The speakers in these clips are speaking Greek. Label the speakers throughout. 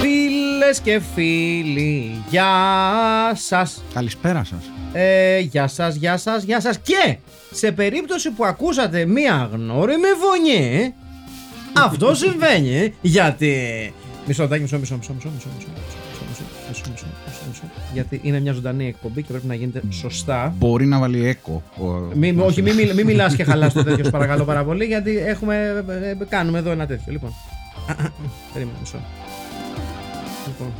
Speaker 1: Φίλες και φίλοι, γεια σας.
Speaker 2: Καλησπέρα σας.
Speaker 1: Ε, γεια σας, γεια σας, γεια σας. Και σε περίπτωση που ακούσατε μία αγνώριμη φωνή, ε, αυτό συμβαίνει, ε, γιατί... Μισό λεπτάκι, μισό, μισό, μισό, μισό, μισό, μισό, μισό, μισό, μισό, μισό, μισό, μισό, γιατί είναι μια ζωντανή εκπομπή και πρέπει να γίνεται σωστά.
Speaker 2: Μπορεί να βάλει έκο. ο-
Speaker 1: Μη,
Speaker 2: ο-
Speaker 1: όχι, μην μη, μη μιλάς και χαλάς το τέτοιο, σε παρακαλώ πάρα πολύ, γιατί έχουμε, ε, ε, κάνουμε εδώ ένα τέτοιο. Λοιπόν. Περίμενε, μισό. Λοιπόν.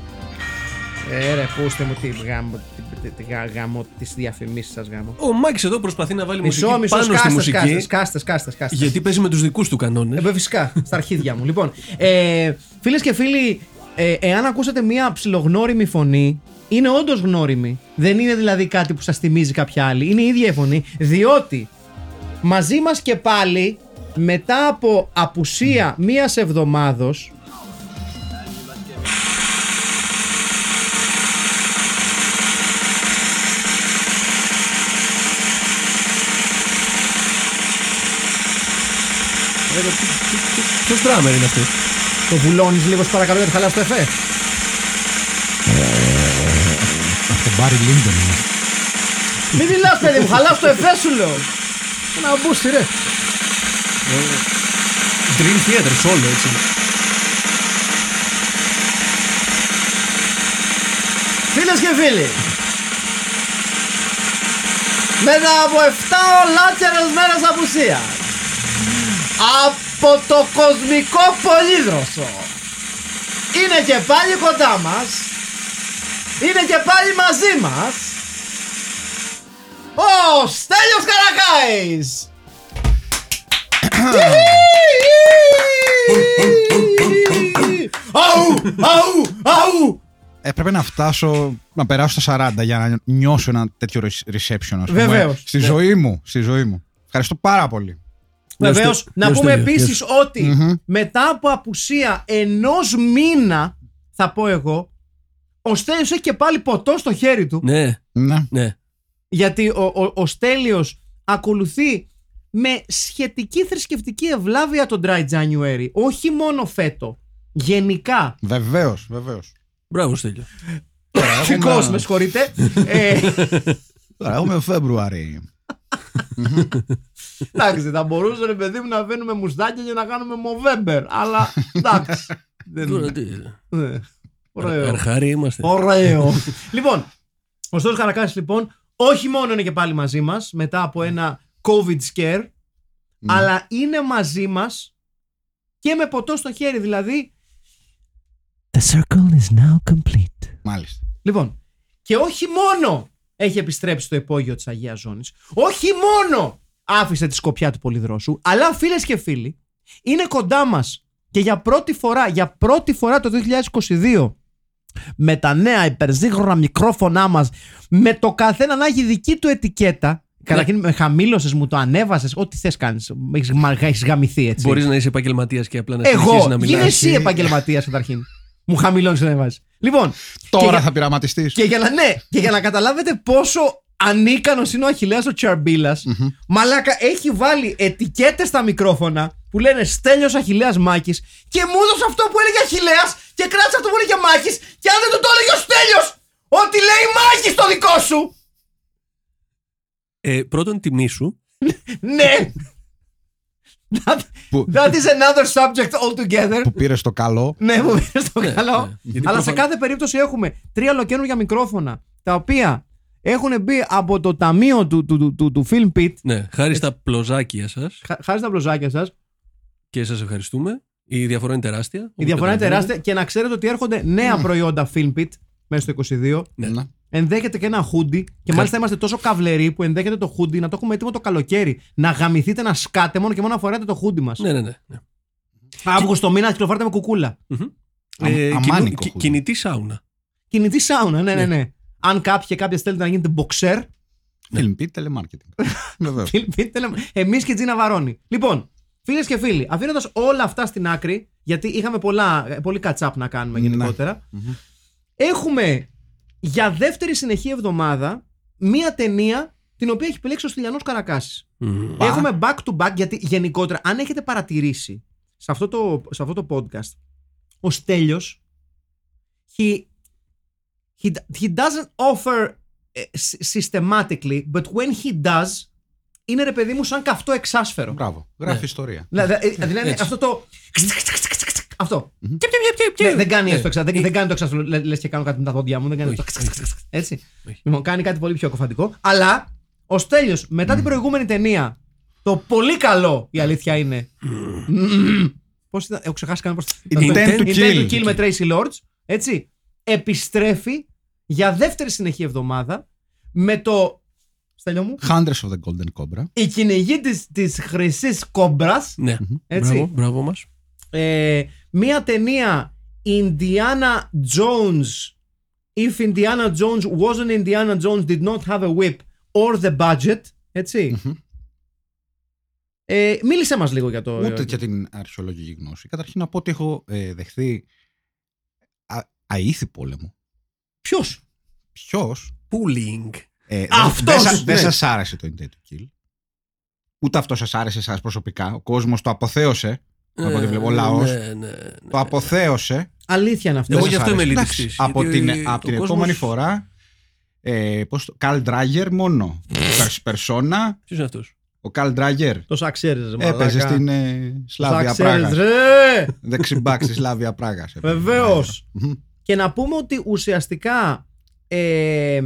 Speaker 1: Ε, ρε, πούστε μου τη γάμο, τη, τη, γα- γάμο τις διαφημίσεις σας γάμο.
Speaker 3: Ο Μάκης εδώ προσπαθεί να βάλει μουσική
Speaker 1: Μισό, μισό,
Speaker 3: πάνω στη
Speaker 1: σκάστε,
Speaker 3: μουσική.
Speaker 1: σκάστε, σκάστε, σκάστε, σκάστε.
Speaker 3: Γιατί παίζει με τους δικούς του
Speaker 1: Ε,
Speaker 3: κανόνες.
Speaker 1: βέβαια, φυσικά, στα αρχίδια μου. Λοιπόν, ε, φίλες και φίλοι, ε, εάν ακούσατε μία ψιλογνώριμη φωνή, είναι όντως γνώριμη. Δεν είναι δηλαδή κάτι που σας θυμίζει κάποια άλλη. Είναι η ίδια η φωνή, διότι μαζί μας και πάλι, μετά από απουσία μίας εβδομάδος,
Speaker 3: Ποιος drummer είναι αυτό.
Speaker 1: το βουλώνεις λίγο σε παρακαλώ γιατί χαλάς το εφέ.
Speaker 2: Αυτό Μπάρι Λίντον είναι.
Speaker 1: Μην μιλάς παιδί μου, χαλάς το εφέ σου λέω. Ένα μπούστι ρε.
Speaker 3: Dream Theater, solo έτσι.
Speaker 1: Φίλες και φίλοι Μετά από 7 ολάτσερες μέρες απουσίας Από το κοσμικό πολύδροσο Είναι και πάλι κοντά μας Είναι και πάλι μαζί μας Ο Στέλιος Καρακάης Αου, αου, αου
Speaker 2: Έπρεπε να φτάσω, να περάσω στα 40 για να νιώσω ένα τέτοιο re- reception, ας πούμε.
Speaker 1: Βεβαίως. ναι.
Speaker 2: Στη ζωή μου. Στη ζωή μου. Ευχαριστώ πάρα πολύ.
Speaker 1: Βεβαίω,
Speaker 3: Γεια σου,
Speaker 1: Ναι, να
Speaker 3: γεια σου,
Speaker 1: πούμε
Speaker 3: Τέλειο, γεια
Speaker 1: επίση ότι μετά από απουσία ενός μήνα, θα πω εγώ, ο Στέλιος έχει και πάλι ποτό στο χέρι του.
Speaker 3: Ναι,
Speaker 2: Ναι.
Speaker 3: ναι.
Speaker 1: Γιατί ο, ο, ο Στέλιος ακολουθεί με σχετική θρησκευτική ευλάβεια τον Dry January. Όχι μόνο φέτο. Γενικά.
Speaker 2: Βεβαίως, βεβαίως.
Speaker 3: Μπράβο Στέλιο.
Speaker 1: Φυσικός, με συγχωρείτε. ε,
Speaker 2: Τώρα έχουμε Φεβρουαρί.
Speaker 1: εντάξει, θα μπορούσε ρε παιδί μου να βαίνουμε μουστάκια και να κάνουμε Μοβέμπερ. Αλλά εντάξει.
Speaker 3: Τώρα
Speaker 1: Δεν,
Speaker 3: τι.
Speaker 1: ναι. Ωραίο.
Speaker 3: Αρχάρι είμαστε.
Speaker 1: Ωραίο. λοιπόν, ο Στέλιος Καρακάσης λοιπόν, όχι μόνο είναι και πάλι μαζί μας μετά από ένα COVID scare, αλλά είναι μαζί μας και με ποτό στο χέρι, δηλαδή.
Speaker 4: The circle is now complete.
Speaker 2: Μάλιστα.
Speaker 1: Λοιπόν, και όχι μόνο έχει επιστρέψει στο υπόγειο της Αγίας Ζώνης, όχι μόνο άφησε τη σκοπιά του Πολυδρόσου, αλλά φίλες και φίλοι, είναι κοντά μας και για πρώτη φορά, για πρώτη φορά το 2022, με τα νέα υπερζύγχρονα μικρόφωνά μας, με το καθένα να έχει δική του ετικέτα.
Speaker 3: Ναι.
Speaker 1: Καταρχήν με χαμήλωσες, μου το ανέβασες. Ό,τι θες κάνεις. Έχεις γαμηθεί έτσι.
Speaker 3: Μπορείς να είσαι επαγγελματίας και απλά να συνεχίσεις
Speaker 1: Εγώ,
Speaker 3: να
Speaker 1: γίνε
Speaker 3: μιλάς.
Speaker 1: εσύ επαγγελματίας καταρχήν. Μου χαμηλώνεις να ανεβάζει. Λοιπόν, και
Speaker 2: Τώρα
Speaker 1: για-
Speaker 2: θα πειραματιστείς.
Speaker 1: και για να, ναι, και για να καταλάβετε πόσο ανίκανος είναι ο Αχηλέα ο τσαρμπιλα μαλάκα έχει βάλει ετικέτες στα μικρόφωνα που λένε Στέλιος Αχηλέα Μάκης και μου έδωσε αυτό που έλεγε Αχηλέα και κράτησε αυτό που έλεγε Μάκης και αν δεν του το έλεγε ο Στέλιος, ότι λέει Μάκης το δικό σου!
Speaker 3: Ε, πρώτον τιμή σου.
Speaker 1: Ναι! That,
Speaker 2: Που-
Speaker 1: that is another subject altogether.
Speaker 2: Που πήρες το καλό.
Speaker 1: Ναι, μου πήρες το
Speaker 3: Ναι,
Speaker 1: καλό.
Speaker 3: ναι. Γιατί
Speaker 1: Αλλά σε
Speaker 3: προφανώς-
Speaker 1: κάθε περίπτωση έχουμε τρία ολοκένουργια μικρόφωνα τα οποία ε, Έχουν μπει από το ταμείο του, του, του, του, του Film Pit.
Speaker 3: Ναι, χάρη στα πλωζάκια σας
Speaker 1: χα- Χάρη στα μπλουζάκια σας.
Speaker 3: και σας ευχαριστούμε. Η διαφορά είναι τεράστια.
Speaker 1: Η
Speaker 3: όπως
Speaker 1: διαφορά είναι
Speaker 3: καταλαβαίνετε.
Speaker 1: τεράστια και να ξέρετε ότι έρχονται νέα προϊόντα Filmpit μέσα στο 22.
Speaker 3: Ναι.
Speaker 2: Να.
Speaker 1: Ενδέχεται και ένα χούντι. Και μάλιστα είμαστε τόσο καυλεροί που ενδέχεται το χούντι να το έχουμε έτοιμο το καλοκαίρι. Να γαμηθείτε, να σκάτε μόνο και μόνο να φοράτε το χούντι μας.
Speaker 3: Ναι, ναι, ναι. ναι.
Speaker 1: Αύγουστο μήνα κυκλοφοράτε με κουκούλα.
Speaker 2: Α- αμάνικο χούντι.
Speaker 3: κινητή σάουνα.
Speaker 1: Κινητή σάουνα, ναι, ναι, ναι. Αν κάποιοι κάποια θέλετε να γίνετε boxer, Ναι.
Speaker 2: Film Pit, telemarketing. Βεβαίως.
Speaker 1: εμείς και Τζίνα Βαρόνι. Λοιπόν, φίλες και φίλοι, αφήνοντας όλα αυτά στην άκρη, γιατί είχαμε πολλά, ε, πολύ κατσάπ να κάνουμε
Speaker 2: Ναι.
Speaker 1: γενικότερα, έχουμε για δεύτερη συνεχή εβδομάδα μία ταινία την οποία έχει επιλέξει ο Στυλιανός Καρακάσης. Έχουμε back to back γιατί γενικότερα, αν έχετε παρατηρήσει σε αυτό το, σε αυτό το podcast, ο Στέλιος he, he, he doesn't offer ε, sy- systematically, but when he does, είναι ρε παιδί μου σαν καυτό εξάσφαιρο.
Speaker 2: Μπράβο. Γράφει ιστορία.
Speaker 1: Δηλαδή, ε, δηλαδή είναι
Speaker 3: Έτσι.
Speaker 1: αυτό το. Αυτό. Ναι, Δεν κάνει αυτό το εξα- δεν- δεν κάνει το εξάσφαιρο. λε- Λες και κάνω κάτι με τα δόντια μου. Δεν κάνει
Speaker 3: Όχι.
Speaker 1: το. Έτσι.
Speaker 3: Όχι.
Speaker 1: Λοιπόν, κάνει κάτι πολύ πιο κοφαντικό. Αλλά ο Στέλιος μετά την προηγούμενη ταινία, το πολύ καλό η αλήθεια είναι. Πώς ήταν. Έχω ξεχάσει κανένα πώς.
Speaker 2: Intent to
Speaker 1: Intent
Speaker 2: Kill.
Speaker 1: με Tracy Lords. Έτσι. Επιστρέφει για δεύτερη συνεχή εβδομάδα με το. Στέλιο μου.
Speaker 2: Hundreds of the Golden Cobra.
Speaker 1: Η κυνηγή της, της χρυσής κόμπρας
Speaker 3: Ναι.
Speaker 1: Έτσι.
Speaker 3: Μπράβο, μπράβο μας.
Speaker 1: ε, μία ταινία Indiana Jones If Indiana Jones wasn't Indiana Jones did not have a whip or the budget ετσι ε, μίλησέ μας λίγο για το
Speaker 2: Ούτε για την αρχαιολογική γνώση. Καταρχήν να πω ότι έχω ε, δεχθεί α, αήθη πόλεμο.
Speaker 1: ποιος
Speaker 2: Ποιος.
Speaker 3: Πούλινγκ.
Speaker 2: Ε, δεν-
Speaker 1: Αυτός,
Speaker 2: Δεν σα- δεν
Speaker 1: ναι.
Speaker 2: σας άρεσε το Intent to Kill. Ούτε αυτό σας άρεσε εσάς προσωπικά. Ο κόσμος το αποθέωσε. Από ό,τι βλέπω, ο λαός.
Speaker 3: Ναι, ναι, ναι.
Speaker 2: Το αποθέωσε.
Speaker 1: αλήθεια είναι αυτό
Speaker 3: Εγώ
Speaker 2: Δεν
Speaker 3: γι'
Speaker 2: σας
Speaker 3: αυτό είμαι
Speaker 2: άρεσε.
Speaker 3: λυτιστής,
Speaker 2: Εντάξει, Από
Speaker 3: γιατί
Speaker 2: την, από
Speaker 3: ο
Speaker 2: την
Speaker 3: κόσμος-
Speaker 2: επόμενη φορά. Ε, πώς το, Καλ Ντράγερ μόνο. Περσ- Περσόνα.
Speaker 3: Ποιος είναι αυτός.
Speaker 2: Ο Καλ Ντράγερ
Speaker 1: το σαξέρες ρε
Speaker 2: έπαιζε
Speaker 1: μαλάκα.
Speaker 2: στην ε, Σλάβια
Speaker 1: Σαξέρες,
Speaker 2: Πράγας.
Speaker 1: ρε
Speaker 2: Δεξιμπάκ στη Σλάβια Πράγας.
Speaker 1: βεβαίως
Speaker 2: Μμμ.
Speaker 1: και να πούμε ότι ουσιαστικά ε,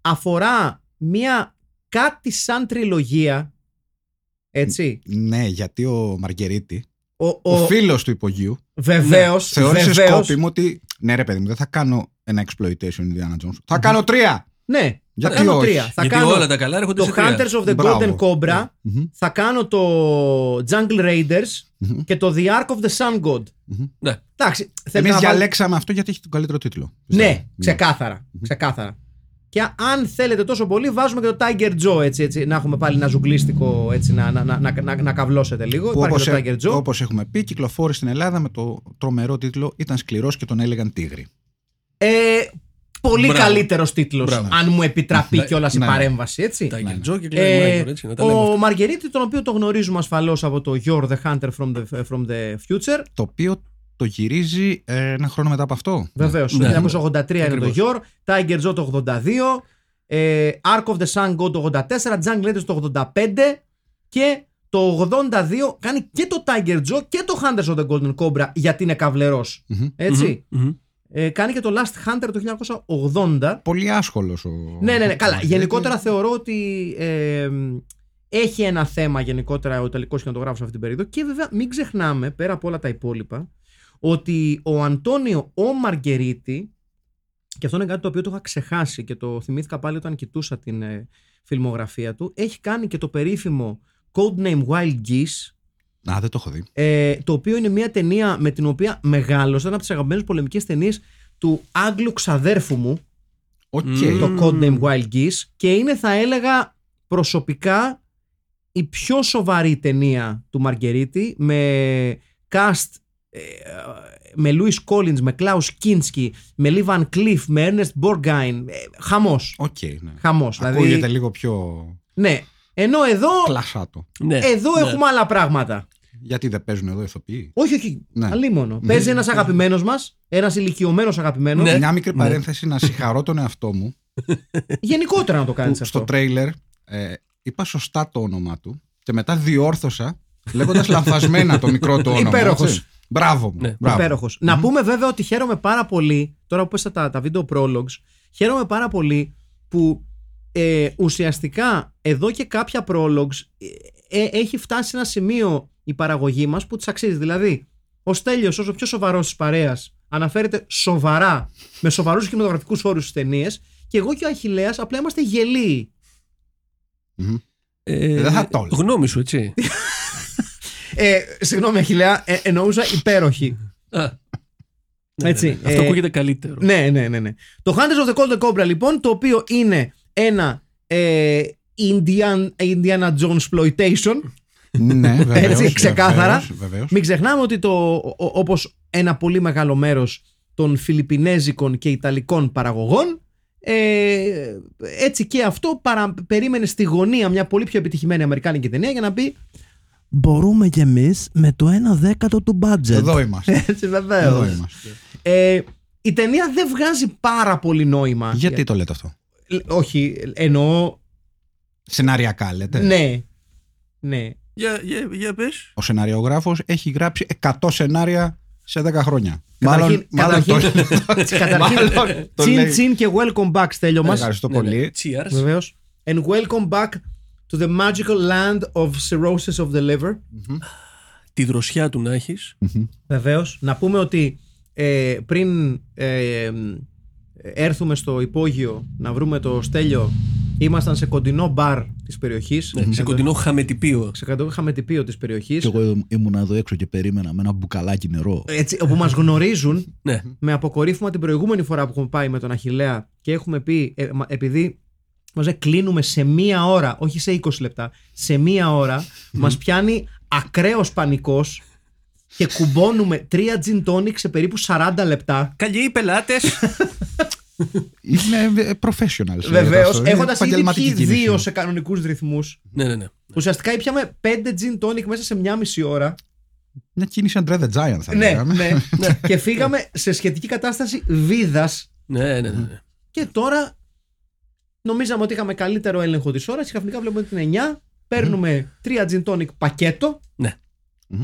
Speaker 1: αφορά μία κάτι σαν τριλογία έτσι
Speaker 2: Ναι, γιατί ο Μαργκερίτη,
Speaker 1: ο, ο,
Speaker 2: ο, Ναι, φίλος του υπογείου,
Speaker 1: Βεβαίως.
Speaker 2: θεώρησε σκόπιμο ότι. Ναι, ρε παιδί μου, δεν θα κάνω ένα exploitation Indiana Jones. Θα κάνω τρία!
Speaker 1: Ναι,
Speaker 2: Γιατί
Speaker 1: θα κάνω
Speaker 2: όχι.
Speaker 1: τρία. Θα
Speaker 3: Γιατί
Speaker 1: κάνω
Speaker 3: όλα τα καλά έρχονται
Speaker 1: το
Speaker 3: σε τρία.
Speaker 1: Hunters of the
Speaker 2: Μπράβο. Ναι.
Speaker 1: Golden Cobra,
Speaker 2: Μμμ.
Speaker 1: θα κάνω το Jungle Raiders
Speaker 2: Μμμ.
Speaker 1: και το The Ark of the Sun God.
Speaker 3: Ναι.
Speaker 1: Εντάξει, θέλετε
Speaker 2: Εμείς
Speaker 1: να βάλ-
Speaker 2: διαλέξαμε αυτό γιατί έχει τον καλύτερο τίτλο.
Speaker 1: Ναι,
Speaker 2: Πιστεύω.
Speaker 1: ξεκάθαρα, ξεκάθαρα. Και αν θέλετε τόσο πολύ, βάζουμε και το Tiger Joe έτσι, έτσι να έχουμε πάλι ένα ζουγκλίστικο έτσι, να, να, να, να, να, να καυλώσετε λίγο.
Speaker 2: Που
Speaker 1: Υπάρχει
Speaker 2: όπως,
Speaker 1: το
Speaker 2: ε-
Speaker 1: Tiger Joe.
Speaker 2: όπως έχουμε πει, κυκλοφόρησε στην Ελλάδα με το τρομερό τίτλο «Ήταν σκληρός και τον έλεγαν τίγρη».
Speaker 1: Ε, πολύ
Speaker 3: Μπράβο.
Speaker 1: καλύτερος τίτλος,
Speaker 3: Μπράβο.
Speaker 1: αν μου επιτραπεί κιόλας η
Speaker 2: Ναι.
Speaker 1: παρέμβαση, έτσι.
Speaker 3: Τα Γιντζό και
Speaker 1: Ε,
Speaker 3: Glenn Michael, έτσι, να τα λέμε αυτά.
Speaker 1: ο Μαργερίτη, τον οποίο το γνωρίζουμε ασφαλώς από το You're the Hunter from the, from the Future.
Speaker 2: Το οποίο το γυρίζει ε, ένα χρόνο μετά από αυτό.
Speaker 1: Βεβαίως.
Speaker 3: Ναι.
Speaker 1: Το 1983 είναι το
Speaker 3: Ακριβώς.
Speaker 1: You're, Tiger Joe το 82, ε, Ark of the Sun Go το 84, Jungle Raiders το 85 και το 82 κάνει και το Tiger Joe και το Hunters of the Golden Cobra γιατί είναι καβλερός.
Speaker 2: Μμμ.
Speaker 1: Έτσι.
Speaker 3: Μμμ.
Speaker 1: Ε, κάνει και το Last Hunter το 1980.
Speaker 2: Πολύ άσχολος ο...
Speaker 1: Ναι, ναι, ναι. Καλά.
Speaker 2: ο Μαργκερίτη.
Speaker 1: Γενικότερα θεωρώ ότι ε, μ, έχει ένα θέμα γενικότερα ο Ιταλικός κινηματογράφος αυτή την περίοδο. Και βέβαια μην ξεχνάμε, πέρα από όλα τα υπόλοιπα, ότι ο Αντώνιο ο Μαργκερίτη. Και αυτό είναι κάτι το οποίο το είχα ξεχάσει και το θυμήθηκα πάλι όταν κοιτούσα την ε, φιλμογραφία του. Έχει κάνει και το περίφημο Codename Wild Geese,
Speaker 2: Α, δεν το έχω δει.
Speaker 1: ε, το οποίο είναι μια ταινία με την οποία μεγάλωσα, ένα από τις αγαπημένες πολεμικές ταινίες του Άγγλου ξαδέρφου μου,
Speaker 2: Οκ.
Speaker 3: Μμμ.
Speaker 2: Mm.
Speaker 1: το codename Wild Geese και είναι θα έλεγα προσωπικά η πιο σοβαρή ταινία του Μαργκερίτη με cast ε, με Louis Collins, με Klaus Kinski, με Lee Van Cleef, με Ernest Borgnine. Ε, χαμός.
Speaker 2: Οκ, ναι.
Speaker 1: Χαμός.
Speaker 2: Ακούγεται
Speaker 1: Δηλαδή,
Speaker 2: λίγο πιο
Speaker 1: ναι. Ενώ εδώ,
Speaker 2: κλασάτο.
Speaker 3: Ναι,
Speaker 1: εδώ
Speaker 3: ναι.
Speaker 1: έχουμε άλλα πράγματα.
Speaker 2: Γιατί δεν παίζουν εδώ ηθοποιοί.
Speaker 1: Όχι, όχι.
Speaker 2: Ναι.
Speaker 1: Αλίμονο. Παίζει ένας αγαπημένος μας, ένας ηλικιωμένος αγαπημένος.
Speaker 3: Ναι.
Speaker 2: Μια μικρή παρένθεση να συγχαρώ τον εαυτό μου
Speaker 1: Γενικότερα να το
Speaker 2: που
Speaker 1: κάνεις αυτό.
Speaker 2: στο τρέιλερ ε, είπα σωστά το όνομά του και μετά διόρθωσα λέγοντας λανθασμένα το μικρό του όνομα.
Speaker 1: Υπέροχος.
Speaker 2: έτσι. Μπράβο μου.
Speaker 3: Ναι.
Speaker 2: μπράβο.
Speaker 1: Υπέροχος. Να πούμε βέβαια ότι χαίρομαι πάρα πολύ, τώρα που πέσα τα, τα video prologues, χαίρομαι πάρα πολύ που ε, ουσιαστικά εδώ και κάποια prologues ε, ε, έχει φτάσει σε ένα σημείο η παραγωγή μας που της αξίζει. Δηλαδή, ο Στέλιος ως ο πιο σοβαρός της παρέας αναφέρεται σοβαρά, με σοβαρούς κινηματογραφικούς όρους στις ταινίες και εγώ και ο Αχιλέας απλά είμαστε γελοί.
Speaker 3: Ε,
Speaker 2: Δεν θα το έλεγα.
Speaker 3: Γνώμη σου, έτσι.
Speaker 1: Ε, συγγνώμη Αχιλέα, ε, εννοούσα υπέροχη.
Speaker 3: Α, ναι, ναι,
Speaker 1: Έτσι,
Speaker 3: ναι.
Speaker 1: ε,
Speaker 3: Αυτό ακούγεται καλύτερο.
Speaker 1: Ναι, ναι, ναι, ναι. Το Hunters of the Golden Cobra λοιπόν, το οποίο είναι ένα ε, Indian, Indiana Jones exploitation.
Speaker 2: Ναι, βεβαίως,
Speaker 1: Έτσι, ξεκάθαρα.
Speaker 2: βεβαίως, βεβαίως.
Speaker 1: Μην ξεχνάμε ότι το, ο- ο- όπως ένα πολύ μεγάλο μέρος των Φιλιππινέζικων και Ιταλικών παραγωγών, ε, έτσι και αυτό παρα, περίμενε στη γωνία μια πολύ πιο επιτυχημένη Αμερικάνικη ταινία για να πει
Speaker 4: Μπορούμε κι εμείς με το 1 δέκατο του budget.
Speaker 2: Εδώ είμαστε.
Speaker 1: έτσι
Speaker 2: Εδώ
Speaker 1: βεβαίω.
Speaker 2: είμαστε.
Speaker 1: Ε, η ταινία δεν βγάζει πάρα πολύ νόημα.
Speaker 2: Γιατί το λέτε αυτό.
Speaker 1: Ε, Όχι, εννοώ.
Speaker 2: Σεναριακά λέτε.
Speaker 1: Ναι. Ναι.
Speaker 3: Για, για, για πες.
Speaker 2: Ο σεναριογράφος έχει γράψει 100 σενάρια σε 10 χρόνια.
Speaker 1: Καταρχήν-
Speaker 2: μάλλον
Speaker 1: καταρχήν-
Speaker 2: το...
Speaker 1: καταρχήν-
Speaker 2: μάλλον το
Speaker 1: Τσιν
Speaker 2: λέει.
Speaker 1: τσιν και welcome back, Στέλιο μας. Ναι,
Speaker 2: Ευχαριστώ πολύ.
Speaker 3: Ναι, Cheers.
Speaker 1: Βεβαίως. And welcome back to the magical land of cirrhosis of the liver.
Speaker 3: Τη δροσιά του να έχεις.
Speaker 1: Βεβαίως. Να πούμε ότι ε, πριν ε, ε, έρθουμε στο υπόγειο να βρούμε το Στέλιο, ήμασταν σε κοντινό μπαρ της περιοχής.
Speaker 3: Ναι, Σε κοντινό χαμετυπίο.
Speaker 1: Σε κοντινό χαμετυπίο της περιοχής.
Speaker 5: Και εγώ ήμουν εδώ έξω και περίμενα με ένα μπουκαλάκι νερό.
Speaker 1: Έτσι, όπου μας γνωρίζουν
Speaker 3: Ναι.
Speaker 1: με αποκορύφωμα την προηγούμενη φορά που έχουμε πάει με τον Αχιλέα και έχουμε πει, ε, μα- επειδή μας λέει, κλείνουμε σε μία ώρα, όχι σε 20 λεπτά, σε μία ώρα, μας πιάνει ακραίος πανικός και κουμπώνουμε τρία gin tonic σε περίπου 40 λεπτά.
Speaker 3: Καλοί πελάτες.
Speaker 2: Είναι ε, professional.
Speaker 1: Βεβαίως,
Speaker 2: Είναι
Speaker 1: έχοντας ήδη
Speaker 2: ε, επαγγελματική
Speaker 1: πιει
Speaker 2: κίνηση.
Speaker 1: δύο σε κανονικούς ρυθμούς.
Speaker 3: ναι, ναι, ναι.
Speaker 1: Ουσιαστικά ήπιαμε πέντε gin tonic μέσα σε μία μισή ώρα.
Speaker 2: Μια κίνηση André the Giant
Speaker 1: ναι,
Speaker 2: θα λέγαμε.
Speaker 1: ναι. και φύγαμε σε σχετική κατάσταση βίδας
Speaker 3: ναι, ναι, ναι, ναι.
Speaker 1: Και τώρα νομίζαμε ότι είχαμε καλύτερο έλεγχο της ώρας. Ξαφνικά βλέπουμε την 9. Παίρνουμε τρία gin tonic πακέτο.
Speaker 3: Ναι.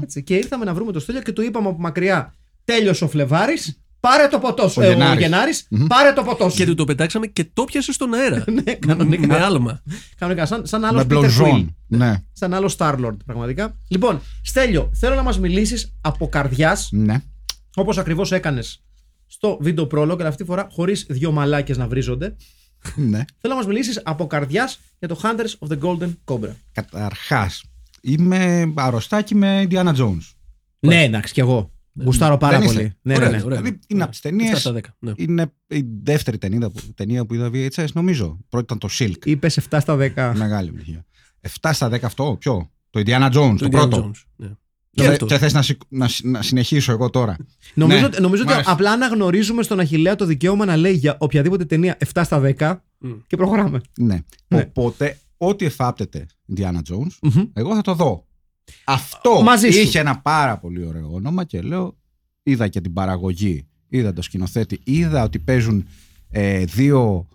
Speaker 1: Έτσι, και ήρθαμε να βρούμε το στέλιο και του είπαμε από μακριά. Τέλειωσε ο Φλεβάρης. Πάρε το ποτό σου.
Speaker 2: Ο
Speaker 1: Ε,
Speaker 2: Γενάρης.
Speaker 1: γεναρης Πάρε το ποτό
Speaker 3: Και
Speaker 1: σου.
Speaker 3: του το πετάξαμε και το πιασε στον αέρα.
Speaker 1: Ναι, κανονικά.
Speaker 3: Με άλμα.
Speaker 1: Κανονικά, σαν, σαν
Speaker 2: Με
Speaker 1: άλλο Peter Quill.
Speaker 2: μπλονζόν. Ναι.
Speaker 1: Σαν άλλο Starlord, πραγματικά. Λοιπόν, Στέλιο, θέλω να μας μιλήσεις από καρδιάς,
Speaker 2: Ναι.
Speaker 1: όπως ακριβώς έκανες στο βίντεο πρόλογο, αλλά αυτή τη φορά χωρίς δύο μαλάκες να βρίζονται.
Speaker 2: ναι.
Speaker 1: Θέλω να μας μιλήσεις από καρδιάς για το Hunters of the Golden Cobra.
Speaker 2: Καταρχάς, είμαι αρρωστάκι με Indiana Jones.
Speaker 1: Ναι, εντάξει, κι εγώ. Γουστάρω πάρα
Speaker 2: δεν
Speaker 1: πολύ.
Speaker 2: είστε.
Speaker 1: Ναι, ναι,
Speaker 3: Ωραία,
Speaker 1: ναι.
Speaker 3: ωραία.
Speaker 2: Δηλαδή είναι από τις ταινίες.
Speaker 3: 7 στα 10. Ναι.
Speaker 2: Είναι η δεύτερη ταινία που, ταινία που είδα VHS, νομίζω. Πρώτη ήταν το Silk.
Speaker 1: Είπες 7 στα 10.
Speaker 2: Μεγάλη επιτυχία. 7 στα 10 αυτό, ποιο? Το Indiana Jones, το,
Speaker 3: Indiana
Speaker 2: πρώτο.
Speaker 3: Jones, ναι.
Speaker 2: Και,
Speaker 3: Και
Speaker 2: θε-
Speaker 3: αυτό.
Speaker 2: και θες να, συ- να, συ- να συνεχίσω εγώ τώρα.
Speaker 1: Νομίζω,
Speaker 2: Ναι,
Speaker 1: ότι- νομίζω
Speaker 2: μ'
Speaker 1: ότι
Speaker 2: άρεσε.
Speaker 1: απλά αναγνωρίζουμε στον Αχηλέα το δικαίωμα να λέει για οποιαδήποτε ταινία 7 στα 10
Speaker 3: Μμ.
Speaker 1: και προχωράμε.
Speaker 2: Ναι.
Speaker 1: Ναι.
Speaker 2: Οπότε, ό,τι εφάπτεται Indiana Jones,
Speaker 1: Μμμ.
Speaker 2: εγώ θα το δω. Αυτό
Speaker 1: Μαζί σου.
Speaker 2: είχε ένα πάρα πολύ ωραίο όνομα και λέω, είδα και την παραγωγή, είδα το σκηνοθέτη, είδα ότι παίζουν ε, δύο,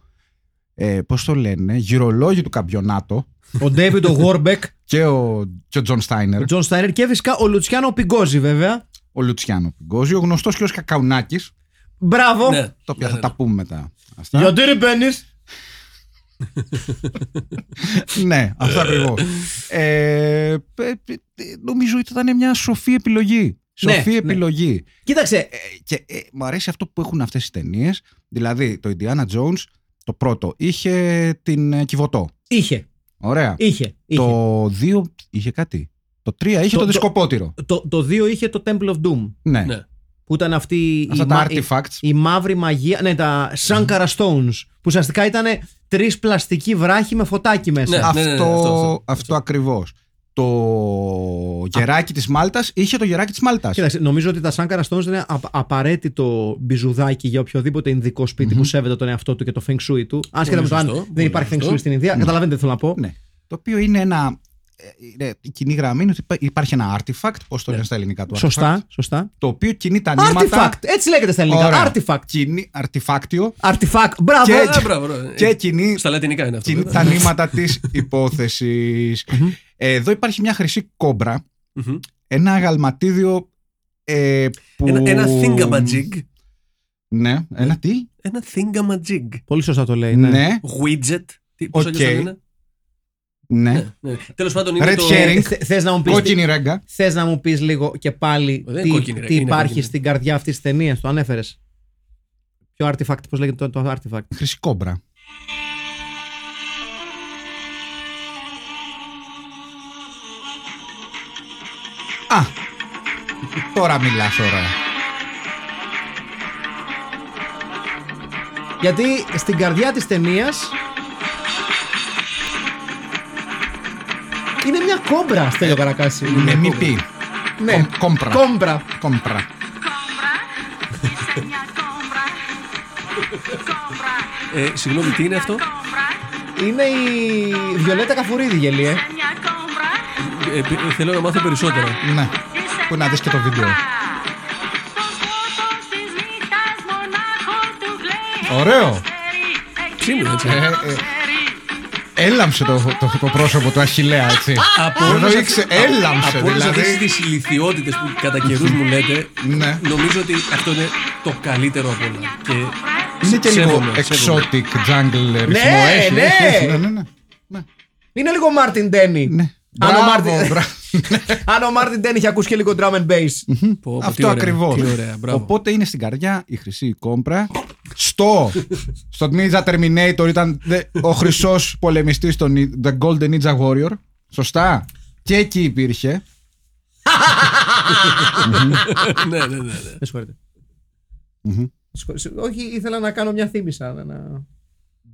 Speaker 2: ε, πώς το λένε, γυρολόγοι του καμπιονάτο
Speaker 1: Ο Ντέβιντ, ο Γόρμπεκ,
Speaker 2: και ο, και ο Τζον Στάινερ,
Speaker 1: ο Τζον Στάινερ και φυσικά ο Λουτσιάνο Πιγκόζη, βέβαια.
Speaker 2: ο Λουτσιάνο Πιγκόζη, ο γνωστός και ως Κακαουνάκης,
Speaker 1: Μπράβο.
Speaker 3: Ναι.
Speaker 2: τα οποία
Speaker 3: Ναι,
Speaker 2: θα
Speaker 3: ναι,
Speaker 2: τα πούμε μετά. Αυτά.
Speaker 1: Γιατί ρε μπαίνει.
Speaker 2: ναι, αυτό ακριβώς. Ε, ε, νομίζω ότι ήταν μια σοφή επιλογή.
Speaker 1: Ναι,
Speaker 2: Σοφή
Speaker 1: ναι.
Speaker 2: επιλογή.
Speaker 1: Κοίταξε.
Speaker 2: Ε, και ε, μου αρέσει αυτό που έχουν αυτές οι ταινίες. Δηλαδή, το Indiana Jones, το πρώτο, είχε την ε, Κιβωτό.
Speaker 1: Είχε.
Speaker 2: Ωραία.
Speaker 1: Είχε. Ε, είχε.
Speaker 2: Το 2 είχε κάτι. Το 3 είχε
Speaker 1: Το-
Speaker 2: το,
Speaker 1: το-
Speaker 2: δισκοπότηρο.
Speaker 1: Το, το 2 είχε το Temple of Doom.
Speaker 2: Ναι.
Speaker 3: Ναι.
Speaker 1: Που ήταν αυτή η,
Speaker 2: Αυτά τα
Speaker 1: μα- η-
Speaker 2: artifacts.
Speaker 1: η μαύρη μαγεία. Ναι, τα Shankara Stones. Που ουσιαστικά ήταν τρεις πλαστικοί βράχοι με φωτάκι μέσα.
Speaker 3: Ναι.
Speaker 2: Αυτό,
Speaker 3: αυτό, αυτό,
Speaker 2: αυτό,
Speaker 3: αυτό.
Speaker 2: ακριβώς. Το γεράκι της Μάλτας είχε το γεράκι της Μάλτας.
Speaker 1: Κοίταξε, νομίζω ότι τα Shankara Stones είναι α- απαραίτητο μπιζουδάκι για οποιοδήποτε ινδικό σπίτι που σέβεται τον εαυτό του και το feng shui του. Άσχετα
Speaker 3: Πολύ
Speaker 1: με το αν
Speaker 3: σωστό,
Speaker 1: δεν
Speaker 3: πολύ
Speaker 1: υπάρχει feng
Speaker 3: σωστό.
Speaker 1: shui στην Ινδία. Καταλαβαίνετε τι θέλω να πω.
Speaker 2: Ναι. Το οποίο είναι ένα. ε, είναι- η κοινή γραμμή είναι ότι υπά- υπάρχει ένα artifact, πώς
Speaker 3: Ναι.
Speaker 2: το λένε στα ελληνικά του
Speaker 1: Σωστά,
Speaker 2: artifact,
Speaker 1: σωστά.
Speaker 2: το οποίο κινεί τα νήματα.
Speaker 1: Artifact. Έτσι λέγεται στα ελληνικά.
Speaker 2: Ωραία.
Speaker 1: Artifact.
Speaker 2: Κινεί, artifactio,
Speaker 1: Artifact. Μπράβο.
Speaker 2: Και-
Speaker 3: Α, μπράβο, μπράβο.
Speaker 2: και κινεί,
Speaker 3: Ε, Στα λατινικά είναι αυτό.
Speaker 2: κινεί
Speaker 3: βέβαια.
Speaker 2: τα νήματα της υπόθεσης. Εδώ υπάρχει μια χρυσή κόμπρα,
Speaker 3: Μμμ.
Speaker 2: ένα αγαλματίδιο ε, που...
Speaker 3: Ένα, ένα thingamajig.
Speaker 2: Ναι, ένα τι?
Speaker 3: Ένα thingamajig.
Speaker 1: Πολύ σωστά το λέει.
Speaker 3: Ε,
Speaker 2: Ναι.
Speaker 1: Ναι.
Speaker 3: Widget. Τι- πώς
Speaker 2: Οκ.
Speaker 3: αλλιώς το λένε?
Speaker 2: Ναι.
Speaker 3: Ναι. Τέλος πάντων είναι
Speaker 2: Red
Speaker 3: το.
Speaker 2: herring. Pink.
Speaker 1: Ε, Θες να μου πεις.
Speaker 2: Κόκκινη ρέγγα.
Speaker 1: Θες να μου πεις λίγο και πάλι
Speaker 3: Δεν είναι
Speaker 1: τι,
Speaker 3: κόκκινη, ρε,
Speaker 1: τι
Speaker 3: είναι
Speaker 1: υπάρχει
Speaker 3: κόκκινη.
Speaker 1: στην καρδιά αυτής της ταινίας, το ανέφερες. Ποιο artifact, πώς λέγεται το, το artifact.
Speaker 2: Χρυσή κόμπρα. Α! Τώρα μιλάς ωραία.
Speaker 1: Γιατί στην καρδιά της ταινίας. Είναι μια κόμπρα, Στέλιο
Speaker 2: Ε,
Speaker 1: Καρακάση.
Speaker 2: Με μη πει.
Speaker 1: Ναι.
Speaker 2: Κομ- κόμπρα.
Speaker 1: Κόμπρα.
Speaker 2: Κόμπρα.
Speaker 3: Ε, συγγνώμη, τι είναι αυτό.
Speaker 1: Είναι η Βιολέτα Καφουρίδη γελή, ε.
Speaker 3: Ε, π- θέλω να μάθω περισσότερα.
Speaker 2: Ναι. Πού να δεις και το βίντεο. Ωραίο.
Speaker 3: Ψήμου, έτσι.
Speaker 2: Ε, ε, Έλαμψε το, το, το πρόσωπο του Αχιλέα, έτσι.
Speaker 3: Από
Speaker 2: Δεν
Speaker 3: όλες
Speaker 2: το
Speaker 3: αυτές-
Speaker 2: ήξε- έλαμψε,
Speaker 3: από όλες
Speaker 2: δηλαδή.
Speaker 3: αυτές τις ηλικιότητες που κατά καιρούς μου λέτε,
Speaker 2: Ναι.
Speaker 3: νομίζω ότι αυτό είναι το καλύτερο από όλα. Και
Speaker 2: Είναι και λίγο
Speaker 3: σέβομαι, σέβομαι.
Speaker 2: exotic jungle ρυθμό.
Speaker 1: Ναι,
Speaker 2: έχει,
Speaker 1: ναι.
Speaker 2: έχει, έχει. ναι, ναι, ναι.
Speaker 1: Είναι λίγο Μάρτιν Ντένι.
Speaker 2: ναι.
Speaker 1: Αν ο
Speaker 2: Μπράβο,
Speaker 1: Μάρτιν-
Speaker 2: μπράβο.
Speaker 1: Αν ο Μάρτιν Ντένι είχε ακούσει και λίγο drum and bass.
Speaker 3: Πω, πω, τι
Speaker 2: Αυτό
Speaker 3: ωραία,
Speaker 2: ακριβώς.
Speaker 3: Τι ωραία, μπράβο.
Speaker 2: Οπότε είναι στην καρδιά η χρυσή κόμπρα. Στο, στο Ninja Terminator ήταν δε- ο χρυσός πολεμιστής, The Golden Ninja Warrior. Σωστά. Και εκεί υπήρχε.
Speaker 3: ναι, ναι, ναι, ναι.
Speaker 1: Με συγχωρείτε.
Speaker 2: Μμμ.
Speaker 1: Συγχω- συ- Όχι, ήθελα να κάνω μια θύμησα. να- να-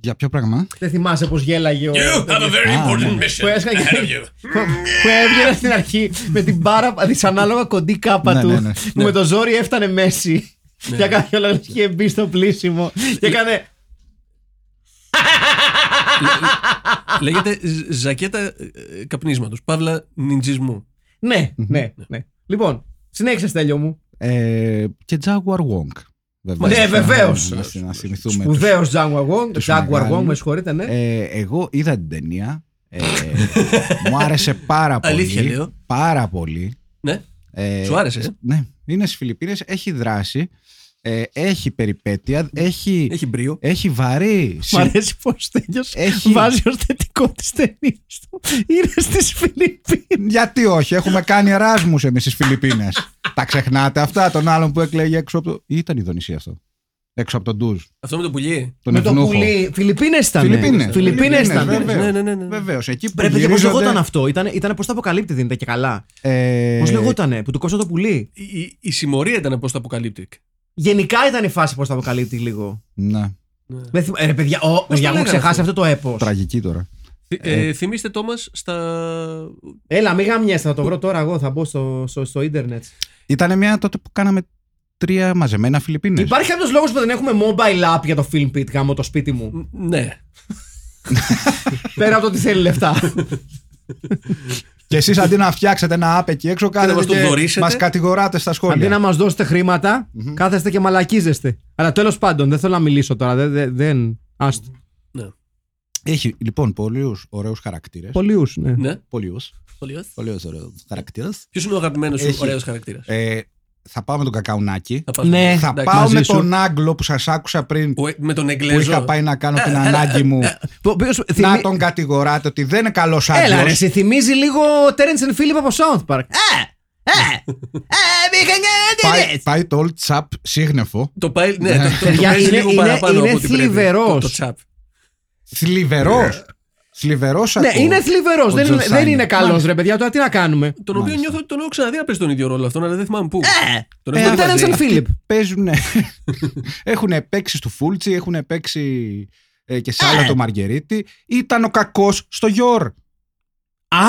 Speaker 2: Για ποιο πράγμα.
Speaker 1: Δεν θυμάσαι πώς γέλαγε ο.
Speaker 6: You have a very important
Speaker 2: ναι.
Speaker 6: mission
Speaker 1: Που έσχαγε-
Speaker 6: ahead of you.
Speaker 1: που έβγαινε στην αρχή με την πάρα δυσανάλογα κοντή
Speaker 2: Ναι,
Speaker 1: κάπα
Speaker 2: ναι,
Speaker 1: του
Speaker 2: ναι.
Speaker 1: που με το ζόρι έφτανε μέση. Για κάποιο λόγο είχε μπει στο πλήσιμο και έκανε.
Speaker 3: Λέγεται ζ- ζακέτα ε, καπνίσματος, παύλα νιντζισμού.
Speaker 1: Ναι, ναι, ναι. Λοιπόν, συνέχισε τέλειο μου.
Speaker 2: Ε, και Jaguar Wong. Βεβαίως.
Speaker 1: Ναι, βεβαίως.
Speaker 2: Να, συ- να θυμηθούμε. τους-
Speaker 1: Σπουδαίος Τζάγκουαρ Wong.
Speaker 2: τους
Speaker 1: Jaguar Wong,
Speaker 2: μεγάλους.
Speaker 1: με συγχωρείτε, ναι.
Speaker 2: Ε, εγώ είδα την ταινία. Ε, μου άρεσε πάρα πολύ.
Speaker 3: Αλήθεια λέω.
Speaker 2: Πάρα πολύ.
Speaker 3: Ναι.
Speaker 2: Ε,
Speaker 3: Σου άρεσε, ε?
Speaker 2: Ναι. Είναι στις Φιλιππίνες, έχει δράση, ε, έχει περιπέτεια, έχει,
Speaker 3: Έχει μπρίο.
Speaker 2: έχει βαρύ. συ-
Speaker 1: Μ' αρέσει πώ τέλειο
Speaker 2: Έχει-
Speaker 1: βάζει ως θετικό τη ταινία του. Είναι στις Φιλιππίνες.
Speaker 2: Γιατί όχι, έχουμε κάνει εράσμου εμείς στις Φιλιππίνες Τα ξεχνάτε αυτά, τον άλλον που εκλέγει έξω από το. Ή ήταν η Δονησία αυτό. Έξω από τον ντουζ.
Speaker 3: Αυτό με το πουλί.
Speaker 2: Τον
Speaker 1: Με το
Speaker 2: ευνούχο.
Speaker 1: πουλί. Φιλιππίνες ήταν.
Speaker 2: Φιλιππίνες.
Speaker 1: Φιλιππίνες
Speaker 2: Φιλιππίνες,
Speaker 1: ήταν.
Speaker 2: βέβαια.
Speaker 3: Ναι, ναι, ναι. ναι.
Speaker 2: Βεβαίως. Εκεί που
Speaker 1: Ρε παιδιά, πώς
Speaker 2: γυρίζονται,
Speaker 1: λεγόταν αυτό. Ήταν, ήταν πώς το αποκαλύπτει, δεν ήταν και καλά.
Speaker 2: ε,
Speaker 1: Πώς λεγότανε, που του κόψαν το πουλί.
Speaker 3: Η, η- η συμμορία ήταν πώς το αποκαλύπτει.
Speaker 1: Γενικά ήταν η φάση πώ το αποκαλύπτει λίγο.
Speaker 2: Ναι,
Speaker 1: Δεν θυμ- Ρε παιδιά, ο, παιδιά μου
Speaker 3: λέγανε
Speaker 1: ξεχάσει
Speaker 3: αυτό?
Speaker 1: αυτό το έπος.
Speaker 2: τραγική τώρα.
Speaker 3: Θυ- ε, θυμήστε το μας στα.
Speaker 1: Έλα, μη γαμιέσαι, θα το βρω τώρα εγώ, θα μπω στο, στο, στο ίντερνετ.
Speaker 2: Ήταν μια τότε που κάναμε τρία μαζεμένα Φιλιππίνες
Speaker 1: Υπάρχει κάποιος λόγος που δεν έχουμε mobile app για το film pit, γάμο το σπίτι μου.
Speaker 3: Ν- Ναι.
Speaker 1: Πέρα από το ότι θέλει λεφτά.
Speaker 2: Και εσείς αντί να φτιάξετε ένα app εκεί έξω,
Speaker 3: μας
Speaker 2: κάνετε
Speaker 3: το
Speaker 2: και
Speaker 3: δωρήσετε.
Speaker 2: μας κατηγοράτε στα σχόλια.
Speaker 1: Αντί να μας δώσετε χρήματα, κάθεστε και μαλακίζεστε. Αλλά τέλος πάντων, δεν θέλω να μιλήσω τώρα. Δεν. δεν, δεν άστο.
Speaker 2: Έχει λοιπόν πολλούς ωραίους χαρακτήρες.
Speaker 1: Πολλίους, ναι.
Speaker 3: ναι.
Speaker 2: Πολλούς.
Speaker 3: Πολύ
Speaker 2: Πολλούς ωραίους χαρακτήρες.
Speaker 3: Ποιος είναι ο αγαπημένος σου
Speaker 2: Έχει.
Speaker 3: ωραίος χαρακτήρας.
Speaker 2: Ε, θα πάω με τον Κακαουνάκη.
Speaker 3: Θα πας-
Speaker 1: Ναι.
Speaker 2: θα
Speaker 3: εντάξει,
Speaker 2: πάω
Speaker 3: μαζί
Speaker 2: με
Speaker 3: σου.
Speaker 2: τον Άγγλο που σας άκουσα πριν
Speaker 3: Ο- ε, με τον
Speaker 2: που Ε,
Speaker 3: Εγγλέζο.
Speaker 2: είχα πάει να κάνω την ανάγκη μου
Speaker 1: Ο οποίος θυμι-
Speaker 2: να τον κατηγοράτε ότι δεν είναι καλός
Speaker 1: Έλα ρε,
Speaker 2: Άγγλο.
Speaker 1: σε θυμίζει λίγο Terence and Phillip από South Park. Ε, ε, ε, μη
Speaker 2: Πάει,
Speaker 1: κάνετε
Speaker 2: πάει το old chap σύγνεφο.
Speaker 3: Το πάει. Ναι, το, το, το
Speaker 1: Παιδιά,
Speaker 3: παίζει
Speaker 1: είναι-
Speaker 3: λίγο
Speaker 1: είναι-
Speaker 3: παραπάνω
Speaker 1: είναι
Speaker 3: από ό,τι πρέπει.
Speaker 1: θλιβερός.
Speaker 3: Το, το τσαπ.
Speaker 2: Θλιβερό. Θλιβερός
Speaker 1: Ναι, είναι θλιβερός.
Speaker 2: Ο
Speaker 1: Δεν,
Speaker 2: Τζον
Speaker 1: είναι- δεν είναι
Speaker 2: Σάινερ.
Speaker 1: καλό, ρε παιδιά. Τώρα τι να κάνουμε.
Speaker 3: Τον οποίο νιώθω ότι τον έχω ξαναδεί να παίζει τον ίδιο ρόλο αυτόν, αλλά δεν θυμάμαι πού. Τον
Speaker 1: Ε,
Speaker 3: έχω δει
Speaker 1: Terence
Speaker 3: μαζί.
Speaker 1: and Phillip.
Speaker 2: Παίζουν. ναι. έχουν παίξει στο Φούλτσι, έχουν παίξει ε, και σε άλλα το Μαργερίτη. Ήταν ο κακός στο Γιώρ.
Speaker 3: Ναι,
Speaker 1: Α!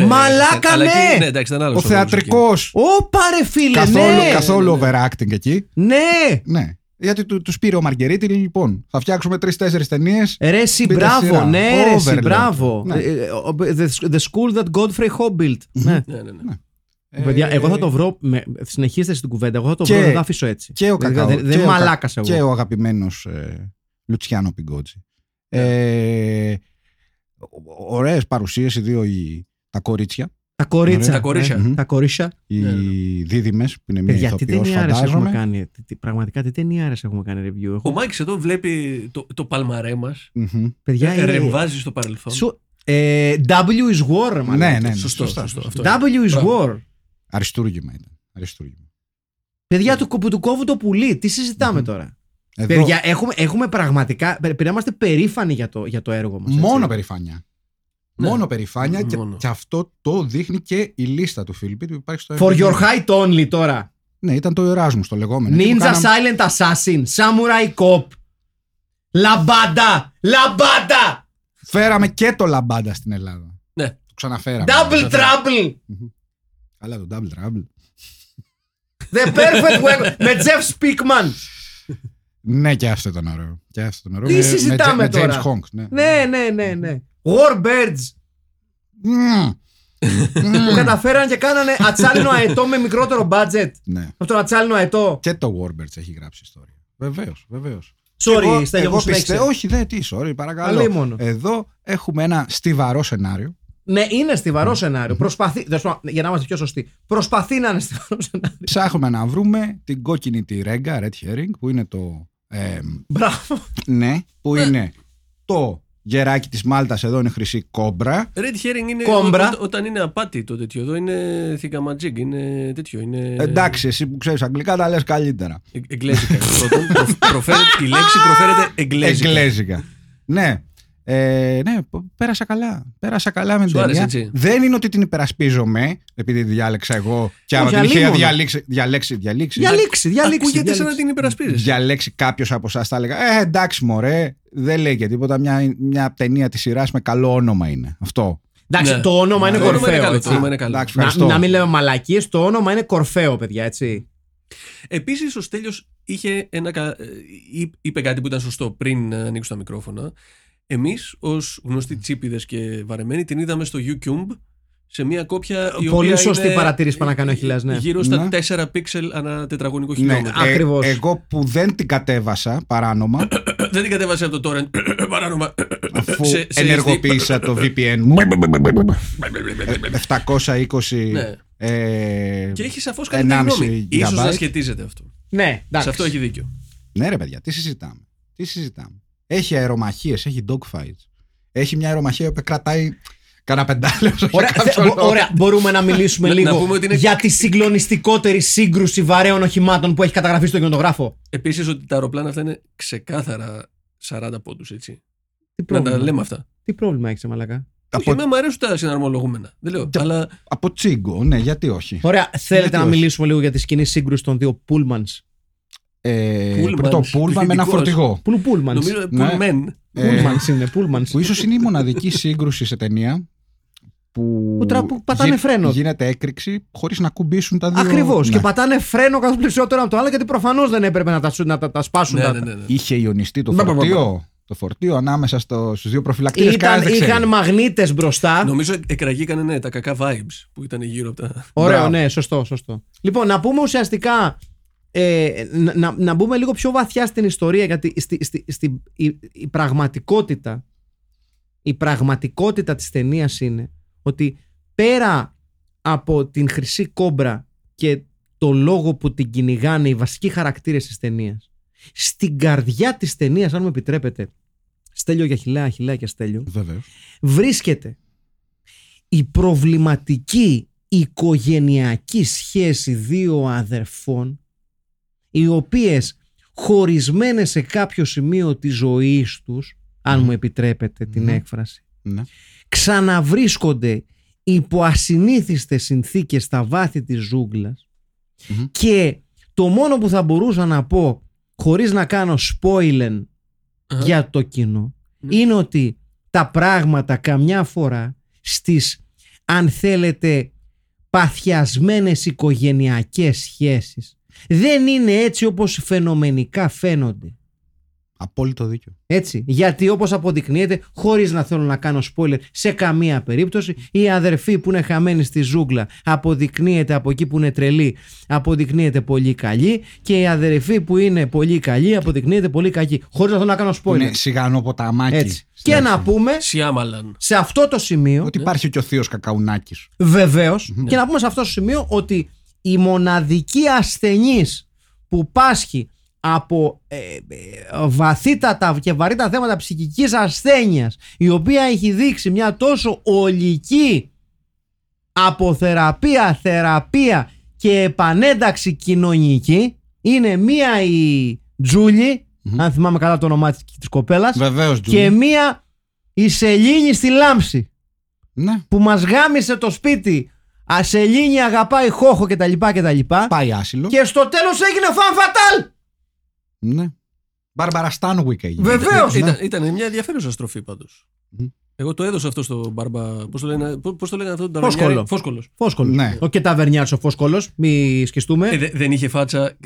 Speaker 3: ναι,
Speaker 1: Μαλάκα
Speaker 3: αλλά εκεί-
Speaker 1: ναι!
Speaker 3: Ναι, εντάξει, ήταν άλλος
Speaker 2: Ο
Speaker 3: ρόλος
Speaker 2: θεατρικός.
Speaker 1: Όπα ρε φίλε,
Speaker 2: Καθόλου,
Speaker 1: ναι!
Speaker 2: καθόλου overacting εκεί.
Speaker 1: Ναι!
Speaker 2: Ναι. Γιατί του, τους πήρε ο Μαργερίτη, λέει, λοιπόν. Θα φτιάξουμε τρει-τέσσερι ταινίε.
Speaker 1: Ρε εσύ,
Speaker 2: Πείτε
Speaker 1: μπράβο,
Speaker 2: σειρά.
Speaker 1: ναι, ρε εσύ,
Speaker 2: Overlord.
Speaker 1: μπράβο.
Speaker 2: Ναι.
Speaker 1: Ε, ε, ο- The the school that Godfrey Hope built. Ναι.
Speaker 3: εκεί. Ναι, ναι, ναι.
Speaker 1: Ε, Παιδιά, εγώ θα το βρω. με- Συνεχίστε στην κουβέντα. Εγώ θα το
Speaker 2: Ε, Και-
Speaker 1: βρω, δεν θα αφήσω έτσι.
Speaker 2: Και ο
Speaker 1: Δεν-
Speaker 2: κακάο.
Speaker 1: δεν-
Speaker 2: και
Speaker 1: Δεν
Speaker 2: ο κα-
Speaker 1: μαλάκα εγώ.
Speaker 2: Και ο αγαπημένος Λουτσιάνο Πιγκότζη.
Speaker 1: Ναι.
Speaker 2: Ε, Ωραίες παρουσίες, οι δύο οι- τα κορίτσια.
Speaker 1: Τα κορίτσια.
Speaker 3: Τα κορίτσια.
Speaker 1: ε, τα κορίτσια.
Speaker 2: Οι δίδυμες που είναι μία
Speaker 1: ναι. Παιδιά, τι
Speaker 2: ηθοποιός
Speaker 1: ταινιάρε έχουμε
Speaker 2: φαντάζομαι. Ε,
Speaker 1: κάνει. τι- τι- Πραγματικά τι ταινιάρε έχουμε κάνει review.
Speaker 3: Ο
Speaker 1: Έχω-
Speaker 3: Μάκης εδώ βλέπει το, το παλμαρέ μας.
Speaker 2: Μμμ.
Speaker 1: Παιδιά, είναι-
Speaker 3: Ρεμβάζει στο παρελθόν.
Speaker 1: Σου- ε, W is war, μάλλον.
Speaker 2: Ναι, ναι, ναι.
Speaker 3: Σωστό, σωστό, αυτό είναι.
Speaker 1: W is
Speaker 3: Μπράβο.
Speaker 1: war.
Speaker 2: Αριστούργημα ήταν. Αριστούργημα.
Speaker 1: Παιδιά του, που του κόβουν το πουλί, τι συζητάμε τώρα.
Speaker 2: Ναι. Εδώ,
Speaker 1: Παιδιά, έχουμε, έχουμε πραγματικά. Πρέπει να είμαστε περήφανοι για το, για το έργο μας.
Speaker 2: μόνο περηφάνεια.
Speaker 3: Ναι.
Speaker 2: Μόνο περηφάνεια και,
Speaker 3: Μόνο.
Speaker 2: και αυτό το δείχνει και η λίστα του Φίλιππιτ που υπάρχει στο
Speaker 1: For your
Speaker 2: Airbnb.
Speaker 1: height only τώρα.
Speaker 2: Ναι, ήταν το Εράσμου το λεγόμενο. εκεί που
Speaker 1: Ninja
Speaker 2: Ναι, κάναμε-
Speaker 1: Silent Assassin, Samurai Cop. Λαμπάντα! Λαμπάντα!
Speaker 2: Φέραμε και το λαμπάντα στην Ελλάδα.
Speaker 3: Ναι.
Speaker 2: Το ξαναφέραμε.
Speaker 1: Double Trouble!
Speaker 2: Καλά, το double trouble.
Speaker 1: The Perfect Weapon! με Jeff Speakman!
Speaker 2: Ναι, και αυτό ήταν ωραίο. Και αυτό ήταν ωραίο.
Speaker 1: Τι συζητάμε
Speaker 2: με, Jam-
Speaker 1: τώρα?
Speaker 2: Με James Honk, ναι.
Speaker 1: Ναι, ναι, ναι, ναι. Warbirds!
Speaker 2: Μμμ. Ναι.
Speaker 1: που καταφέραν και κάνανε ατσάλινο αετό με μικρότερο budget
Speaker 2: ναι.
Speaker 1: από τον ατσάλινο αετό.
Speaker 2: Και το Warbirds έχει γράψει ιστορία. Βεβαίω, βεβαίω.
Speaker 1: Sorry, στα
Speaker 2: εγώ
Speaker 1: εγώ
Speaker 2: πιστεύω. Όχι, δεν τι, sorry, παρακαλώ.
Speaker 1: Καλή μόνο.
Speaker 2: Εδώ έχουμε ένα στιβαρό σενάριο.
Speaker 1: Ναι, είναι στιβαρό σενάριο. Προσπαθεί, δεν σου- για να είμαστε πιο σωστοί, προσπαθεί να είναι στιβαρό σενάριο.
Speaker 2: Ψάχνουμε να βρούμε την κόκκινη τη ρέγγα, Red Herring, που είναι το. ε,
Speaker 1: Μπράβο.
Speaker 2: ναι, που
Speaker 3: Ε.
Speaker 2: είναι το γεράκι της Μάλτας, εδώ είναι χρυσή κόμπρα.
Speaker 3: Red herring είναι
Speaker 1: Κόμπρα.
Speaker 3: ό- ό- όταν είναι απάτη το τέτοιο. Εδώ είναι θικαματζίγκ, είναι τέτοιο. Είναι...
Speaker 2: Εντάξει, εσύ που ξέρεις αγγλικά τα λες καλύτερα.
Speaker 3: Ε- Εγγλέζικα. Πρώτον, προφ- προφέρεται- η λέξη προφέρεται εγγλέζικα.
Speaker 2: Εγγλέζικα. ναι. Ε, ναι, π- πέρασα καλά. Πέρασα καλά με την
Speaker 3: Σου άρεσε,
Speaker 2: ταινία.
Speaker 3: έτσι?
Speaker 2: Δεν είναι ότι την υπερασπίζομαι, επειδή τη διάλεξα εγώ και άμα
Speaker 1: Όχι,
Speaker 2: την είχε
Speaker 1: αλλήμον.
Speaker 2: διαλέξει, διαλέξει, διαλέξει, Ναι,
Speaker 1: Διαλήξει, διαλήξει.
Speaker 3: Ακούγεται
Speaker 1: διαλήξει.
Speaker 3: σαν να την υπερασπίζεσαι.
Speaker 2: διαλέξει κάποιος από εσά, θα έλεγα Ε, εντάξει, μωρέ, δεν λέει και τίποτα. Μια, μια ταινία της σειράς με καλό όνομα είναι. Αυτό.
Speaker 1: Εντάξει,
Speaker 3: Ναι.
Speaker 1: το όνομα είναι
Speaker 3: Το όνομα είναι
Speaker 1: κορφαίο.
Speaker 3: καλό,
Speaker 1: έτσι.
Speaker 3: το όνομα είναι καλό.
Speaker 2: Εντάξει,
Speaker 1: Να,
Speaker 2: ευχαριστώ.
Speaker 1: να μην λέμε μαλακίες, το όνομα είναι κορφαίο, παιδιά, έτσι.
Speaker 3: Επίσης, ο Στέλιος είχε ένα. κα- ε, εί- είπε κάτι που ήταν σωστό πριν να ανοίξουν τα μικρόφωνα. Εμείς, ως γνωστοί τσίπηδε και βαρεμένοι, την είδαμε στο YouTube σε μια κόπια. Η
Speaker 1: Ε, Πολύ
Speaker 3: οποία
Speaker 1: σωστή
Speaker 3: είναι
Speaker 1: παρατήρηση, Πανακάνο Αχιλλέας, ναι.
Speaker 3: Γύρω στα
Speaker 2: Ναι.
Speaker 3: 4 πίξελ ανά τετραγωνικό
Speaker 2: Ναι,
Speaker 3: χιλιόμετρο.
Speaker 2: ε,
Speaker 1: Ακριβώς.
Speaker 2: εγώ που δεν την κατέβασα παράνομα,
Speaker 3: Δεν την κατέβασε από το torrent. Παράνομα.
Speaker 2: αφού
Speaker 3: Σε- σε
Speaker 2: ενεργοποίησα το VPN μου.
Speaker 3: SD.
Speaker 2: 720
Speaker 3: Ναι.
Speaker 2: ε,
Speaker 3: Και έχει σαφώ καλύτερη
Speaker 2: 1,5
Speaker 3: γνώμη. Ίσως να
Speaker 2: gigabyte.
Speaker 3: σχετίζεται αυτό.
Speaker 1: Ναι, εντάξει.
Speaker 3: Σε αυτό έχει δίκιο.
Speaker 2: Ναι, ρε παιδιά, τι συζητάμε. Τι συζητάμε. Έχει αερομαχίε, έχει dogfights. Έχει μια αερομαχία που κρατάει κανένα πεντάλεπτο.
Speaker 1: Ωραία,
Speaker 2: για
Speaker 1: θε-
Speaker 2: κάποιο
Speaker 1: μπο-
Speaker 2: λόγο.
Speaker 1: ωραία, μπορούμε να μιλήσουμε
Speaker 3: Να- να
Speaker 1: λίγο
Speaker 3: πούμε ότι είναι-
Speaker 1: για τη συγκλονιστικότερη σύγκρουση βαρέων οχημάτων που έχει καταγραφεί στο κινηματογράφο.
Speaker 3: Επίσης, ότι τα αεροπλάνα αυτά είναι ξεκάθαρα 40 πόντους, έτσι.
Speaker 1: Τι
Speaker 3: Να τα
Speaker 1: πρόβλημα,
Speaker 3: λέμε αυτά.
Speaker 1: τι πρόβλημα έχεις, μαλακά.
Speaker 3: Όχι,
Speaker 2: Από,
Speaker 3: εμένα μου αρέσουν τα συναρμολογούμενα. Δεν λέω.
Speaker 2: Και-
Speaker 3: Αλλά
Speaker 2: από τσίγκο, ναι, γιατί όχι.
Speaker 1: Ωραία, θέλετε
Speaker 2: Γιατί
Speaker 1: να
Speaker 2: όχι.
Speaker 1: μιλήσουμε λίγο για τη σκηνή σύγκρουση των δύο Pullmans.
Speaker 2: Ε,
Speaker 3: Pullmans,
Speaker 2: πρώτο πούλμα με ένα
Speaker 3: δυτικός.
Speaker 2: φορτηγό.
Speaker 1: Πουλ Pullmans.
Speaker 3: νομίζω.
Speaker 2: Ναι.
Speaker 3: Pullman.
Speaker 2: Ε,
Speaker 1: Pullmans είναι, Pullmans.
Speaker 2: που ίσως είναι η μοναδική σύγκρουση σε ταινία που,
Speaker 1: Που τρα- που πατάνε
Speaker 2: γι-
Speaker 1: φρένο.
Speaker 2: Γίνεται έκρηξη χωρίς να κουμπίσουν τα δύο.
Speaker 1: Ακριβώς.
Speaker 2: Ναι.
Speaker 1: Και πατάνε φρένο καθώ πλησιότερο από το άλλο γιατί προφανώς δεν έπρεπε να τα, σου- να τα, τα σπάσουν.
Speaker 3: Ναι,
Speaker 1: τα-
Speaker 3: ναι, ναι, ναι.
Speaker 2: Είχε ιονιστεί το
Speaker 3: Μπα, μπα, μπα,
Speaker 2: φορτίο. Το φορτίο ανάμεσα στο, στους δύο προφυλακτήρες.
Speaker 1: Ήταν, είχαν μαγνήτες μπροστά.
Speaker 3: Νομίζω εκραγήκανε ναι, τα κακά vibes που ήταν γύρω από τα.
Speaker 1: Ωραίο,
Speaker 2: Μπράβο.
Speaker 1: ναι, σωστό, σωστό. Λοιπόν, να πούμε ουσιαστικά. Ε, να- να, να μπούμε λίγο πιο βαθιά στην ιστορία γιατί στη, στη, στη, η, η πραγματικότητα η πραγματικότητα της ταινίας είναι ότι πέρα από την χρυσή κόμπρα και το λόγο που την κυνηγάνε οι βασικοί χαρακτήρες της ταινίας. στην καρδιά της ταινίας, αν μου επιτρέπετε Στέλιο για χιλιά, χιλιά και Στέλιο
Speaker 2: Βεβαίως.
Speaker 1: βρίσκεται η προβληματική οικογενειακή σχέση δύο αδερφών οι οποίες χωρισμένες σε κάποιο σημείο της ζωής τους αν μου επιτρέπετε την
Speaker 2: Μμμ.
Speaker 1: έκφραση
Speaker 2: Ναι.
Speaker 1: ξαναβρίσκονται υπό ασυνήθιστες συνθήκες στα βάθη της ζούγκλας
Speaker 2: Μμμ.
Speaker 1: και το μόνο που θα μπορούσα να πω χωρίς να κάνω spoiler
Speaker 3: Αχα.
Speaker 1: για το κοινό
Speaker 3: Ναι.
Speaker 1: είναι ότι τα πράγματα καμιά φορά στις αν θέλετε παθιασμένες οικογενειακές σχέσεις δεν είναι έτσι όπως φαινομενικά φαίνονται.
Speaker 2: Απόλυτο δίκιο.
Speaker 1: Έτσι. Γιατί όπως αποδεικνύεται, χωρίς να θέλω να κάνω spoiler σε καμία περίπτωση, η αδερφή που είναι χαμένη στη ζούγκλα αποδεικνύεται από εκεί που είναι τρελή, αποδεικνύεται πολύ καλή και η αδερφή που είναι πολύ καλή αποδεικνύεται πολύ κακή. Χωρίς να θέλω να κάνω spoiler.
Speaker 2: Είναι σιγανό ποταμάκι.
Speaker 1: Έτσι.
Speaker 2: στην
Speaker 1: Και
Speaker 2: αρχή.
Speaker 1: να πούμε
Speaker 3: Σιάμαλαν.
Speaker 1: σε αυτό το σημείο,
Speaker 2: Ναι, Ότι υπάρχει και ο Θείος Κακαουνάκης.
Speaker 1: βεβαίως, και να πούμε σε αυτό το σημείο ότι η μοναδική ασθενής που πάσχει από ε, ε, βαθύτατα και βαρύτατα θέματα ψυχικής ασθένειας η οποία έχει δείξει μια τόσο ολική αποθεραπεία, θεραπεία και επανένταξη κοινωνική είναι μία η τζουλη
Speaker 2: Μμμ.
Speaker 1: αν θυμάμαι καλά το όνομά της, της κοπέλας
Speaker 2: Βεβαίως,
Speaker 1: και μία η Σελήνη στη Λάμψη
Speaker 2: Ναι.
Speaker 1: που μας γάμισε το σπίτι α, Σελήνη αγαπάει χώχο κτλ κτλ
Speaker 2: Πάει άσυλο.
Speaker 1: και στο τέλος έγινε φαν φατάλ
Speaker 2: Ναι. Μπάρμπαρα Στάνουικ έγινε. Ναι.
Speaker 1: βεβαίως
Speaker 3: Ήταν, ήταν μια ενδιαφέρουσα στροφή πάντως.
Speaker 2: Μμμ.
Speaker 3: Εγώ το έδωσα αυτό στο μπαρμπα. Πώς το, λένε- πώς- πώς το λέγανε αυτό τον
Speaker 1: Φόσκολο.
Speaker 3: ταρανιάρη? Φόσκολος.
Speaker 1: Φόσκολος
Speaker 2: Ναι.
Speaker 1: ο και ταβερνιάρης ο Φόσκολος μη σκιστούμε
Speaker 3: Ε, δε- δεν είχε φάτσα ε,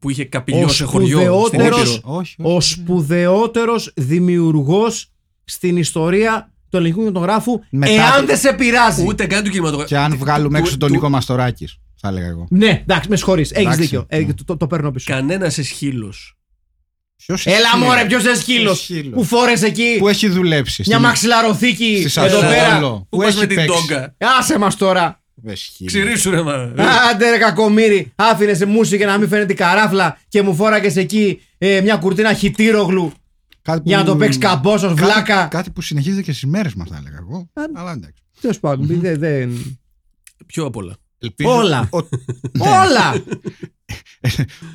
Speaker 3: που είχε καπηλιό
Speaker 1: Ο
Speaker 3: σε χωριό. στην
Speaker 1: σπουδαιότερος-
Speaker 3: Ήπειρο.
Speaker 2: Όχι. όχι.
Speaker 1: ο σπουδαιότερος δημιουργός στην ιστορία του ελληνικού κινηματογράφου
Speaker 2: Μετά
Speaker 1: εάν
Speaker 2: το-
Speaker 1: δεν σε πειράζει
Speaker 3: Ούτε καν του κινηματογράφου.
Speaker 2: Και αν βγάλουμε έξω τον Νίκο Μαστοράκης, θα έλεγα εγώ.
Speaker 1: ναι εντάξει με συγχωρείς έχεις
Speaker 2: Εντάξει. Ναι.
Speaker 1: δίκιο Ε, το, το, το παίρνω πίσω
Speaker 3: Κανένας εσχύλο.
Speaker 2: Ποιος
Speaker 1: Έλα
Speaker 2: είναι?
Speaker 1: μωρέ, ποιος είναι σκύλο
Speaker 2: Σκύλος.
Speaker 1: που φόρεσε εκεί
Speaker 2: Που έχει δουλέψει.
Speaker 1: μια
Speaker 2: στην-
Speaker 1: μαξιλαροθήκη
Speaker 2: στη
Speaker 1: εδώ
Speaker 2: Σασόλο.
Speaker 1: πέρα.
Speaker 2: Όλο.
Speaker 3: Πού
Speaker 2: Που
Speaker 3: πας
Speaker 2: έχει
Speaker 3: με την
Speaker 2: παίξει.
Speaker 3: τόγκα.
Speaker 1: Άσε μας τώρα.
Speaker 2: Δε σκύλο.
Speaker 3: Ξηρίσου ρε μα.
Speaker 1: Άντε ρε κακομύρι, άφηνε σε μουσική για να μην φαίνεται η καράφλα και μου φόραγες εκεί ε, μια κουρτίνα χιτήρογλου
Speaker 2: Κάτι
Speaker 1: για να το
Speaker 2: που-
Speaker 1: παίξεις καμπόσος,
Speaker 2: κάτι-
Speaker 1: βλάκα. Ε.
Speaker 2: Κάτι που συνεχίζεται και στις μέρες μας, θα έλεγα εγώ. Αλλά εντάξει.
Speaker 1: Τέλος πάντων, δεν- δεν.
Speaker 3: Πιο απ' όλα.
Speaker 2: Ελπίζω
Speaker 1: Όλα.
Speaker 2: ότι-
Speaker 1: Όλα!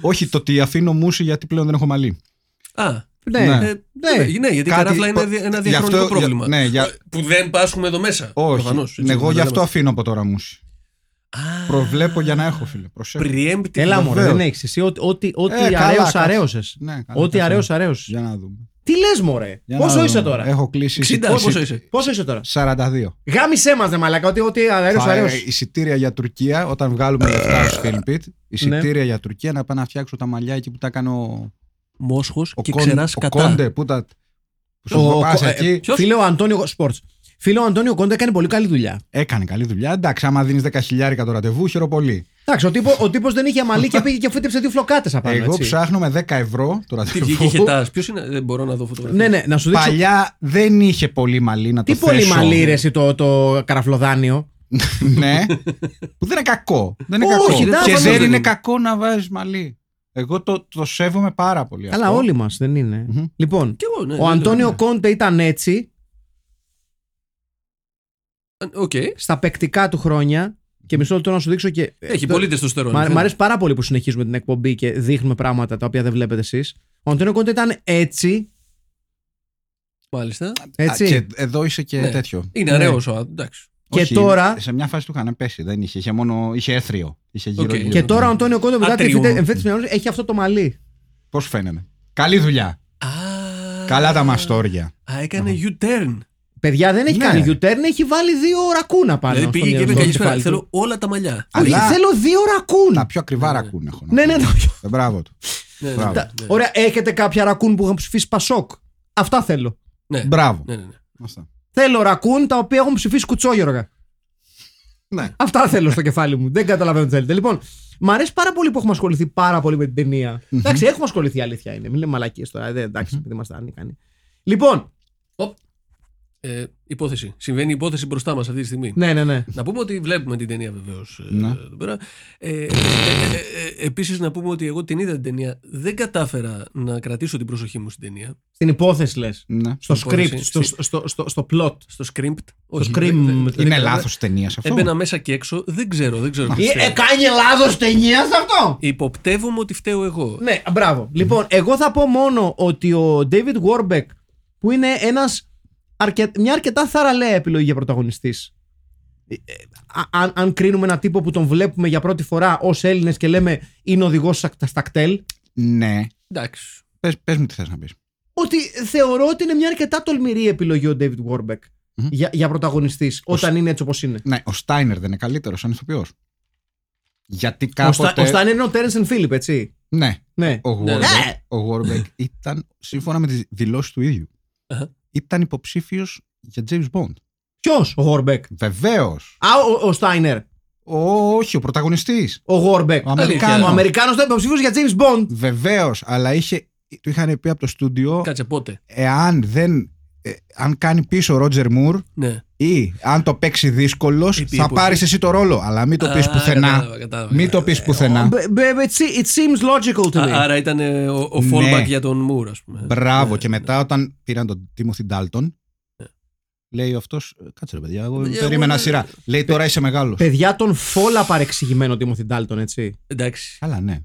Speaker 2: Όχι, το ότι αφήνω μουσι γιατί πλέον δεν έχω μαλλί.
Speaker 3: Α,
Speaker 1: Ναι.
Speaker 3: Ε, ναι, ναι, γιατί η
Speaker 2: Κάτι-
Speaker 3: καράφλα είναι δι- ένα
Speaker 2: γι'
Speaker 3: διαχρονικό
Speaker 2: αυτό-
Speaker 3: πρόβλημα.
Speaker 2: για- ναι, για-
Speaker 3: Ε, Που δεν πάσχουμε εδώ μέσα.
Speaker 2: Όχι.
Speaker 3: προφανώς, έτσι,
Speaker 2: Ναι, εγώ
Speaker 3: δεν
Speaker 2: γι' αυτό
Speaker 3: λέμε.
Speaker 2: αφήνω από τώρα μουσι.
Speaker 3: Α,
Speaker 2: Προβλέπω για να έχω, φίλε. Προσέχω.
Speaker 3: preemptive.
Speaker 1: Έλα μου,
Speaker 2: βεβαίως.
Speaker 1: δεν έχεις εσύ. ό,τι- Ό,τι ό,τι
Speaker 2: Ε, καλά,
Speaker 1: αρέως
Speaker 2: κάτσε.
Speaker 1: αρέωσες.
Speaker 2: Ναι, καλά,
Speaker 1: Ό,τι
Speaker 2: κάτσε.
Speaker 1: αρέως αρέωσες.
Speaker 2: Για να δούμε.
Speaker 1: Τι λες μωρέ,
Speaker 2: Για να
Speaker 1: πόσο
Speaker 2: δούμε.
Speaker 1: είσαι τώρα.
Speaker 2: Έχω κλείσει.
Speaker 3: 60,
Speaker 2: εισιτήρια-
Speaker 3: πόσο είσαι.
Speaker 1: Πόσο είσαι τώρα.
Speaker 2: 42.
Speaker 1: Γάμισέ μας δε μαλακά, ότι ό,τι αρέως
Speaker 2: Θα, ε,
Speaker 1: αρέως.
Speaker 2: εισιτήρια για Τουρκία, όταν βγάλουμε
Speaker 1: Ναι.
Speaker 2: λεφτά στο Φιλμπίτ, εισιτήρια για Τουρκία να πάω να φτιάξω τα μαλλιά εκεί που τα έκανε ο,
Speaker 3: Μόσχος
Speaker 2: ο,
Speaker 3: και
Speaker 2: Κον-
Speaker 3: ξεράς
Speaker 2: ο
Speaker 3: κατά.
Speaker 2: Κόντε. Που τα. Που
Speaker 1: Ο-
Speaker 2: σου πας
Speaker 1: ο- ε,
Speaker 2: εκεί.
Speaker 3: ποιος?
Speaker 1: Φίλε ο Αντώνιο Σπορτ. Φίλε ο Αντώνιο Κόντε έκανε πολύ καλή δουλειά.
Speaker 2: Έκανε καλή δουλειά. Εντάξει, άμα δίνεις 10 χιλιάρικα το ραντεβού, χαίρο πολύ.
Speaker 1: Εντάξει, ο, τύπο, ο τύπος δεν είχε μαλλί και πήγε και φύτεψε δύο φλοκάτες απάνω.
Speaker 2: Εγώ
Speaker 1: έτσι.
Speaker 2: ψάχνω με 10 ευρώ το
Speaker 3: Τι
Speaker 2: ραντεβού.
Speaker 3: βγήκε χετάς. Ποιος είναι, δεν μπορώ να δω φωτογραφία.
Speaker 1: Ναι, ναι, να σου δείξω.
Speaker 2: Παλιά δεν είχε πολύ μαλλί να το
Speaker 1: Τι πολύ
Speaker 2: θέσω.
Speaker 1: μαλλί ρε εσύ το, το καραφλοδάνιο.
Speaker 2: ναι. που δεν είναι κακό. Δεν είναι
Speaker 1: Όχι,
Speaker 2: κακό.
Speaker 1: εντάξει,
Speaker 2: και
Speaker 3: προφανώς
Speaker 2: δεν
Speaker 3: δεν
Speaker 2: είναι
Speaker 3: είναι.
Speaker 2: κακό να βάζεις μαλλί. Εγώ το, το σέβομαι πάρα πολύ.
Speaker 1: Καλά,
Speaker 2: αυτό.
Speaker 1: όλοι μας δεν είναι.
Speaker 2: Μμμ.
Speaker 1: Λοιπόν,
Speaker 3: Κι εγώ, ναι,
Speaker 1: ο
Speaker 3: ναι,
Speaker 1: Αντώνιο
Speaker 3: ναι.
Speaker 1: Κόντε ήταν έτσι
Speaker 3: Ε, Οκ.
Speaker 1: στα παικτικά του χρόνια. Και μισό λεπτό να σου δείξω και. ε,
Speaker 3: Έχει
Speaker 1: το-
Speaker 3: πολύ ναι. τεστοστερόν.
Speaker 1: Μ' μ' αρέσει πάρα πολύ που συνεχίζουμε την εκπομπή και δείχνουμε πράγματα τα οποία δεν βλέπετε εσείς. Ο Αντώνιο Κόντε ήταν έτσι.
Speaker 3: Μάλιστα.
Speaker 1: έτσι.
Speaker 2: Α,
Speaker 1: και
Speaker 2: και εδώ είσαι και
Speaker 3: Ναι.
Speaker 2: τέτοιο.
Speaker 3: Είναι
Speaker 1: Ναι.
Speaker 3: αρέος ο εντάξει.
Speaker 2: Όχι,
Speaker 1: τώρα,
Speaker 2: Σε μια φάση του είχαν πέσει. Δεν είχε. Είχε μόνο. Είχε έθριο. Είχε γύρω.
Speaker 3: Οκ.
Speaker 2: γύρω.
Speaker 1: και τώρα ο Αντώνιο Κόντε μετά τη
Speaker 3: Άτριο.
Speaker 1: φύτε- εμφέτηση μυαλού έχει αυτό το μαλλί.
Speaker 2: Πώς φαίνεται. Καλή δουλειά.
Speaker 3: Α,
Speaker 2: Καλά τα μαστόρια.
Speaker 3: Α, έκανε U-turn.
Speaker 1: Παιδιά δεν έχει
Speaker 2: Ναι.
Speaker 1: κάνει U-turn, έχει βάλει δύο ρακούνα πάνω.
Speaker 3: Δηλαδή
Speaker 1: στο
Speaker 3: πήγε και
Speaker 1: μυαλό του,
Speaker 3: είπε καλή
Speaker 1: στο
Speaker 3: σφαίρα.
Speaker 1: κεφάλι του.
Speaker 3: Θέλω όλα τα μαλλιά.
Speaker 2: Α, Αλλά-
Speaker 1: Όχι, θέλω δύο
Speaker 2: Τα
Speaker 1: ρακούν.
Speaker 2: πιο ακριβά
Speaker 3: Ναι.
Speaker 2: ρακούν έχω. να
Speaker 1: Ναι,
Speaker 2: πω.
Speaker 1: ναι, τα πιο-
Speaker 2: Ε, Μπράβο του.
Speaker 3: Ναι, ναι,
Speaker 2: Μπράβο.
Speaker 3: ναι,
Speaker 1: τα-
Speaker 3: ναι.
Speaker 1: Ωραία, έχετε κάποια ρακούν που έχουν ψηφίσει Πασόκ. Αυτά θέλω.
Speaker 3: Ναι.
Speaker 2: Μπράβο.
Speaker 3: Ναι, ναι, ναι.
Speaker 2: Αυτά.
Speaker 1: Θέλω ρακούν τα οποία έχουν ψηφίσει Κουτσόγιοργα.
Speaker 2: Ναι.
Speaker 1: Αυτά θέλω στο κεφάλι μου. Δεν καταλαβαίνω τι θέλετε. Λοιπόν, μ' αρέσει πάρα πολύ που έχουμε ασχοληθεί πάρα πολύ με την ταινία. Εντάξει, έχουμε ασχοληθεί, η αλήθεια είναι. Μην λέμε μαλακίες τώρα. Ε, Δεν, εντάξει, δεν είμαστε ανίκανοι. Λοιπόν,
Speaker 3: Ε, υπόθεση. Συμβαίνει η υπόθεση μπροστά μας αυτή τη στιγμή.
Speaker 1: ναι, ναι, ναι.
Speaker 3: Να πούμε ότι βλέπουμε την ταινία βεβαίως
Speaker 2: Ναι.
Speaker 3: εδώ πέρα. Ε, Επίσης να πούμε ότι εγώ την είδα την ταινία. Δεν κατάφερα να κρατήσω την προσοχή μου στην ταινία.
Speaker 1: Στην υπόθεση λες.
Speaker 2: Ναι.
Speaker 1: Στο
Speaker 3: Στην υπόθεση,
Speaker 1: script, στο,
Speaker 3: στη-
Speaker 1: στο, στο, στο plot.
Speaker 3: Στο script.
Speaker 1: scream.
Speaker 2: Είναι λάθο ταινίας αυτό.
Speaker 3: Έμπαινα μέσα και έξω. Δεν ξέρω, δεν ξέρω.
Speaker 2: ε,
Speaker 3: τι φταίει.
Speaker 1: Ε, κάνει λάθος ταινίας σε αυτό.
Speaker 3: Υποπτεύομαι ότι φταίω εγώ.
Speaker 1: Ναι, μπράβο. Λοιπόν, εγώ θα πω μόνο ότι ο David Warbeck, που είναι ένας, αρκε... μια αρκετά θαραλέα επιλογή για πρωταγωνιστής. Ε, ε, α- αν, αν κρίνουμε έναν τύπο που τον βλέπουμε για πρώτη φορά ως Έλληνες και λέμε είναι οδηγός στα, στα κτέλ,
Speaker 2: Ναι.
Speaker 3: Εντάξει.
Speaker 2: Πες, πες μου τι θες να πεις.
Speaker 1: ότι θεωρώ ότι είναι μια αρκετά τολμηρή επιλογή ο David Warbeck
Speaker 2: Μμμ.
Speaker 1: για, για πρωταγωνιστής όταν είναι έτσι όπως είναι.
Speaker 2: Ναι, ο Στάινερ δεν είναι καλύτερος σαν ηθοποιός. Γιατί
Speaker 1: Ο, Στα,
Speaker 2: κάποτε.
Speaker 1: ο Stan είναι ο Terence and Phillip, έτσι.
Speaker 2: Ναι,
Speaker 1: Ναι.
Speaker 2: ο
Speaker 3: Ναι, ναι.
Speaker 2: Warbeck, ο Warbeck ήταν, σύμφωνα με τις δηλώσεις του ίδιου,
Speaker 3: Αχα.
Speaker 2: ήταν υποψήφιος για James Bond.
Speaker 1: Ποιος, ο Γόρμπεκ.
Speaker 2: Βεβαίως.
Speaker 1: Α, ο, ο Στάινερ.
Speaker 2: Ό, Όχι, ο πρωταγωνιστής.
Speaker 1: Ο Γόρμπεκ.
Speaker 2: Ο
Speaker 1: Ο
Speaker 2: Αμερικάνος.
Speaker 1: Αμερικάνο ήταν υποψήφιος για James Bond.
Speaker 2: Βεβαίως, αλλά είχε, του είχαν πει από το στούντιο,
Speaker 3: Κάτσε πότε.
Speaker 2: εάν δεν, ε, αν κάνει πίσω ο Ρότζερ Μουρ,
Speaker 3: Ναι.
Speaker 2: ή αν το παίξει δύσκολος,
Speaker 3: Επί
Speaker 2: θα
Speaker 3: εποχή.
Speaker 2: πάρεις εσύ το ρόλο. Αλλά μην το πει
Speaker 3: Α, ναι,
Speaker 2: πουθενά.
Speaker 3: κατάλαβα, κατάλαβα,
Speaker 2: Μην το
Speaker 3: κατάλαβα.
Speaker 2: πεις πουθενά.
Speaker 1: But- but It se- it seems logical to
Speaker 3: Α,
Speaker 1: me.
Speaker 3: Άρα ήταν ε, ο, ο fallback
Speaker 2: Ναι.
Speaker 3: για τον Μουρ, ας πούμε. Ναι.
Speaker 2: Μπράβο. Και μετά όταν πήραν τον Τίμωθη Ντάλτον, λέει αυτό, κάτσε ρε παιδιά, εγώ
Speaker 3: Ε, Παιδιά,
Speaker 2: περίμενα
Speaker 3: εγώ-
Speaker 2: σειρά. Λέει τώρα είσαι μεγάλος.
Speaker 1: Παιδιά, τον φόλα παρεξηγημένο Τίμωθη Ντάλτον, έτσι.
Speaker 3: Εντάξει.
Speaker 2: Καλά, ναι.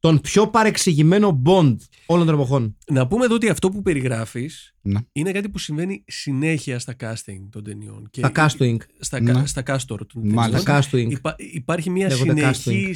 Speaker 1: Τον πιο παρεξηγημένο Bond όλων των εποχών.
Speaker 3: Να πούμε εδώ ότι αυτό που περιγράφεις
Speaker 2: Ναι.
Speaker 3: είναι κάτι που συμβαίνει συνέχεια στα casting των ταινιών. Και
Speaker 1: Τα casting.
Speaker 3: Στα,
Speaker 2: Ναι.
Speaker 3: κα- στα κάστορ των ταινιών.
Speaker 2: Μάλιστα.
Speaker 1: Τα casting.
Speaker 3: Υπά- υπάρχει μια
Speaker 1: Λέγονται
Speaker 3: συνεχής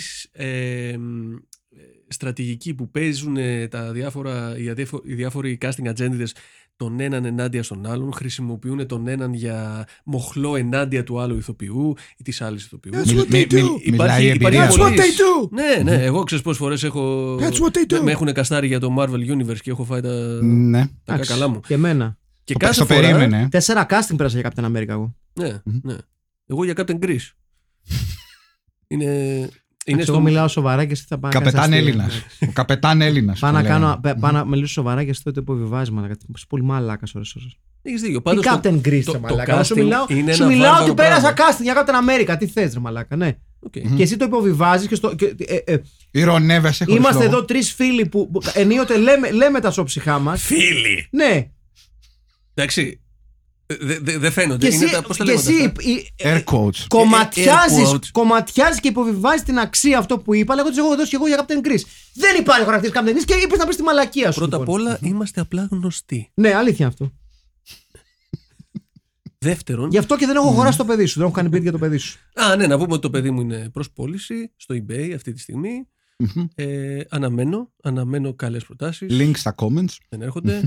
Speaker 3: στρατηγική που παίζουν ε, τα διάφορα, οι, αδέφο- οι διάφοροι casting ατζέντιδες τον έναν ενάντια στον άλλον, χρησιμοποιούν τον έναν για μοχλό ενάντια του άλλου ηθοποιού ή της άλλης ηθοποιού.
Speaker 2: Μι-
Speaker 1: what
Speaker 2: μι-
Speaker 1: they do. Μιλάει
Speaker 2: μι- Μιλάει η
Speaker 3: υπάρχει
Speaker 2: εμπειρία.
Speaker 3: πολύ-
Speaker 1: do!
Speaker 3: Ναι, ναι, εγώ ξέρεις πόσες φορές έχω...
Speaker 1: That's what they do.
Speaker 3: Με έχουν καστάρει για το Marvel Universe και έχω φάει τα,
Speaker 2: Ναι.
Speaker 3: τα κακαλά μου.
Speaker 1: Και εμένα.
Speaker 3: Και
Speaker 2: Το-
Speaker 3: κάθε
Speaker 2: Το
Speaker 3: φορά...
Speaker 2: περίμενε.
Speaker 1: Τέσσερα casting πέρασα για Captain America εγώ.
Speaker 3: Ναι,
Speaker 2: Μμμ.
Speaker 3: ναι. Εγώ για Captain Greece. είναι... Είναι
Speaker 1: Είναι εγώ μιλάω σοβαρά και εσύ θα πάω να κάνεις
Speaker 2: Καπετάν
Speaker 1: αστεία. Ναι.
Speaker 2: Έλληνα. Ο καπετάν Έλληνας.
Speaker 1: Πάω να, κάνω, πα- πάω να μιλήσω σοβαρά και εσύ τότε υποβιβάζουμε. Αλλά είσαι πολύ μαλάκας ώρες ώρες.
Speaker 3: Έχεις δίκιο.
Speaker 1: Τι
Speaker 3: Πάντως το-
Speaker 1: Captain Greece,
Speaker 3: το-
Speaker 1: ρε
Speaker 3: το
Speaker 1: μαλάκα. Εγώ σου
Speaker 3: casting
Speaker 1: μιλάω,
Speaker 3: είναι
Speaker 1: σου
Speaker 3: ένα
Speaker 1: μιλάω ότι
Speaker 3: βάρβαρο
Speaker 1: πέρασα
Speaker 3: πράγμα.
Speaker 1: casting για Captain America. Τι θες ρε μαλάκα, ναι.
Speaker 3: Οκ.
Speaker 1: Και εσύ το υποβιβάζεις και στο, και, ε, ε,
Speaker 2: Ηρωνεύεσαι. χωρίς
Speaker 1: Είμαστε
Speaker 2: λόγο.
Speaker 1: εδώ τρεις φίλοι που που ενίοτε λέμε, λέμε τα σοψυχά μας.
Speaker 3: Φίλοι!
Speaker 1: Ναι,
Speaker 3: Εντάξει. Ε, δε- δε- Δεν φαίνονται.
Speaker 1: και εσύ,
Speaker 3: είναι τα, πώς τα
Speaker 1: και
Speaker 3: λέγονται
Speaker 1: εσύ
Speaker 3: αυτά.
Speaker 1: η- η-
Speaker 2: Air coach.
Speaker 3: Ε,
Speaker 1: κομματιάζεις,
Speaker 3: air quote.
Speaker 1: κομματιάζεις και υποβιβάζεις την αξία αυτό που είπα, λέγοντας εγώ δώσει εγώ για Captain Greece. Δεν υπάρχει χαρακτήρας Captain Greece και είπες να πεις τη μαλακία σου.
Speaker 3: Πρώτα απ'
Speaker 1: λοιπόν.
Speaker 3: όλα είμαστε απλά γνωστοί.
Speaker 1: Ναι, αλήθεια αυτό.
Speaker 3: Δεύτερον.
Speaker 1: Γι' αυτό και δεν έχω αγοράσει το παιδί σου. Δεν έχω κάνει beat για το παιδί σου.
Speaker 3: Α, ναι, να πούμε ότι το παιδί μου είναι προς πώληση στο eBay αυτή τη στιγμή.
Speaker 2: Μμμ.
Speaker 3: Ε, αναμένω, αναμένω καλές προτάσεις.
Speaker 2: Link στα comments.
Speaker 3: Δεν έρχονται.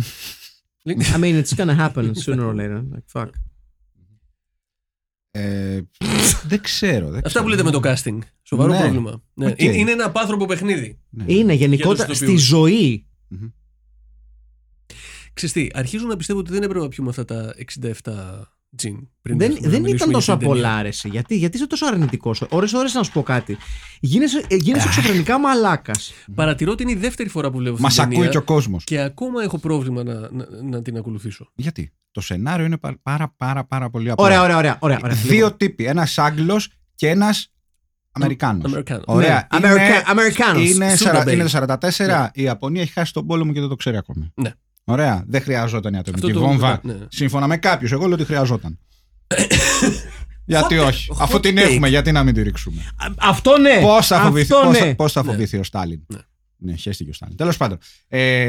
Speaker 3: Link.
Speaker 1: I mean, it's gonna happen sooner or later. Like, fuck.
Speaker 2: Ε, Δεν ξέρω. δεν
Speaker 3: Αυτά
Speaker 2: ξέρω.
Speaker 3: που λέτε με το casting. Σοβαρό
Speaker 2: Ναι.
Speaker 3: πρόβλημα. Ναι.
Speaker 2: Οκ.
Speaker 3: Είναι- Είναι ένα πάθροπο παιχνίδι.
Speaker 2: Ναι.
Speaker 1: Είναι γενικότερα
Speaker 3: τους
Speaker 1: στη
Speaker 3: ηθοποιούς.
Speaker 1: ζωή.
Speaker 3: Ξέρεις τι, αρχίζω να πιστεύω ότι δεν έπρεπε να πιούμε αυτά τα 67 τζιν. Πριν
Speaker 1: Δεν,
Speaker 3: έρθουμε να
Speaker 1: δεν ήταν
Speaker 3: μιλήσουμε για
Speaker 1: τόσο
Speaker 3: την ταινία.
Speaker 1: πολλά άρεση. Γιατί, γιατί είσαι τόσο αρνητικός. Ωρες ώρες να σου πω κάτι. Γίνεσαι, ε, γίνεσαι εξωφρενικά μαλάκας.
Speaker 3: Παρατηρώ ότι είναι η δεύτερη φορά που βλέπω αυτή
Speaker 2: Μας
Speaker 3: την
Speaker 2: ακούει
Speaker 3: ταινία
Speaker 2: και ο κόσμος.
Speaker 3: και ακόμα έχω πρόβλημα να, να, να την ακολουθήσω.
Speaker 2: Γιατί το σενάριο είναι πα- πάρα πάρα πάρα πολύ απλό.
Speaker 1: Ωραία, ωραία, ωραία. ωραία, ωραία. Λοιπόν,
Speaker 2: Δύο τύποι. Ένας Άγγλος και ένας Αμερικάνος.
Speaker 3: Αμερικάνος.
Speaker 2: Ωραία.
Speaker 1: Ναι,
Speaker 2: Είναι-
Speaker 1: Αμερικα- Αμερικάνος.
Speaker 2: Είναι,
Speaker 3: Σούντα
Speaker 2: σαρα-
Speaker 3: Μπέι.
Speaker 2: είναι το 44. Η Ιαπωνία έχει χάσει τον πόλεμο και δεν το ξέρει ακόμη.
Speaker 3: Ναι.
Speaker 2: Ωραία. Δεν χρειαζόταν η ατομική βόμβα.
Speaker 3: ναι.
Speaker 2: Σύμφωνα με κάποιους. Εγώ λέω ότι χρειαζόταν. γιατί
Speaker 3: Hot-
Speaker 2: όχι.
Speaker 3: hot
Speaker 2: Αφού την
Speaker 3: take.
Speaker 2: έχουμε, γιατί να μην τη ρίξουμε.
Speaker 1: Α- Αυτό ναι.
Speaker 2: Πώ θα
Speaker 1: Αυτό
Speaker 2: φοβηθεί, πώς
Speaker 1: ναι.
Speaker 2: θα, πώς θα φοβηθεί ο Στάλιν.
Speaker 3: Ναι.
Speaker 2: Ναι, χαίστηκε ο Στάλιν. Τέλος πάντων. Ε,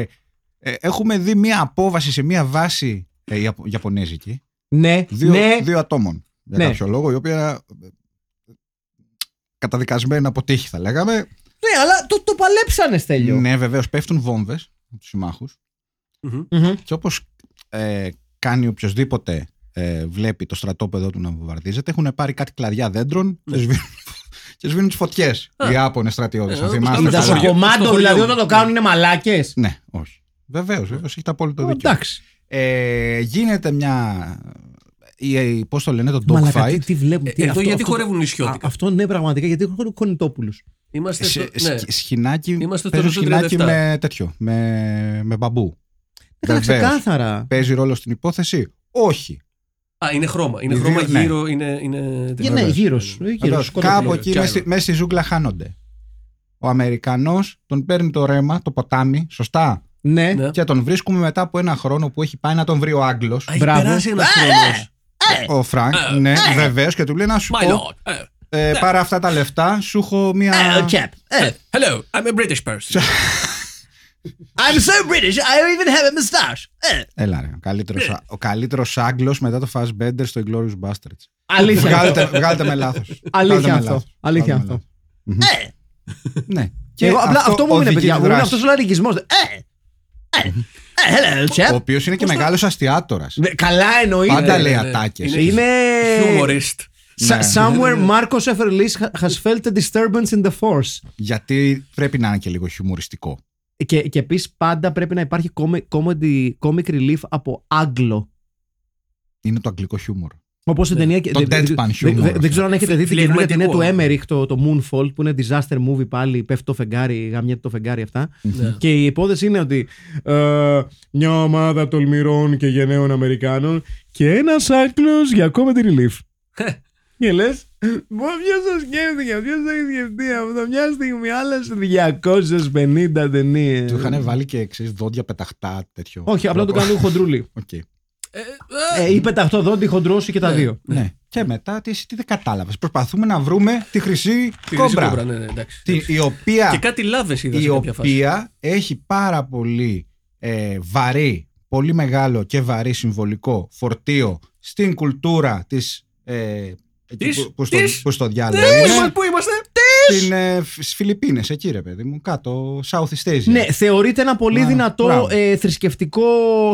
Speaker 2: ε, έχουμε δει μία απόβαση σε μία βάση ε, Ιαπω- Ιαπωνέζικη
Speaker 1: Ναι,
Speaker 2: δύο,
Speaker 1: ναι.
Speaker 2: δύο ατόμων. Για
Speaker 1: Ναι.
Speaker 2: κάποιο λόγο, η οποία ε, καταδικασμένη να αποτύχει, θα λέγαμε.
Speaker 1: Ναι, αλλά το, το παλέψανε στέλιο.
Speaker 2: Ναι, βεβαίως πέφτουν βόμβες από τους συμμάχους.
Speaker 3: Μμμ.
Speaker 1: Μμμ.
Speaker 2: Και όπως ε, κάνει οποιοδήποτε ε, βλέπει το στρατόπεδο του να βομβαρδίζεται, έχουν πάρει κάτι κλαδιά δέντρων και σβήνουν, και σβήνουν τις φωτιές.
Speaker 3: Α.
Speaker 2: Οι Ιάπωνε στρατιώτες,
Speaker 3: Ε,
Speaker 2: αν
Speaker 3: όπως κάνουν
Speaker 1: Οι
Speaker 3: στο
Speaker 2: θυμάστε.
Speaker 3: χωριό. στο
Speaker 1: δασοκομάντο
Speaker 3: χωριό
Speaker 1: δηλαδή
Speaker 3: μου.
Speaker 1: όταν το κάνουν είναι μαλάκες.
Speaker 2: Ναι, όχι. Βεβαίως, βεβαίως, έχει απόλυτο δίκιο.
Speaker 1: Εντάξει.
Speaker 2: Ε, γίνεται μια. Η, η, πώς το λένε, το
Speaker 1: Μαλάκα, τι,
Speaker 2: dogfight.
Speaker 1: τι βλέπουμε.
Speaker 3: Ε,
Speaker 1: τι-
Speaker 3: Εδώ
Speaker 1: αυτό-
Speaker 3: γιατί
Speaker 1: αυτό-
Speaker 3: χορεύουν οι
Speaker 1: α,
Speaker 3: σιώτικα.
Speaker 1: Αυτό ναι, πραγματικά γιατί έχουν κονιτόπουλου.
Speaker 2: Ε,
Speaker 3: Είμαστε στο...
Speaker 2: Σ-
Speaker 3: ναι.
Speaker 2: σ- Σχοινάκι.
Speaker 3: Είμαστε στο
Speaker 2: παίζουν σχοινάκι
Speaker 3: 37.
Speaker 2: με τέτοιο. Με, με μπαμπού.
Speaker 1: Έκανα
Speaker 2: Βεβαίως. Ε,
Speaker 1: ξεκάθαρα.
Speaker 2: Παίζει ρόλο στην υπόθεση. Όχι.
Speaker 3: Α, είναι χρώμα. Είναι
Speaker 2: Οι
Speaker 3: χρώμα
Speaker 2: δύο- ναι. Ε,
Speaker 3: γύρω, είναι... είναι...
Speaker 1: Για- Ναι,
Speaker 2: Βεβαίως.
Speaker 1: γύρω.
Speaker 2: Βεβαίως, Κάπου εκεί
Speaker 3: Κι άλλο.
Speaker 2: μέσα, στη- μέσα στη ζούγκλα χάνονται. Ο Αμερικανός τον παίρνει το ρέμα, το ποτάμι, σωστά.
Speaker 1: Ναι.
Speaker 3: Ναι.
Speaker 2: Και τον βρίσκουμε μετά από ένα χρόνο που έχει πάει να τον βρει ο Άγγλος,
Speaker 3: Α, έχει
Speaker 1: Μπράβο. Ε,
Speaker 3: περάσει ένας
Speaker 2: Ε,
Speaker 3: χρόνος.
Speaker 2: ο Φρανκ.
Speaker 3: Ε,
Speaker 2: Ναι, βεβαίως. Και του λέει να σου
Speaker 3: My
Speaker 2: πω,
Speaker 3: lord. Ε,
Speaker 1: Ναι.
Speaker 2: ε, πάρε αυτά τα λεφτά, σου έχω μία.
Speaker 1: Ε, ο chap. Ε,
Speaker 3: ε, Hello, I'm a British person.
Speaker 1: I'm so British, I even have a mustache. Ε,
Speaker 2: Έλα, ρε, ο καλύτερος,
Speaker 1: Ναι.
Speaker 2: ο καλύτερος Άγγλος μετά το Fassbender στο Inglourious Bastards.
Speaker 1: Αλήθεια.
Speaker 2: βγάλτε, βγάλτε με λάθος. Βγάλτε με
Speaker 1: Αλήθεια αυτό.
Speaker 2: λάθος.
Speaker 1: Αλήθεια
Speaker 2: Βγάλτε
Speaker 1: αυτό.
Speaker 2: με λάθος. Μμμ. Ναι.
Speaker 1: Και εγώ, απλά αυτό μου είναι
Speaker 2: οδηγεί
Speaker 1: παιδιά.
Speaker 2: τη
Speaker 1: Μου είναι
Speaker 2: δράση.
Speaker 1: αυτός ο λαρικισμό. Ε! Ε! ε, Hello,
Speaker 2: Ο
Speaker 1: chap.
Speaker 2: οποίος είναι και μεγάλος αστιάτορας.
Speaker 1: Ναι, Καλά εννοείται.
Speaker 2: Πάντα
Speaker 3: ναι,
Speaker 2: λέει
Speaker 3: ναι.
Speaker 2: ατάκες.
Speaker 3: Είναι-
Speaker 1: Είναι.
Speaker 3: Humorist.
Speaker 1: Sa- Somewhere Marcos Eferlis has felt a disturbance in the force. Ε,
Speaker 2: Γιατί πρέπει να είναι και λίγο χιουμοριστικό.
Speaker 1: Και, και επίσης πάντα πρέπει να υπάρχει comi- comedy, comic relief από Άγγλο.
Speaker 2: Είναι το αγγλικό χιούμορ.
Speaker 1: Όπως στην ταινία.
Speaker 2: Το
Speaker 1: δεν-
Speaker 2: deadpan
Speaker 1: δεν-
Speaker 2: humor,
Speaker 1: δεν- Δεν ξέρω αν έχετε δει την καινούργια ταινία του
Speaker 3: Φλεγματικό.
Speaker 1: Emmerich, το, το Moonfall, που είναι disaster movie πάλι. Πέφτει το φεγγάρι, γαμιέται το φεγγάρι αυτά.
Speaker 3: Ναι.
Speaker 1: Και η υπόθεση είναι ότι ε, μια ομάδα τολμηρών και γενναίων Αμερικάνων και ένας άκλο για comedy relief.
Speaker 3: Ε,
Speaker 1: και λες, Μα ποιος το σκέφτηκε, ποιος το έχει σκεφτεί αυτό. Μια στιγμή άλλασε 250 ταινίες.
Speaker 2: Του είχαν βάλει και εξή δόντια πεταχτά τέτοιο.
Speaker 1: Ε. Όχι, απλά το κάνουν χοντρούλι.
Speaker 2: Οκ.
Speaker 1: ε, ή πεταχτόδοντι, χοντρώσει και τα δύο.
Speaker 2: Ναι. Και μετά τι, εσύ τι δεν κατάλαβες. Προσπαθούμε να βρούμε τη χρυσή
Speaker 3: Τη Χρυσή
Speaker 2: κόμπρα.
Speaker 3: Κόμπρα, ναι, ναι, εντάξει.
Speaker 2: Τη- η οποία,
Speaker 3: Και κάτι λάβες είδα
Speaker 2: η
Speaker 3: σε κάποια φάση.
Speaker 2: οποία έχει πάρα πολύ ε, βαρύ, πολύ μεγάλο και βαρύ συμβολικό φορτίο στην κουλτούρα της ε, εκεί
Speaker 3: Της,
Speaker 2: που, που στο,
Speaker 3: της,
Speaker 2: που στο
Speaker 1: Ναι,
Speaker 2: διάλογο
Speaker 3: Πού
Speaker 2: είναι,
Speaker 3: είμα- Ναι, Πού είμαστε,
Speaker 2: στην, ε, στις Φιλιππίνες εκεί ρε παιδί μου κάτω Southeast Asia
Speaker 1: Ναι, θεωρείται ένα πολύ
Speaker 2: Μπράβο,
Speaker 1: δυνατό
Speaker 2: μπράβο.
Speaker 1: ε, θρησκευτικό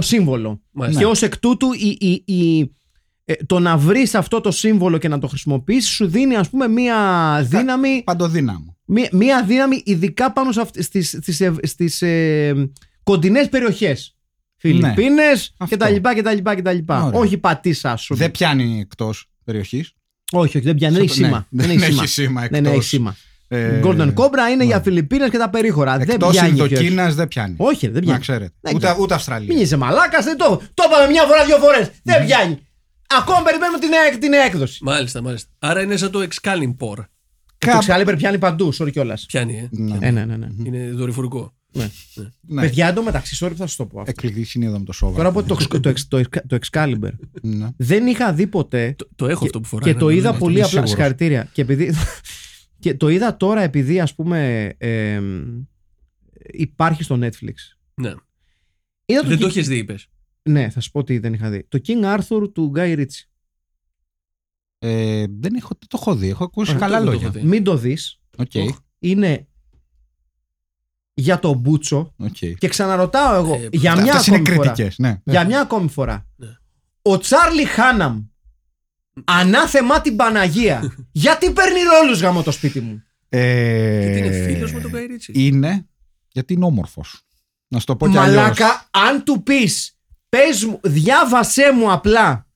Speaker 1: σύμβολο.
Speaker 3: Μάλιστα.
Speaker 1: Και ως εκ τούτου η, η, η, ε, το να βρεις αυτό το σύμβολο και να το χρησιμοποιήσεις σου δίνει, ας πούμε, μία δύναμη,
Speaker 2: παντοδύναμο
Speaker 1: μία, μία δύναμη ειδικά πάνω σε αυτ- στις, στις, ευ- στις ε, κοντινές περιοχές. Φιλιππίνες
Speaker 2: Ναι. Αυτό.
Speaker 1: και τα λοιπά και τα λοιπά και τα λοιπά.
Speaker 2: Ωραία.
Speaker 1: Όχι πατήσας σου.
Speaker 2: δεν πιάνει εκτός περιοχής
Speaker 1: Όχι, όχι, δεν πιάνει. Ναι. Δεν έχει
Speaker 2: Ναι,
Speaker 1: σήμα.
Speaker 2: δεν
Speaker 1: Δεν έχει σήμα.
Speaker 2: έχει σήμα
Speaker 1: Ναι, ναι, έχει
Speaker 2: εκτός
Speaker 1: σήμα.
Speaker 2: ε,
Speaker 1: Golden Cobra είναι
Speaker 2: ναι.
Speaker 1: για Φιλιππίνες και τα περίχωρα. δεν
Speaker 2: εκτός
Speaker 1: πιάνει. ποιος.
Speaker 2: Ινδοκίνας δεν πιάνει
Speaker 1: Όχι, δεν
Speaker 2: να
Speaker 1: πιάνει.
Speaker 2: ξέρετε
Speaker 1: Δεν
Speaker 2: ούτε,
Speaker 1: πιάνει.
Speaker 2: ούτε Αυστραλία
Speaker 1: Μην είσαι μαλάκας, δεν το. Το είπαμε μια φορά, δύο φορές.
Speaker 3: Ναι.
Speaker 1: Δεν πιάνει. Ακόμα περιμένουμε την, νέα- την νέα έκδοση.
Speaker 3: Μάλιστα, μάλιστα. Άρα είναι σαν το Excalibur.
Speaker 1: Κάπου... Το
Speaker 2: Κάπου-
Speaker 1: Excalibur πιάνει παντού, sorry κιόλας.
Speaker 3: Πιάνει, ε.
Speaker 1: Ναι, ναι, ναι. ναι.
Speaker 3: Είναι δορυφορικό.
Speaker 2: Ναι.
Speaker 1: Παιδιά, εν τω μεταξύ, sorry που θα σου το πω. αυτό.
Speaker 2: Εκκληθεί είναι εδώ με το σόβα
Speaker 1: Τώρα από το, εξ- το, εξ- το, εξ- το Excalibur.
Speaker 2: Ναι.
Speaker 1: Δεν είχα δει ποτέ.
Speaker 3: Το, το έχω αυτό που φοράει. ναι,
Speaker 1: και το είδα πολύ απλά.
Speaker 2: σίγουρος.
Speaker 1: Συγχαρητήρια. Και, επειδή... και το είδα τώρα επειδή, ας πούμε. εμ, υπάρχει στο Netflix.
Speaker 3: Ναι.
Speaker 1: Είδα
Speaker 3: Δεν το
Speaker 1: King-
Speaker 3: έχεις δει, είπες.
Speaker 1: Ναι, θα σου πω τι δεν είχα δει. Το King Arthur του Guy Ritchie.
Speaker 2: Ε, δεν έχω, δεν το έχω δει. Έχω ακούσει
Speaker 3: Δεν το-
Speaker 2: καλά
Speaker 3: δεν το
Speaker 2: λόγια.
Speaker 3: έχω δει.
Speaker 1: Μην το δεις.
Speaker 2: Οκ.
Speaker 3: Οχ.
Speaker 1: Είναι για τον Μπούτσο
Speaker 2: οκ.
Speaker 1: Και ξαναρωτάω εγώ
Speaker 3: Ε,
Speaker 1: για, μια
Speaker 2: Αυτές είναι
Speaker 1: ακόμη φορά,
Speaker 2: κριτικές. Ναι.
Speaker 1: για μια ακόμη φορά.
Speaker 3: Ναι.
Speaker 1: Ο Τσάρλι Χάναμ ανάθεμά την Παναγία. γιατί παίρνει ρόλους γαμώ το σπίτι μου.
Speaker 2: Ε,
Speaker 3: Γιατί είναι φίλος με τον Καϊρίτσι.
Speaker 2: Είναι γιατί είναι όμορφος. Να σου το πω κι αλλιώς.
Speaker 1: Μαλάκα, αν του πεις πες μου, διάβασέ μου απλά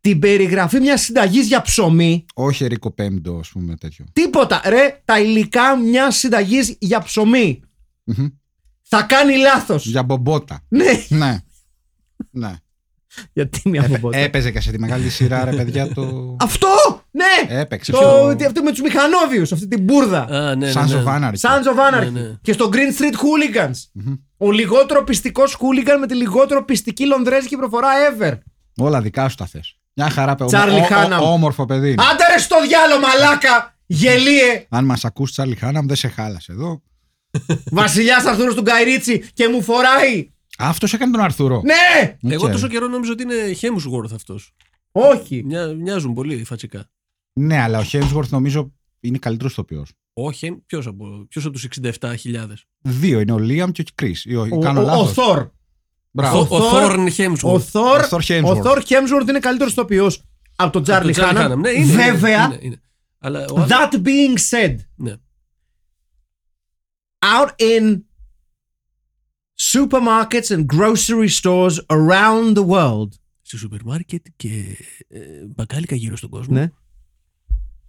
Speaker 1: την περιγραφή μιας συνταγής για ψωμί.
Speaker 2: Όχι Ερίκο Πέμπτο, ας πούμε, τέτοιο.
Speaker 1: Τίποτα, ρε, τα υλικά μιας συνταγής για ψωμι
Speaker 2: Μμμ.
Speaker 1: Θα κάνει λάθος.
Speaker 2: Για μπομπότα.
Speaker 1: Ναι, Ε,
Speaker 2: ναι. ναι.
Speaker 1: γιατί μια από πότε.
Speaker 2: Έπαιζε και σε τη μεγάλη σειρά, ρε παιδιά, το...
Speaker 1: Αυτό! Ναι!
Speaker 2: Έπαιξε.
Speaker 1: Το, αυτό με τους μηχανόβιους, αυτή την μπουρδα.
Speaker 3: Α, ναι,
Speaker 2: Σαν
Speaker 3: ναι, ναι.
Speaker 2: Σοβάναρη.
Speaker 1: Sons of Anarchy.
Speaker 3: Ναι, ναι.
Speaker 1: Και στο Green Street Hooligans.
Speaker 2: Μμμ.
Speaker 1: Ο λιγότερο πιστικός χούλιγκαν με τη λιγότερο πιστική λονδρέζικη προφορά ever.
Speaker 2: Όλα δικά σου τα θες. Μια χαρά, παιδί.
Speaker 1: Τσάρλι Χάναμ.
Speaker 2: Όμορφο παιδί. είναι.
Speaker 1: Άντε ρε στο διάλο, μαλάκα! Γελίε!
Speaker 2: Αν μας ακούς Τσάρλι Χάναμ, δεν σε χάλασε εδώ.
Speaker 1: Βασιλιάς Αρθούρος του Γκαϊρίτσι και μου φοράει!
Speaker 2: Αυτός έκανε τον Αρθούρο.
Speaker 1: Ναι!
Speaker 2: Οκ.
Speaker 3: Εγώ τόσο καιρό νόμιζα ότι είναι Hemsworth αυτός.
Speaker 1: Όχι.
Speaker 3: Μοιάζουν πολύ φατσικά.
Speaker 2: Ναι, αλλά ο Χέμσγουρθ νομίζω είναι καλύτερος ηθοποιός.
Speaker 3: Όχι, ποιος από, ποιος από τους 67.000.
Speaker 2: Δύο είναι ο Λίαμ και ο Κρι.
Speaker 1: Ο,
Speaker 2: Ε, Κάνω
Speaker 1: ο, ο
Speaker 2: λάθος.
Speaker 1: Θορ.
Speaker 3: Ο,
Speaker 2: Μπράβο.
Speaker 3: ο
Speaker 1: Thor-
Speaker 3: Θόρν
Speaker 1: Ο
Speaker 3: Hemsworth.
Speaker 1: Θορ.
Speaker 2: Ο Thor Hemsworth.
Speaker 1: Ο Θορ Χέμσουορντ είναι καλύτερος τοπίο από τον
Speaker 3: Από τον
Speaker 1: Τζάρλι
Speaker 3: Charlie Hunnam.
Speaker 1: Χάναμ.
Speaker 3: Ναι, είναι, είναι,
Speaker 1: Βέβαια,
Speaker 3: είναι, είναι. Αλλά ο άλλος-
Speaker 1: that being said,
Speaker 3: ναι.
Speaker 1: out in supermarkets and grocery stores around the world,
Speaker 3: στη σούπερ μάρκετ και ε, μπακάλικα γύρω στον κόσμο.
Speaker 1: Ναι.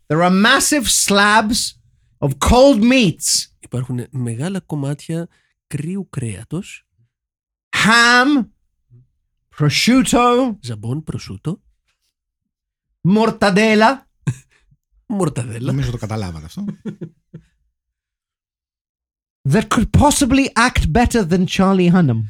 Speaker 1: there are massive slabs of cold meats,
Speaker 3: Υπάρχουν μεγάλα κομμάτια κρύου κρέατος,
Speaker 1: ham, prosciutto,
Speaker 3: ζαμπόν, προσούτο,
Speaker 1: mortadella,
Speaker 3: μορταδέλα.
Speaker 2: Νομίζω το καταλάβατε αυτό.
Speaker 1: that could possibly act better than Charlie Hunnam.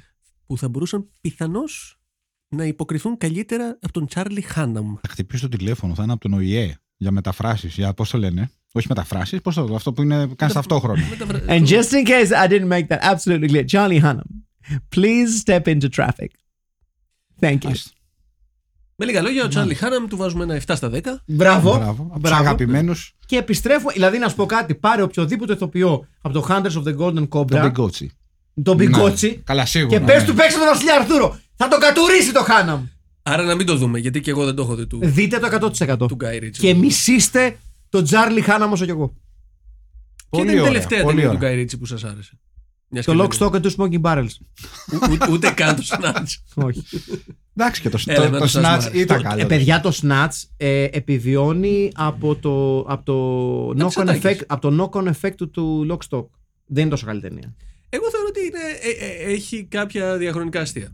Speaker 3: που θα μπορούσαν πιθανώς να υποκριθούν καλύτερα από τον Τσάρλι Χάναμ.
Speaker 2: Θα χτυπήσω το τηλέφωνο, θα είναι από τον ΟΗΕ για μεταφράσεις. Για πώς το λένε. Όχι μεταφράσεις, πώς το αυτό που είναι κάνει ταυτόχρονα.
Speaker 1: And just in case I didn't make that absolutely clear, Charlie Hunnam, please step into traffic. Thank you.
Speaker 2: Ας-
Speaker 3: Με λίγα λόγια, ο Τσάρλι Χάναμ του βάζουμε ένα 7 στα 10.
Speaker 1: Μπράβο.
Speaker 2: Μπράβο. Από τους
Speaker 1: Μπράβο.
Speaker 2: αγαπημένους.
Speaker 1: Και επιστρέφω, δηλαδή να σου πω κάτι, πάρε οποιοδήποτε ηθοποιό από το Hunters of the Golden Cobra,
Speaker 2: Μπιγκότσι.
Speaker 1: τον Μπικότσι,
Speaker 2: Ναι. Καλά, σίγουρα.
Speaker 1: Και πες
Speaker 2: ναι.
Speaker 1: του παίξε τον Βασιλιά Αρθούρο. Θα τον κατουρίσει το Χάναμ.
Speaker 3: Άρα να μην το δούμε, γιατί και εγώ δεν το έχω δει
Speaker 2: Ε,
Speaker 3: του,
Speaker 1: Δείτε το 100%.
Speaker 3: του Guy Ritchie.
Speaker 1: Και μισήστε τον Τζάρλι Χάνα όσο κι εγώ.
Speaker 3: Ποια
Speaker 2: Πολύ
Speaker 3: ήταν η
Speaker 2: ωραία,
Speaker 3: τελευταία
Speaker 2: πολύ
Speaker 3: ταινία του
Speaker 2: ωραία.
Speaker 3: Guy Ritchie που σας άρεσε. Μιας και
Speaker 1: Το
Speaker 3: δεν-
Speaker 1: Lock Stock and Two Smoking Barrels.
Speaker 3: Ού- ούτε- Ούτε καν το Snatch.
Speaker 1: Όχι.
Speaker 2: Εντάξει και το,
Speaker 3: Έλα,
Speaker 2: το,
Speaker 3: με
Speaker 2: το
Speaker 3: το
Speaker 2: Snatch
Speaker 3: Snatch.
Speaker 2: ήταν
Speaker 1: Ε,
Speaker 2: καλό.
Speaker 1: παιδιά, το Snatch ε, επιβιώνει από το, από το,
Speaker 3: τις
Speaker 1: knock-on
Speaker 3: ατάκες.
Speaker 1: effect, από το knock-on effect του, του Lock Stock. Δεν είναι τόσο καλή ταινία.
Speaker 3: Εγώ θεωρώ ότι είναι, ε, ε, έχει κάποια διαχρονικά αστεία.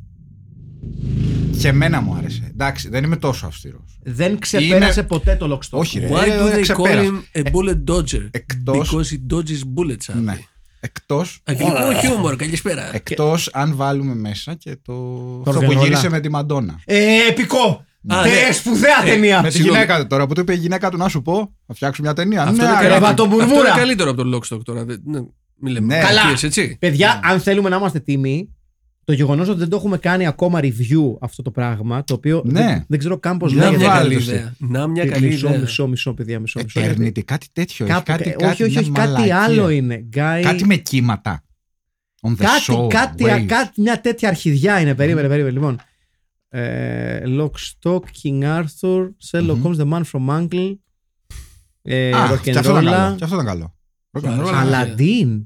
Speaker 2: Και εμένα μου άρεσε. Εντάξει, δεν είμαι τόσο αυστηρός.
Speaker 1: Δεν ξεπέρασε ποτέ το Lock Stock.
Speaker 2: Όχι, ρε.
Speaker 3: Why
Speaker 2: ε,
Speaker 3: do they call
Speaker 2: ξεπέρασε.
Speaker 3: him a bullet dodger?
Speaker 2: εκτός-
Speaker 3: Because he dodges bullets.
Speaker 1: Ε,
Speaker 3: Άρη.
Speaker 2: Ναι. Ε, Εκτός,
Speaker 3: Αγγλικό χιούμορ, καλησπέρα.
Speaker 2: εκτός αν βάλουμε μέσα και το, αυτό που
Speaker 1: Οργανόλα.
Speaker 2: γύρισε με τη Μαντόνα.
Speaker 1: Ε, επικό!
Speaker 3: Α,
Speaker 1: Τε-
Speaker 3: ναι.
Speaker 1: Σπουδαία
Speaker 3: Ε,
Speaker 2: Με
Speaker 1: ταινία!
Speaker 2: τη
Speaker 3: συγγνώμη.
Speaker 2: γυναίκα του τώρα που του είπε η γυναίκα του να σου πω, θα φτιάξω μια ταινία.
Speaker 3: Αυτό
Speaker 2: ναι,
Speaker 3: είναι
Speaker 2: αγάπη.
Speaker 3: καλύτερο.
Speaker 1: Ραβατομπουρμούρα.
Speaker 3: Αυτό είναι καλύτερο από τον Lockstock τώρα. δεν- ναι, Μην λέμε.
Speaker 2: Ναι.
Speaker 3: Καλά.
Speaker 1: Καλά.
Speaker 3: έτσι.
Speaker 1: Παιδιά, αν θέλουμε να είμαστε τίμοι, το γεγονός ότι δεν το έχουμε κάνει ακόμα review αυτό το πράγμα, το οποίο
Speaker 2: Ναι.
Speaker 1: δεν, δεν ξέρω καν πώς
Speaker 2: Για
Speaker 3: Να
Speaker 1: λέγεται.
Speaker 3: μια καλή
Speaker 2: βάλεις
Speaker 3: ιδέα. Να μια
Speaker 1: Μισό,
Speaker 3: καλή
Speaker 1: μισό,
Speaker 3: ιδέα.
Speaker 1: μισό, μισό, παιδιά, μισό, μισό.
Speaker 2: Ετέρνητη, Ε, κάτι τέτοιο. έχει,
Speaker 1: Κάπου-
Speaker 2: κάτι,
Speaker 1: ε,
Speaker 2: κάτι,
Speaker 1: όχι, όχι,
Speaker 2: μια
Speaker 1: όχι, κάτι
Speaker 2: μαλακία.
Speaker 1: άλλο είναι. Guy-
Speaker 2: Κάτι με κύματα. On the
Speaker 1: κάτι,
Speaker 2: soul,
Speaker 1: κάτι,
Speaker 2: waves.
Speaker 1: κάτι- μια τέτοια αρχιδιά είναι. Περίμενε, περίμενε. Λοιπόν. Ε, Lockstock, King Arthur, Sherlock
Speaker 2: Μμμ.
Speaker 1: Holmes, The Man from Uncle, ε,
Speaker 2: Α,
Speaker 1: Rock
Speaker 2: και
Speaker 1: and
Speaker 2: αυτό ήταν
Speaker 1: Roll,
Speaker 2: καλό. Και αυτό ήταν καλό. Rock and roll.
Speaker 3: Καλά.
Speaker 1: Aladdin,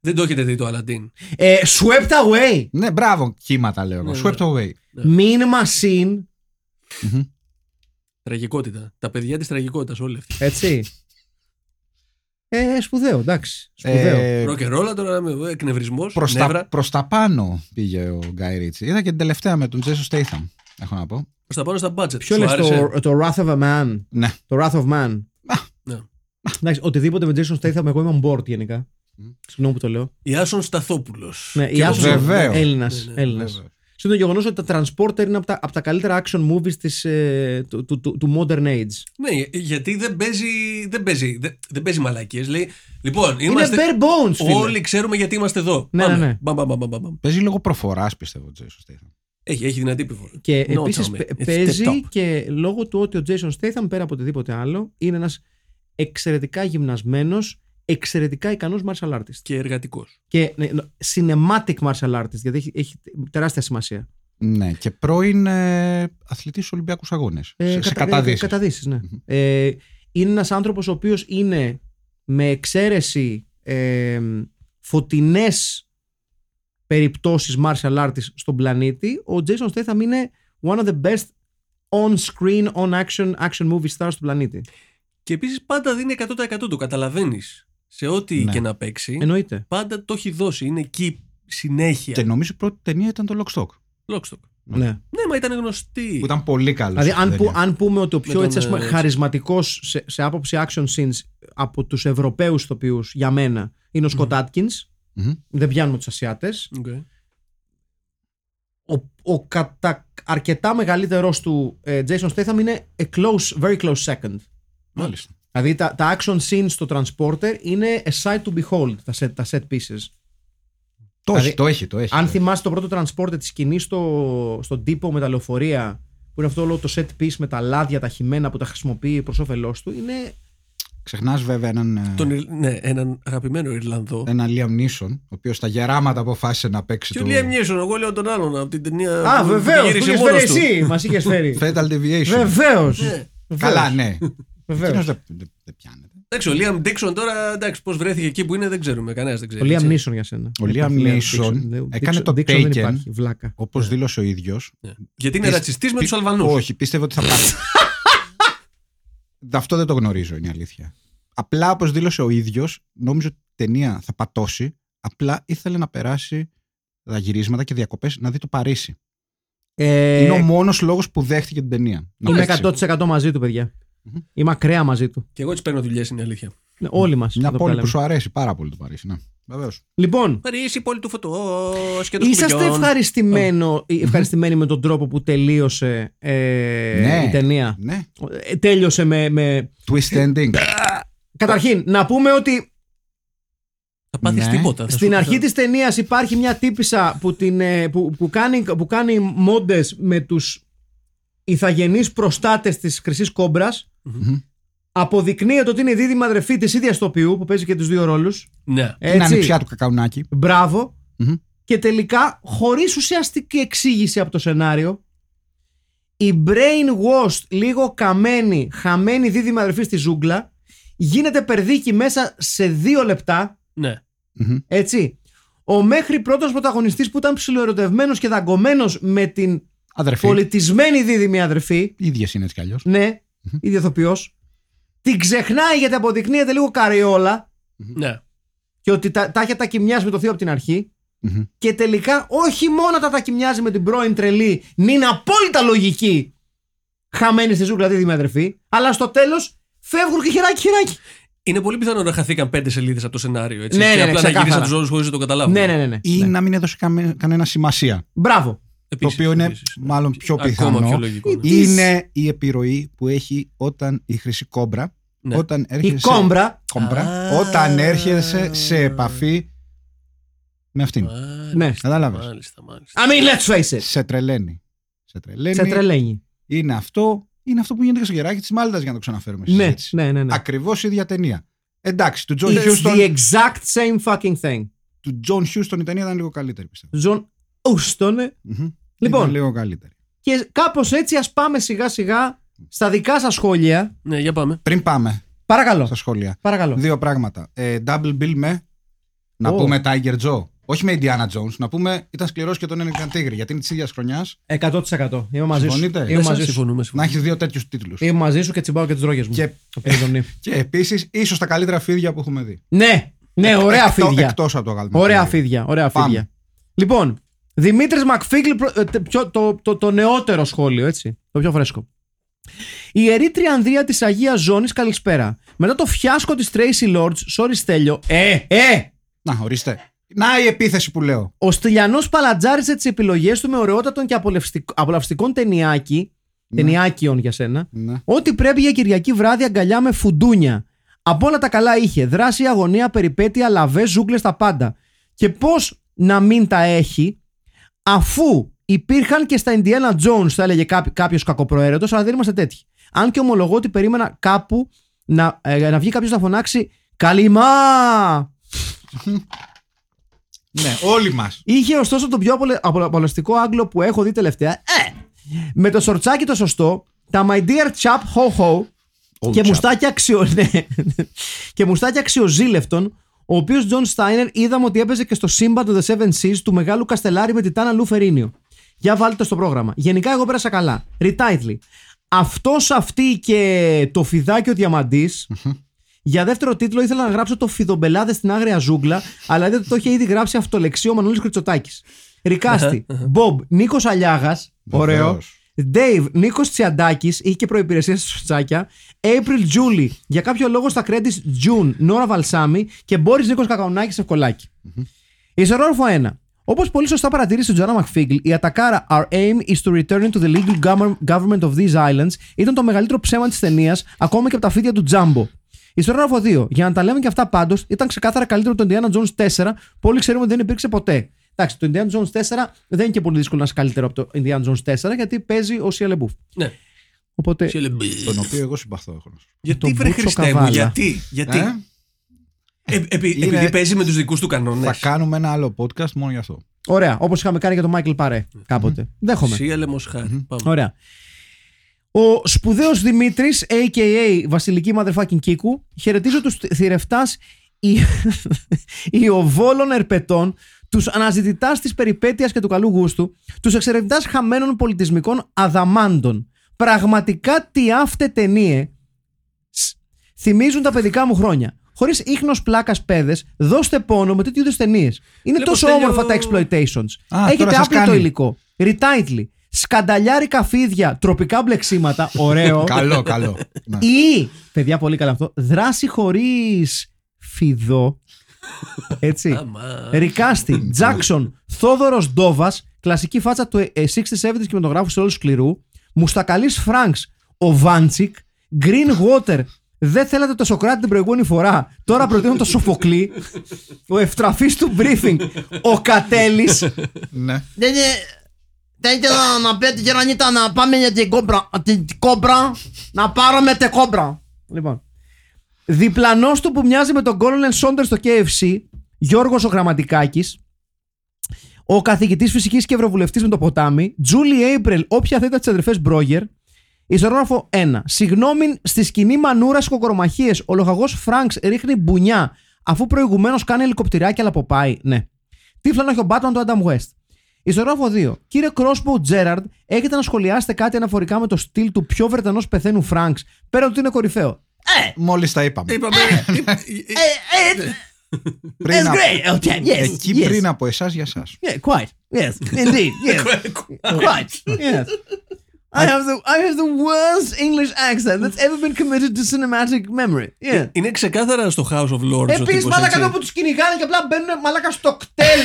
Speaker 3: Δεν το έχετε δει το Aladdin.
Speaker 1: ε, Swept Away,
Speaker 2: Ναι, μπράβο, κύματα λέω εγώ.
Speaker 3: Ναι,
Speaker 2: Swept away.
Speaker 3: Ναι.
Speaker 1: Mean Machine,
Speaker 3: Τραγικότητα. Τα παιδιά της τραγικότητας όλοι αυτοί.
Speaker 1: έτσι. Ε, σπουδαίο, εντάξει, σπουδαίο.
Speaker 2: Ε,
Speaker 3: Rock and roll, τώρα εκνευρισμός.
Speaker 2: προς, τα,
Speaker 3: Νεύρα.
Speaker 2: προς τα πάνω πήγε ο Γκάι Ρίτσι. Είδα και την τελευταία με τον Τζέσο Στέιθαμ, έχω να πω.
Speaker 3: Προς τα πάνω στα budget.
Speaker 1: Ποιο
Speaker 3: Σου
Speaker 1: λες
Speaker 3: άρεσε?
Speaker 1: το, το Wrath of a Man,
Speaker 2: Ναι.
Speaker 1: το Wrath of Man.
Speaker 3: Ναι.
Speaker 1: Εντάξει, οτιδήποτε με Jason Statham, εγώ είμαι on board γενικά.
Speaker 2: Μ.
Speaker 1: Συγγνώμη που το λέω.
Speaker 3: Ιάσον Σταθόπουλος.
Speaker 1: Ναι, η Άσος
Speaker 2: βεβαίως.
Speaker 1: Έλληνας,
Speaker 3: Ναι, ναι,
Speaker 1: Έλληνας. Συν το γεγονός ότι τα Transporter είναι από τα, απ' τα καλύτερα action movies της, ε, του, του, του, του modern age.
Speaker 3: Ναι, γιατί δεν παίζει, δεν παίζει, δεν, δεν παίζει μαλακίες. Λέει, λοιπόν,
Speaker 1: Είναι
Speaker 3: είμαστε,
Speaker 1: bare bones, φίλε.
Speaker 3: όλοι ξέρουμε γιατί είμαστε εδώ.
Speaker 1: Ναι,
Speaker 3: Πάμε.
Speaker 1: ναι, ναι.
Speaker 3: Μπαμ, μπαμ, μπαμ, μπαμ, μπαμ.
Speaker 2: Παίζει λίγο προφοράς, πιστεύω, ο Τζέσο Στέιθαμ.
Speaker 3: Έχει, έχει δυνατή επιβολή.
Speaker 1: Και
Speaker 3: No,
Speaker 1: επίσης
Speaker 3: Tommy,
Speaker 1: πε-
Speaker 3: it's the
Speaker 1: παίζει
Speaker 3: top.
Speaker 1: και λόγω του ότι ο Jason Statham, πέρα από οτιδήποτε άλλο, είναι ένας εξαιρετικά γυμνασμένος, εξαιρετικά ικανός martial artist.
Speaker 3: Και εργατικός.
Speaker 1: Και ναι, νο- cinematic martial artist, γιατί έχει, έχει τεράστια σημασία.
Speaker 2: Ναι, και πρώην ε, αθλητής στου Ολυμπιακούς Αγώνες.
Speaker 1: Ε,
Speaker 2: σε, σε
Speaker 1: κατα- ε,
Speaker 2: καταδύσεις.
Speaker 1: καταδύσεις, ναι.
Speaker 2: Μμμ.
Speaker 1: Ε, είναι ένας άνθρωπος ο οποίος είναι με εξαίρεση ε, φωτεινές περιπτώσεις martial arts στον πλανήτη. Ο Jason Statham είναι one of the best on-screen, on-action action movie stars του πλανήτη.
Speaker 3: Και επίσης πάντα δίνει 100% το καταλαβαίνεις. Σε ό,τι
Speaker 2: Ναι.
Speaker 3: και να παίξει,
Speaker 1: Εννοείται.
Speaker 3: πάντα το έχει δώσει. Είναι εκεί συνέχεια.
Speaker 2: Και νομίζω η πρώτη ταινία ήταν το Lockstock.
Speaker 3: Lockstock.
Speaker 1: Ναι.
Speaker 3: Ναι, μα ήταν γνωστή.
Speaker 2: Που ήταν πολύ καλός.
Speaker 1: Δηλαδή, αν, που, αν πούμε ότι ο
Speaker 3: Με
Speaker 1: πιο
Speaker 3: τον,
Speaker 1: έτσι, ας πούμε,
Speaker 3: ε,
Speaker 1: χαρισματικός σε, σε άποψη action scenes από τους Ευρωπαίους τοπιούς για μένα είναι ο Σκοτ Άτκινς,
Speaker 2: Μμμ.
Speaker 1: δεν πιάνουμε τους Ασιάτες,
Speaker 3: Okay.
Speaker 1: ο, ο κατά αρκετά μεγαλύτερος του ε, Jason Statham είναι a close, very close second.
Speaker 2: Μάλιστα.
Speaker 1: Δηλαδή τα, τα action scenes στο Transporter είναι a sight to behold, τα set, τα set pieces.
Speaker 2: Το
Speaker 1: Δηλαδή,
Speaker 2: έχει, το έχει. Το έχει
Speaker 1: Αν θυμάστε το πρώτο Transporter της σκηνής στο, στον τύπο με τα λεωφορεία, που είναι αυτό όλο το set piece με τα λάδια, τα χυμένα που τα χρησιμοποιεί προς όφελός του, είναι
Speaker 2: Ξεχνάς βέβαια έναν. ε,
Speaker 3: Τον, Ιρ- ναι, έναν αγαπημένο Ιρλανδό.
Speaker 2: Έναν Liam Νίσον, ο οποίος στα γεράματα αποφάσισε να παίξει
Speaker 3: Και
Speaker 2: το.
Speaker 3: λέει Νίσον, εγώ λέω τον άλλον από την
Speaker 2: Ε,
Speaker 3: ταινία.
Speaker 1: Α,
Speaker 3: που
Speaker 1: βεβαίω. Που
Speaker 3: γύρισε
Speaker 1: είχε φέρει
Speaker 3: μόνος του.
Speaker 1: εσύ. Μας είχες φέρει.
Speaker 2: Fatal Deviation.
Speaker 1: Βεβαίως.
Speaker 3: Ναι.
Speaker 2: Καλά, ναι. Εκείνο
Speaker 1: Βεβαίω.
Speaker 2: δεν δεν- δεν πιάνεται.
Speaker 3: Εντάξει, ο Liam Dixon τώρα, εντάξει, πώς βρέθηκε εκεί που είναι δεν ξέρουμε, κανένας δεν ξέρει.
Speaker 1: Ο Liam
Speaker 3: έτσι.
Speaker 1: Neeson για σένα.
Speaker 2: Ο Liam Neeson έκανε το
Speaker 1: Dixon δεν
Speaker 2: Taken.
Speaker 1: υπάρχει. Βλάκα.
Speaker 2: Όπως δήλωσε ο ίδιος,
Speaker 3: Ναι. Γιατί είναι
Speaker 2: Πι-
Speaker 3: ρατσιστής με
Speaker 2: πι-
Speaker 3: τους Αλβανούς.
Speaker 2: Όχι, πίστευε ότι θα πάρει. Αυτό δεν το γνωρίζω, είναι η αλήθεια. Απλά, όπως δήλωσε ο ίδιος, νόμιζε ότι η ταινία θα πατώσει. Απλά ήθελε να περάσει τα γυρίσματα και διακοπές να δει το Παρίσι.
Speaker 1: Ε,
Speaker 2: είναι ο μόνος λόγος που δέχτηκε την ταινία. Να
Speaker 1: Είμαι
Speaker 2: παίξει.
Speaker 1: 100% μαζί του, παιδιά.
Speaker 2: Μμμ.
Speaker 1: Είμαι ακραία μαζί του.
Speaker 3: Και εγώ τι παίρνω δουλειές, είναι η αλήθεια.
Speaker 1: Ναι, Όλοι μας.
Speaker 2: Μια πόλη που σου αρέσει πάρα πολύ το Παρίσι. Ναι, βεβαίως.
Speaker 1: Λοιπόν,
Speaker 3: Παρίσι, πόλη του φωτό και των
Speaker 1: είσαστε
Speaker 3: σκουπιδιών.
Speaker 1: ευχαριστημένο, ευχαριστημένοι με τον τρόπο που τελείωσε ε,
Speaker 2: Ναι.
Speaker 1: η ταινία.
Speaker 2: Ναι.
Speaker 1: Ε, Τέλειωσε με, με.
Speaker 2: Twist ending.
Speaker 1: Καταρχήν, να πούμε ότι
Speaker 3: Θα πάθεις
Speaker 2: Ναι.
Speaker 3: τίποτα. θα
Speaker 1: Στην
Speaker 3: σου-
Speaker 1: αρχή
Speaker 3: θα-
Speaker 1: της ταινίας υπάρχει μια τύπησα που, την, ε, που, που κάνει, που κάνει μόντες με τους ηθαγενείς προστάτες της Χρυσής Κόμπρας.
Speaker 2: Μμμ.
Speaker 1: Αποδεικνύεται ότι είναι δίδυμα αδερφή της ίδιας τοπιού που παίζει και τους δύο ρόλους.
Speaker 3: Ναι.
Speaker 2: Την
Speaker 1: Έτσι.
Speaker 2: ανιψιά του κακαουνάκι.
Speaker 1: Μπράβο.
Speaker 2: Μμμ.
Speaker 1: Και τελικά, χωρίς ουσιαστική εξήγηση από το σενάριο, η brainwashed, λίγο καμένη, χαμένη δίδυμη αδερφή στη ζούγκλα γίνεται περδίκη μέσα σε δύο λεπτά,
Speaker 3: Ναι.
Speaker 1: έτσι. Ο μέχρι πρώτος πρωταγωνιστής που ήταν ψιλοερωτευμένος και δαγκωμένος με την
Speaker 2: Αδερφή.
Speaker 1: πολιτισμένη δίδυμη αδερφή,
Speaker 2: ίδιες είναι έτσι κι αλλιώς.
Speaker 1: ναι, η διεθοποιός, την ξεχνάει γιατί αποδεικνύεται λίγο καριόλα
Speaker 3: ναι.
Speaker 1: και ότι τα, τα είχε τακιμιάσει με το θείο από την αρχη
Speaker 2: Μμμ.
Speaker 1: Και τελικά όχι μόνο τα τακιμιάζει με την πρώην τρελή, είναι απόλυτα λογική χαμένη στη ζούγκλα δίδυμη αδερφή, αλλά στο τέλος φεύγουν και χεράκι χεράκι.
Speaker 3: Είναι πολύ πιθανό να χαθήκαν πέντε σελίδες από το σενάριο. Έτσι,
Speaker 1: Ναι,
Speaker 3: και
Speaker 1: ναι, ναι,
Speaker 3: απλά να
Speaker 1: ξεκάθαρα.
Speaker 3: γυρίσαν τους όρους χωρίς να το καταλάβουν.
Speaker 1: Ναι, ναι, ναι. ναι.
Speaker 2: Ή να μην έδωσε καμε- κανένα σημασία.
Speaker 1: Μπράβο.
Speaker 3: Επίσης,
Speaker 2: το οποίο είναι
Speaker 3: επίσης, ναι.
Speaker 2: μάλλον πιο
Speaker 3: Ακόμα
Speaker 2: πιθανό.
Speaker 3: πιο λογικό, ναι.
Speaker 2: Είναι η επιρροή που έχει όταν η χρυσή κόμπρα.
Speaker 3: Ναι.
Speaker 2: Όταν έρχεσαι,
Speaker 1: Η κόμπρα.
Speaker 2: κόμπρα,
Speaker 3: Α.
Speaker 2: όταν έρχεσαι σε επαφή με αυτήν.
Speaker 3: Μάλιστα,
Speaker 1: Ναι.
Speaker 2: Κατάλαβες.
Speaker 3: Μάλιστα, μάλιστα.
Speaker 1: I mean, let's face it.
Speaker 2: Σε τρελαίνει. Σε τρελαίνει.
Speaker 1: Σε τρελαίνει.
Speaker 2: Είναι αυτό. Είναι αυτό που γίνεται και στο γεράκι της Μάλτας για να το ξαναφέρουμε. στη
Speaker 1: Ναι,
Speaker 2: συζήτηση.
Speaker 1: ναι, ναι. ναι.
Speaker 2: Ακριβώς η ίδια ταινία. Εντάξει, του Τζον
Speaker 1: It's the
Speaker 2: Χιούστον.
Speaker 1: exact same fucking thing.
Speaker 2: Του Τζον Χιούστον η ταινία ήταν λίγο καλύτερη, πιστεύω.
Speaker 1: Ζων Ούστονε.
Speaker 2: Μμμ.
Speaker 1: Λοιπόν.
Speaker 2: Ήταν λίγο καλύτερη.
Speaker 1: Και κάπως έτσι ας πάμε σιγά σιγά στα δικά σας σχόλια.
Speaker 3: Ναι, για πάμε.
Speaker 2: Πριν πάμε στα
Speaker 1: Παρακαλώ.
Speaker 2: σχόλια,
Speaker 1: Παρακαλώ.
Speaker 2: δύο πράγματα. Ε, double bill με. Να
Speaker 1: Ω.
Speaker 2: πούμε Tiger Joe. Όχι με Indiana Jones. Να πούμε ήταν σκληρός και τον Ένιγκαν Τίγρη. Γιατί είναι της ίδιας χρονιάς.
Speaker 1: 100%. Είμαι μαζί σου.
Speaker 2: Συμφωνείτε?
Speaker 1: Είμαι
Speaker 3: Δεν σας
Speaker 1: μαζί σου.
Speaker 3: συμφωνούμε.
Speaker 2: Να
Speaker 3: συμφωνούμε.
Speaker 2: έχεις δύο τέτοιους τίτλους.
Speaker 1: Είμαι μαζί σου και τσιμπάω και τις ρόγες μου.
Speaker 2: Και,
Speaker 1: Επιδομνή.
Speaker 2: και επίσης, ίσως τα καλύτερα φίδια που έχουμε δει.
Speaker 1: Ναι, ναι, ωραία φίδια.
Speaker 2: Εκτός από το αγαλματίδι.
Speaker 1: Ωραία φίδια, ωραία
Speaker 2: Πάμε.
Speaker 1: φίδια. Λοιπόν, Δημήτρης Μακφίγκλη, προ- ε, τε- πιο- το, το, το νεότερο σχόλιο, έτσι. Το πιο φρέσκο. Η Ιερή Τριανδρία της Αγίας Ζώνης, καλησπέρα. Μετά το φιάσκο της Tracy Lords, sorry Στέλιο, ε, ε!
Speaker 2: Να, ορίστε. Να η επίθεση που λέω.
Speaker 1: Ο Στυλιανός παλατζάρισε τι επιλογές του με ωραιότατον και απολαυστικ- απολαυστικών ταινιάκι, ταινιάκιων για σένα,
Speaker 2: Ναι.
Speaker 1: Ό,τι πρέπει για Κυριακή βράδυ αγκαλιά με φουντούνια. Από όλα τα καλά είχε. Δράση, αγωνία, περιπέτεια, λαβές, ζούγκλες, τα πάντα. Και πώς να μην τα έχει, αφού υπήρχαν και στα Indiana Jones, θα έλεγε κάποιος κακοπροαίρετος, αλλά δεν είμαστε τέτοιοι. Αν και ομολογώ ότι περίμενα κάπου να, ε, να βγει κάποιος να φωνάξει Καλημά!
Speaker 2: ναι, όλοι μας.
Speaker 1: Είχε ωστόσο τον πιο απολε- απολα- απολαυστικό Άγγλο που έχω δει τελευταία. Ε! Με το σορτσάκι το σωστό, τα my dear chap ho ho και μουστάκια, αξιο... ναι. και μουστάκια αξιοζήλευτον, ο οποίος Τζον Στάινερ είδαμε ότι έπαιζε και στο σύμπαν του The Seven Seas του μεγάλου Καστελάρη με Τιτάνα Λου Φερίνιο. Για βάλτε το στο πρόγραμμα. Γενικά εγώ πέρασα καλά. Retitle. Αυτός, αυτή και το φιδάκι ο διαμαντη Για δεύτερο τίτλο ήθελα να γράψω το Φιδομπελάδες στην άγρια ζούγκλα, αλλά είδα ότι το είχε ήδη γράψει αυτολεξί ο Μανώλης Κριτσοτάκη. Ρικάστη, Μπομπ, Νίκος Αλιάγας. Ωραίο.
Speaker 2: Βεβαίως.
Speaker 1: Dave, Νίκος Τσιαντάκης, είχε και προπηρεσία στα σουτσάκια. April Julie, για κάποιο λόγο στα credits June, Νόρα Βαλσάμι και Μπόρι Νίκος Κακαουνάκης Ευκολάκη. Ισορρόρφο 1. Όπως πολύ σωστά παρατηρήσε ο Τζοάννα Μακφίγκλ, η ατακάρα Our aim is to return to the legal gover- government of these islands ήταν το μεγαλύτερο ψέμα της ταινίας, ακόμα και από τα φίδια του Τζάμπο. Ισορρόρφο 2. Για να τα λέμε και αυτά πάντως, ήταν ξεκάθαρα καλύτερο από το Indiana Jones 4, που όλοι ξέρουμε ότι δεν υπήρξε ποτέ. Εντάξει, το Indiana Jones 4 δεν είναι και πολύ δύσκολο να είσαι καλύτερο από το Indiana Jones 4, γιατί παίζει ο Σία Λεμπούφ.
Speaker 3: Ναι.
Speaker 1: Οπότε.
Speaker 2: Τον οποίο εγώ συμπαθώ. έχω να σου πω.
Speaker 3: Γιατί
Speaker 1: τον
Speaker 3: βρε
Speaker 1: Μπούτσο
Speaker 3: Χριστέ μου,
Speaker 1: Καβάλα.
Speaker 3: γιατί. γιατί.
Speaker 2: Ε,
Speaker 3: Ε, επει-
Speaker 2: Είναι-
Speaker 3: Επειδή παίζει με τους δικούς του κανόνες.
Speaker 2: Θα κάνουμε ένα άλλο podcast μόνο γι' αυτό.
Speaker 1: Ωραία, όπως είχαμε κάνει για τον Μάικλ Παρέ κάποτε. Δέχομαι.
Speaker 3: Σία Λεμοσχάρη. Πάμε.
Speaker 1: Ωραία. Ο σπουδαίος Δημήτρης, a.k.a. Βασιλική Motherfucking Κίκου, χαιρετίζω τους θηρευτά ιοβόλων ερπετών, τους αναζητητάς της περιπέτειας και του καλού γούστου, τους εξερευνητάς χαμένων πολιτισμικών αδαμάντων. Πραγματικά τι άφτε ταινίε θυμίζουν τα παιδικά μου χρόνια. Χωρίς ίχνος πλάκας πέδε, δώστε πόνο με τέτοιου είδους ταινίες. Είναι
Speaker 3: Βλέπω,
Speaker 1: τόσο
Speaker 3: Στέλιο-
Speaker 1: όμορφα τα exploitations.
Speaker 2: τώρα
Speaker 1: Έχετε
Speaker 2: σας
Speaker 1: άπλητο
Speaker 2: κάνει.
Speaker 1: υλικό. Ριτάιτλι. Σκανταλιάρικα φίδια, τροπικά μπλεξίματα. Ωραίο.
Speaker 2: καλό, καλό. Ναι.
Speaker 1: Ή, παιδιά, πολύ καλά αυτό. Δράση χωρίς φιδό. Έτσι.
Speaker 3: Αμά.
Speaker 1: Ρικάστη, Τζάξον, Θόδωρος Ντόβας, κλασική φάτσα του ε, ε, 67 κινηματογράφου σε όλου σκληρού. Μουστακαλής Φρανκ, ο Βάντσικ, Greenwater. Δεν θέλατε το Σοκράτη την προηγούμενη φορά. Τώρα προτείνω το Σοφοκλή. Ο ευτραφής του briefing. Ο Κατέλης. Ε,
Speaker 2: ναι.
Speaker 1: Δεν είναι. Δεν ήθελα να πείτε γύρω ήταν να πάμε για την κόμπρα. Την κόμπρα. Να πάρουμε την κόμπρα. Λοιπόν. Διπλανός του που μοιάζει με τον Κόλονεν Σόντερ στο KFC, Γιώργος ο Γραμματικάκης. ο καθηγητής φυσικής και ευρωβουλευτής με το ποτάμι, Τζούλι Έιπρελ, όποια θα ήταν τι αδερφές Μπρόγερ, Ιστερόγραφο 1. Συγγνώμη στη σκηνή μανούρας κοκορομαχίες. Ο λογαγός Φρανκ ρίχνει μπουνιά αφού προηγουμένως κάνει ελικοπτηράκι αλλά ποπάει. Ναι. Τύφλαν όχι ο Μπάτμαν του Άνταμ West. Ιστορόγραφο 2. Κύριε Κρόσμπο Τζέραρντ, έχετε να σχολιάσετε κάτι αναφορικά με το στυλ του πιο Βρετανός πεθαίνου Φρανκ, πέρα ότι είναι κορυφαίο.
Speaker 2: Μόλις τα είπαμε.
Speaker 3: Είπαμε.
Speaker 1: Ε, ε,
Speaker 2: Πριν
Speaker 1: it's
Speaker 2: από-
Speaker 1: great. Okay, yes,
Speaker 2: Εκεί
Speaker 1: yes.
Speaker 2: πριν από εσάς για εσά.
Speaker 1: Yeah, quite. Yes, indeed. Yes. quite. Yes. I have the I have the worst English accent that's ever been committed to cinematic memory.
Speaker 2: Ε,
Speaker 1: Yeah.
Speaker 3: Είναι ξεκάθαρα στο House of Lords. ο
Speaker 1: Επίση,
Speaker 3: τύπος,
Speaker 1: μαλάκα
Speaker 3: έτσι.
Speaker 1: εδώ που τους κυνηγάνε και απλά μπαίνουν μαλάκα στο κτέλ.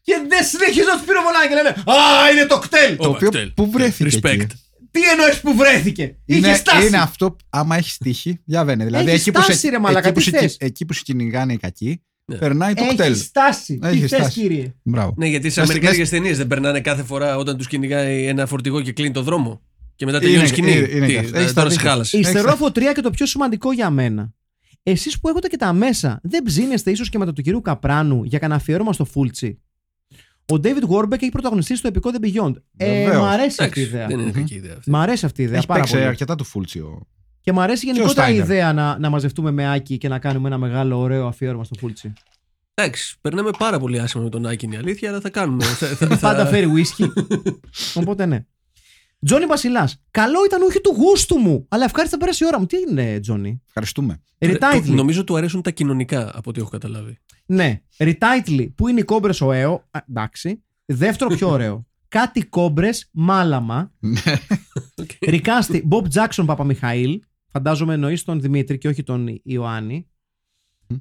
Speaker 1: και δεν συνεχίζουν να τους πυροβολάνε και λένε Α, είναι το κτέλ.
Speaker 3: Όπα,
Speaker 2: οποίο
Speaker 3: κτέλ.
Speaker 2: πού βρέθηκε
Speaker 3: Respect.
Speaker 2: εκεί?
Speaker 1: Τι εννοείς που βρέθηκε. Είχε
Speaker 2: Είναι,
Speaker 1: στάσει.
Speaker 2: είναι αυτό, άμα έχεις τύχη, διαβαίνει. Δηλαδή
Speaker 1: Έχεις
Speaker 2: εκεί που,
Speaker 1: στάση,
Speaker 2: σε,
Speaker 1: ρε μαλάκα,
Speaker 2: εκεί, που
Speaker 1: τι
Speaker 2: σε,
Speaker 1: θες.
Speaker 2: εκεί που σε κυνηγάνε οι κακοί,
Speaker 3: Ναι.
Speaker 2: περνάει Ε, το
Speaker 1: Έχεις
Speaker 2: κτέλ.
Speaker 1: στάσει. Τι θε,
Speaker 2: Έχει στάσει.
Speaker 1: κύριε.
Speaker 2: Μπράβο.
Speaker 3: Ναι, γιατί σε
Speaker 2: Να-
Speaker 3: Αμερικάνικε
Speaker 2: να-
Speaker 3: ταινίες δεν περνάνε κάθε φορά όταν τους κυνηγάει ένα φορτηγό και κλείνει το δρόμο. Και μετά
Speaker 2: Είναι-
Speaker 3: τελειώνει η
Speaker 2: είναι- είναι Ε,
Speaker 3: σκηνή.
Speaker 2: και
Speaker 3: Τι, ε,
Speaker 2: αυτό. Έχεις
Speaker 3: Τώρα
Speaker 2: τα
Speaker 3: σε
Speaker 2: δίκιο.
Speaker 3: χάλασε.
Speaker 2: Έχεις
Speaker 1: Ιστερόφο 3 και το πιο σημαντικό για μένα. Εσείς που έχετε και τα μέσα, δεν ψήνεστε ίσως και μετά του κυρίου Καπράνου για κανένα αφιέρωμα στο Φούλτσι. Ο David Warbeck έχει πρωταγωνιστεί στο επικό The Beyond. Ε,
Speaker 2: Βεβαίως.
Speaker 1: μ' αρέσει αυτή η
Speaker 3: Εντάξει,
Speaker 1: ιδέα.
Speaker 3: δεν είναι κακή ιδέα αυτή.
Speaker 1: Μ' αρέσει αυτή η ιδέα
Speaker 2: Έχει
Speaker 1: πάρα
Speaker 2: παίξει
Speaker 1: πολύ.
Speaker 2: αρκετά του φούλτσιο.
Speaker 1: Και μ' αρέσει γενικότερα η
Speaker 2: Steiner.
Speaker 1: ιδέα να, να μαζευτούμε με Άκη και να κάνουμε ένα μεγάλο ωραίο αφιέρωμα στο Φούλτσι.
Speaker 3: Εντάξει, περνάμε πάρα πολύ άσχημα με τον Άκη, είναι η αλήθεια, αλλά θα κάνουμε. θα, θα,
Speaker 1: Πάντα
Speaker 3: θα-
Speaker 1: φέρει whisky. Οπότε ναι. Τζόνι Βασιλάς. Καλό ήταν όχι του γούστου μου, αλλά ευχάριστα πέρασε η ώρα μου. Τι είναι, Τζόνι.
Speaker 2: Ευχαριστούμε.
Speaker 3: Του-
Speaker 1: Ριτάιτλι.
Speaker 3: Νομίζω του αρέσουν τα κοινωνικά από ό,τι έχω καταλάβει.
Speaker 1: Ναι. Ριτάιτλι. Πού είναι οι κόμπρες ο ΑΕΟ. Α, Εντάξει. Δεύτερο πιο ωραίο. Κάτι κόμπρες, μάλαμα.
Speaker 3: Ναι.
Speaker 1: Ρικάστη. Μπομπ Τζάξον Παπαμιχαήλ. Φαντάζομαι εννοείς τον Δημήτρη και όχι τον Ιωάννη.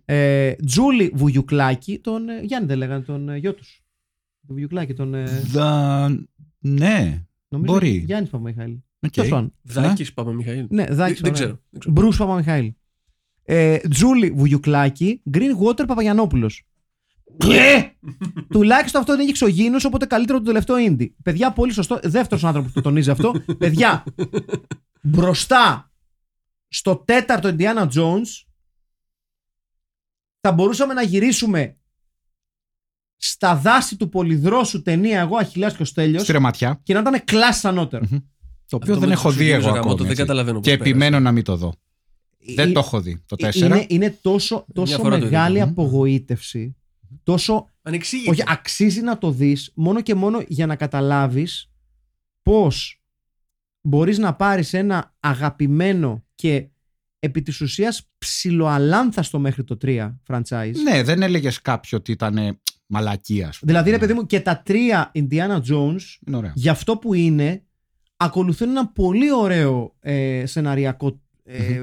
Speaker 1: Ε, Τζούλι Βουγιουκλάκη. Τον ε, Γιάννη δεν λέγανε, τον ε, γιο τους. Τον Βουγιουκλάκη, τον. ε,
Speaker 5: Δα... Ναι.
Speaker 1: νομίζω
Speaker 5: μπορεί.
Speaker 1: Γιάννης Παπαμιχαήλ.
Speaker 5: οκ.
Speaker 1: Τέλος πάντων.
Speaker 3: Δάκης Παπαμιχαήλ.
Speaker 1: Ναι,
Speaker 3: Δεν
Speaker 1: δάκη.
Speaker 3: δεν ξέρω. δεν ξέρω.
Speaker 1: Μπρούς Παπαμιχαήλ. Ε, Τζούλι Βουγιουκλάκη, Greenwater Παπαγιανόπουλος.
Speaker 2: Ε!
Speaker 1: Τουλάχιστον αυτό είναι εξωγήινος, οπότε καλύτερο το τελευταίο ίντι. Παιδιά, πολύ σωστό. Δεύτερος άνθρωπος που το τονίζει αυτό. Παιδιά, μπροστά στο τέταρτο Indiana Jones θα μπορούσαμε να γυρίσουμε στα δάση του Πολυδρόσου ταινία εγώ Αχιλέας και ο Στέλιος
Speaker 2: Στήρε ματιά.
Speaker 1: και να ήταν κλάσσα ανώτερο.
Speaker 2: Το
Speaker 3: Αυτό
Speaker 2: οποίο δεν
Speaker 3: με
Speaker 2: έχω
Speaker 3: τους
Speaker 2: δει
Speaker 3: Ιουδαίους
Speaker 2: εγώ
Speaker 3: γαμώτο,
Speaker 2: ακόμη.
Speaker 3: Δεν
Speaker 2: έτσι.
Speaker 3: καταλαβαίνω πώς
Speaker 2: Και
Speaker 3: πέρασε.
Speaker 2: επιμένω να μην το δω. Δεν
Speaker 1: Ε,
Speaker 2: το έχω δει το 4.
Speaker 1: είναι, είναι τόσο, τόσο
Speaker 3: φορά το είδα.
Speaker 1: μεγάλη
Speaker 3: Μμμ.
Speaker 1: απογοήτευση, τόσο
Speaker 3: Ανεξήγητο.
Speaker 1: Όχι, αξίζει να το δεις μόνο και μόνο για να καταλάβεις πώς μπορείς να πάρεις ένα αγαπημένο και επί της ουσίας ψιλοαλάνθαστο μέχρι το 3 franchise.
Speaker 2: Ναι, δεν έλεγες κάποιο ότι ήταν μαλακία. ας πούμε. Ναι.
Speaker 1: Δηλαδή,
Speaker 3: Ναι.
Speaker 1: ρε παιδί μου, και τα τρία Indiana Jones,
Speaker 2: Είναι ωραία.
Speaker 1: γι' αυτό που είναι, ακολουθούν ένα πολύ ωραίο ε, σεναριακό, ε,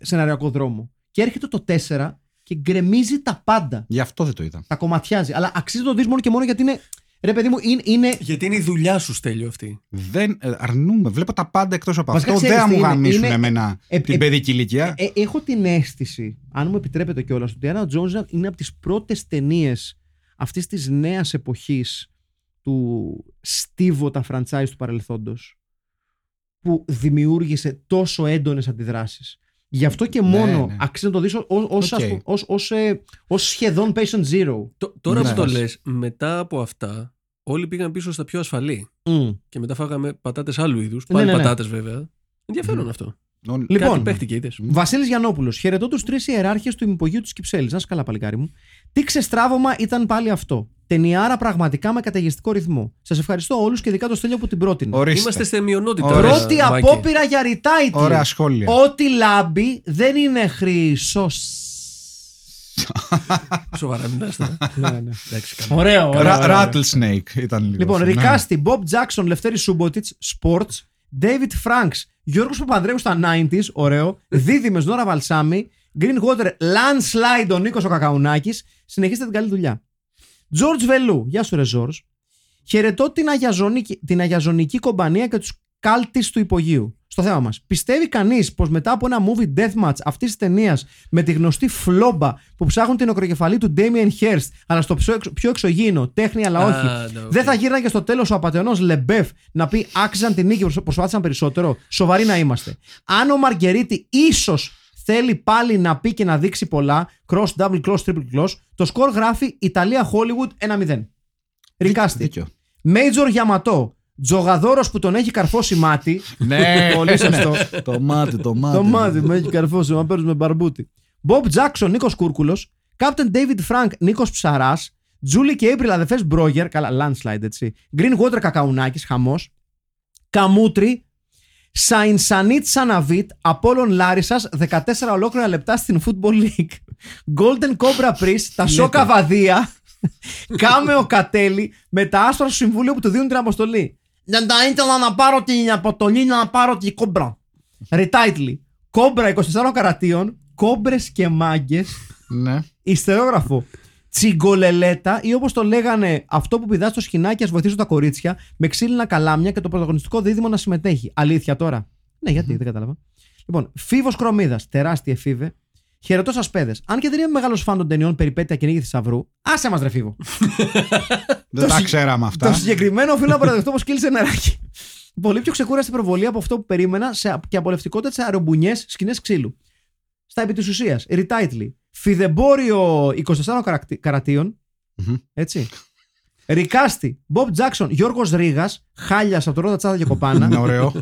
Speaker 1: σεναριακό δρόμο. Και έρχεται το 4 και γκρεμίζει τα πάντα.
Speaker 2: Γι' αυτό δεν το είδα.
Speaker 1: Τα κομματιάζει. Αλλά αξίζει να το δεις μόνο και μόνο γιατί είναι. Ρε παιδί μου, είναι, είναι
Speaker 3: Γιατί είναι η δουλειά σου, Στέλιο, αυτή.
Speaker 2: Δεν ε, αρνούμε. Βλέπω τα πάντα εκτός από
Speaker 1: Βασικά,
Speaker 2: αυτό. Δεν
Speaker 1: ξέρεις
Speaker 2: θα
Speaker 1: τι
Speaker 2: μου
Speaker 1: είναι.
Speaker 2: γαμίσουν
Speaker 1: Είναι-
Speaker 2: εμένα
Speaker 1: ε, ε,
Speaker 2: την παιδική ηλικία.
Speaker 1: Ε, έχω την αίσθηση, αν μου επιτρέπετε κιόλας, ότι η Anna Jones είναι από τις πρώτες ταινίες αυτής της νέας εποχής του στίβωτα franchise του παρελθόντος που δημιούργησε τόσο έντονες αντιδράσεις. Γι' αυτό και
Speaker 2: Ναι,
Speaker 1: μόνο
Speaker 2: ναι.
Speaker 1: αξίζει να το δεις ως, ως,
Speaker 2: Οκ.
Speaker 1: ας πούμε, ως, ως, ε, ως σχεδόν patient zero.
Speaker 3: Τ- Τώρα
Speaker 2: Ναι.
Speaker 3: που το λες, μετά από αυτά, όλοι πήγαν πίσω στα πιο ασφαλή. Και μετά φάγαμε πατάτες άλλου είδους. Πάλι
Speaker 1: ναι, ναι.
Speaker 3: πατάτες, βέβαια. Ενδιαφέρον αυτό.
Speaker 2: Όλοι-
Speaker 3: Κάτι
Speaker 1: Λοιπόν,
Speaker 3: παίχτηκε, είδες.
Speaker 1: Βασίλης Γιανόπουλο. Χαιρετώ τους τρεις ιεράρχες του υπογείου της Κυψέλης. Να είσαι καλά, παλικάρι μου. Τι ξεστράβωμα ήταν πάλι αυτό. Ταινιάρα πραγματικά με καταιγιστικό ρυθμό. Σας ευχαριστώ όλους και ειδικά το στέλιο που την πρότεινε.
Speaker 2: Ορίστε.
Speaker 3: Είμαστε σε μειονότητα.
Speaker 2: Ωραία.
Speaker 1: Πρώτη
Speaker 3: Μάκη.
Speaker 1: απόπειρα για ρητάιτλ.
Speaker 2: Ωραία σχόλια.
Speaker 1: Ό,τι λάμπει δεν είναι χρυσό.
Speaker 3: Σοβαρά, μην ναι. τα Εντάξει, καλά.
Speaker 1: Ωραίο, ωραίο.
Speaker 2: Ρα-
Speaker 1: ωραίο.
Speaker 2: Rattlesnake ήταν λίγο.
Speaker 1: Λοιπόν,
Speaker 2: αυτό, ναι.
Speaker 1: Ρικάστη, Bob Jackson, Λευτέρη Σούμποτιτ, Sports, David Franks, Γιώργος Παπανδρέου στα 90s, ωραίο, Δίδυμες, Νόρα Βαλσάμι, Green Water, Landslide, ο Νίκος ο Κακαουνάκης, συνεχίστε την καλή δουλειά. George Βελού, γεια σου ρε George. Χαιρετώ την Αγιαζονική, την Αγιαζωνική κομπανία και τους κάλτης του υπογείου. Στο θέμα μας. Πιστεύει κανείς πως μετά από ένα movie deathmatch αυτής της ταινίας με τη γνωστή φλόμπα που ψάχνουν την οκροκεφαλή του Damien Hirst αλλά στο πιο εξω- πιο εξωγήινο, τέχνη αλλά
Speaker 3: Α,
Speaker 1: όχι,
Speaker 3: ναι, οκ.
Speaker 1: δεν θα γύρναγε στο τέλος ο απαταιωνός Λεμπεφ να πει άξιζαν την νίκη, προσ- προσπάθησαν περισσότερο. Σοβαροί να είμαστε. Αν ο Μαργκερίτη ίσως θέλει πάλι να πει και να δείξει πολλά, cross, double cross, triple cross, το σκορ γράφει Ιταλία Hollywood 1-0. Ρικάστη.
Speaker 2: Δίκιο.
Speaker 1: Μέιτζορ Γιαματό. Τζογαδόρος που τον έχει καρφώσει μάτι.
Speaker 2: Ναι,
Speaker 1: Πολύ σωστό.
Speaker 2: το μάτι, το μάτι.
Speaker 1: Το μάτι με έχει καρφώσει, μα παίρνεις με μπαρμπούτι. Μπομπ Τζάξον, Νίκος Κούρκουλος. Κάπτεν David Frank, Νίκος Ψαράς. Τζούλι και April αδερφέ Μπρόγερ. Καλά, landslide έτσι. Green Water Κακαουνάκης, χαμός. Καμούτρι. Σαϊνσανίτ Σαναβίτ, Απόλλων Λάρισας, 14 ολόκληρα λεπτά στην Football League. Golden Cobra Priest, τα Σόκα Βαδία. Κάμεο Κατέλη, με τα άστρα στο συμβούλιο που του δίνουν την αποστολή. Δεν τα ήθελα να πάρω την αποστολή, να πάρω την κόμπρα. Ρετάιτλι. Κόμπρα 24 καρατίων, κόμπρες και μάγκες,
Speaker 2: Ναι.
Speaker 1: ιστερόγραφο. Τσιγκολελέτα ή όπως το λέγανε αυτό που πηδάς στο σκηνάκι, ας βοηθήσουν τα κορίτσια, με ξύλινα καλάμια και το πρωταγωνιστικό δίδυμο να συμμετέχει. Αλήθεια τώρα. Ναι, γιατί, δεν κατάλαβα. Λοιπόν, φίβος Κρομίδα, τεράστια φίβε. Χαιρετώ σας, παιδες. Αν και δεν είμαι μεγάλος φαν των ταινιών Περιπέτεια και Νίκη Θησαυρού, άσε μας, ρε φίβο.
Speaker 2: Δεν τα
Speaker 1: συ-
Speaker 2: ξέραμε
Speaker 1: Το
Speaker 2: αυτά.
Speaker 1: συγκεκριμένο οφείλω να παραδεχτώ πως κύλησε νεράκι. Πολύ πιο ξεκούραστη προβολή από αυτό που περίμενα σε, και απολευτικότητα σε αερομπουνιέ σκηνές ξύλου. Στα επί της ουσίας, ρητάιτλι. Φιδεμπόριο 24 καρακτι- καρατίων.
Speaker 2: Μμμ.
Speaker 1: Έτσι. Ρικάστη, Μπομπ Τζάξον, Γιώργο Ρίγα, Χάλιας από το Ρόδα Τσάδα και
Speaker 2: Ναι, Είναι
Speaker 1: Κοπάνα.
Speaker 2: ωραίο.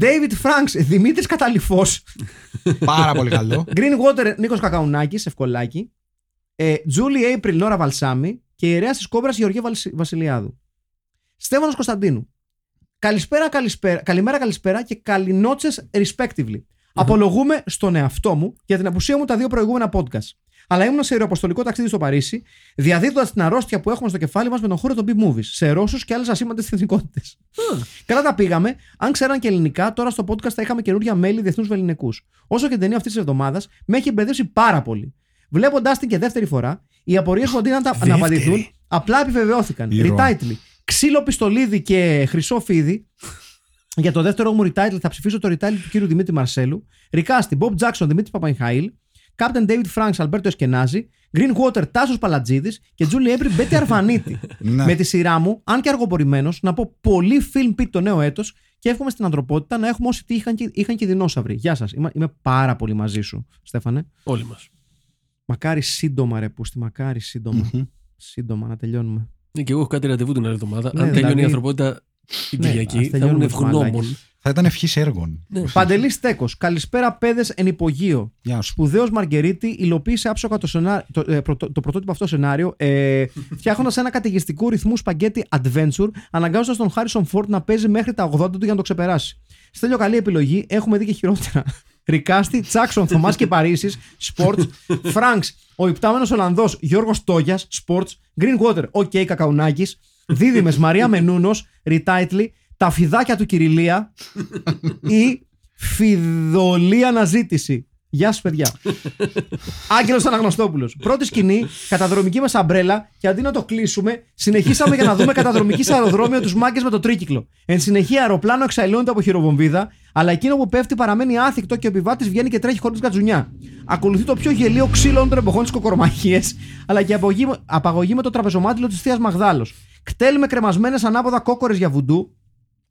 Speaker 1: David Franks, Δημήτρης Καταληφός.
Speaker 2: Πάρα πολύ καλό.
Speaker 1: Greenwater, Νίκος Κακαουνάκης, Ευκολάκη. Ε, Julie April, Νόρα Βαλσάμι. Και η ιερέας της κόμπρας Γεωργία Βαλσι- Βασιλιάδου. Στέφανος Κωνσταντίνου. Καλησπέρα, καλησπέρα, καλημέρα, καλησπέρα και καληνότσες respectively. Απολογούμε στον εαυτό μου για την απουσία μου τα δύο προηγούμενα podcast. Αλλά ήμουν σε αεροαποστολικό ταξίδι στο Παρίσι, διαδίδοντας την αρρώστια που έχουμε στο κεφάλι μας με τον χώρο των B-movies, σε Ρώσους και άλλες ασήμαντες εθνικότητες. Καλά τα πήγαμε. Αν ξέραν και ελληνικά, τώρα στο podcast θα είχαμε καινούργια μέλη διεθνούς βεληνικούς. Όσο και την ταινία αυτής της εβδομάδας, με έχει μπερδέψει πάρα πολύ. Βλέποντάς την και δεύτερη φορά, οι απορίες που αντί να τα- να απαντηθούν, απλά επιβεβαιώθηκαν.
Speaker 2: Ήρωα.
Speaker 1: Ριτάιτλι. Ξύλο πιστολίδι και χρυσό φίδι. Για το δεύτερο μου retitle θα ψηφίσω το retitle του κύριου Δημήτρη Μαρσέλου. Ρικάστη, Bob Jackson, Δημήτρη Παπαϊχαήλ. Captain David Franks, Αλμπέρτο Εσκενάζη. Greenwater, Τάσος Παλατζίδης. Και Julie Έπρι, Μπέτη Αρβανίτη.
Speaker 2: Ναι.
Speaker 1: Με τη σειρά μου, αν και αργοπορημένος, να πω πολύ film pit το νέο έτος και εύχομαι στην ανθρωπότητα να έχουμε όσοι τι είχαν και, είχαν και οι δεινόσαυροι. Γεια σας. Είμαι, είμαι πάρα πολύ μαζί σου, Στέφανε.
Speaker 3: Όλοι μας.
Speaker 1: Μακάρι σύντομα, ρε Πούστη, μακάρι σύντομα. Σύντομα να τελειώνουμε.
Speaker 3: Ναι, και εγώ έχω κάτι ραντεβού την άλλη εβδομάδα.
Speaker 1: Ναι,
Speaker 3: Αν τελειώνει
Speaker 1: δηλαδή-
Speaker 3: η ανθρωπότητα την
Speaker 1: Ναι, ας
Speaker 3: Κυριακή, θα ήμουν
Speaker 1: τελειώνουμε τους
Speaker 3: ευγνώμων.
Speaker 1: μαλάκες.
Speaker 2: Θα ήταν ευχής έργων.
Speaker 1: Ναι. Παντελή Τέκο. Καλησπέρα, παιδες εν υπογείο.
Speaker 2: Γεια σου.
Speaker 1: Σπουδαίος Μαργερίτη υλοποίησε άψογα το, σενά... το, ε, πρωτο- το πρωτότυπο αυτό σενάριο, ε, φτιάχνοντας ένα καταιγιστικού ρυθμού σπαγκέτι adventure, αναγκάζοντας τον Χάρισον Φόρτ να παίζει μέχρι τα 80 του για να το ξεπεράσει. Στέλιο, καλή επιλογή. Έχουμε δει και χειρότερα. Ρικάστη, Τσάξον, Θωμάς και Παρίσις, Σπορτ. Φρανξ, ο υπτάμενος Ολλανδός Γιώργος Τόγιας, Σπορτ. Greenwater, οκ, okay, Κακαουνάκης. Δίδυμες, Μαρία Μενούνος, Ριτάιτλι. Τα φιδάκια του Κυριλία ή φιδωλή αναζήτηση. Γεια σας, παιδιά. Άγγελος Αναγνωστόπουλος. Πρώτη σκηνή, καταδρομική μας αμπρέλα και αντί να το κλείσουμε, συνεχίσαμε για να δούμε καταδρομική σε αεροδρόμιο τους μάγκες με το τρίκυκλο. Εν συνεχεία, αεροπλάνο εξαϊλώνεται από χειροβομβίδα, αλλά εκείνο που πέφτει παραμένει άθικτο και ο επιβάτης βγαίνει και τρέχει χωρίς κατζουνιά. Ακολουθεί το πιο γελίο ξύλο των εποχών της Κοκορομαχίε, αλλά και απογή- απαγωγή με το τραπεζομάτιλο της Θείας Μαγδάλος. Κτέλ με κρεμασμένες ανάποδα κόκορες για βουντού,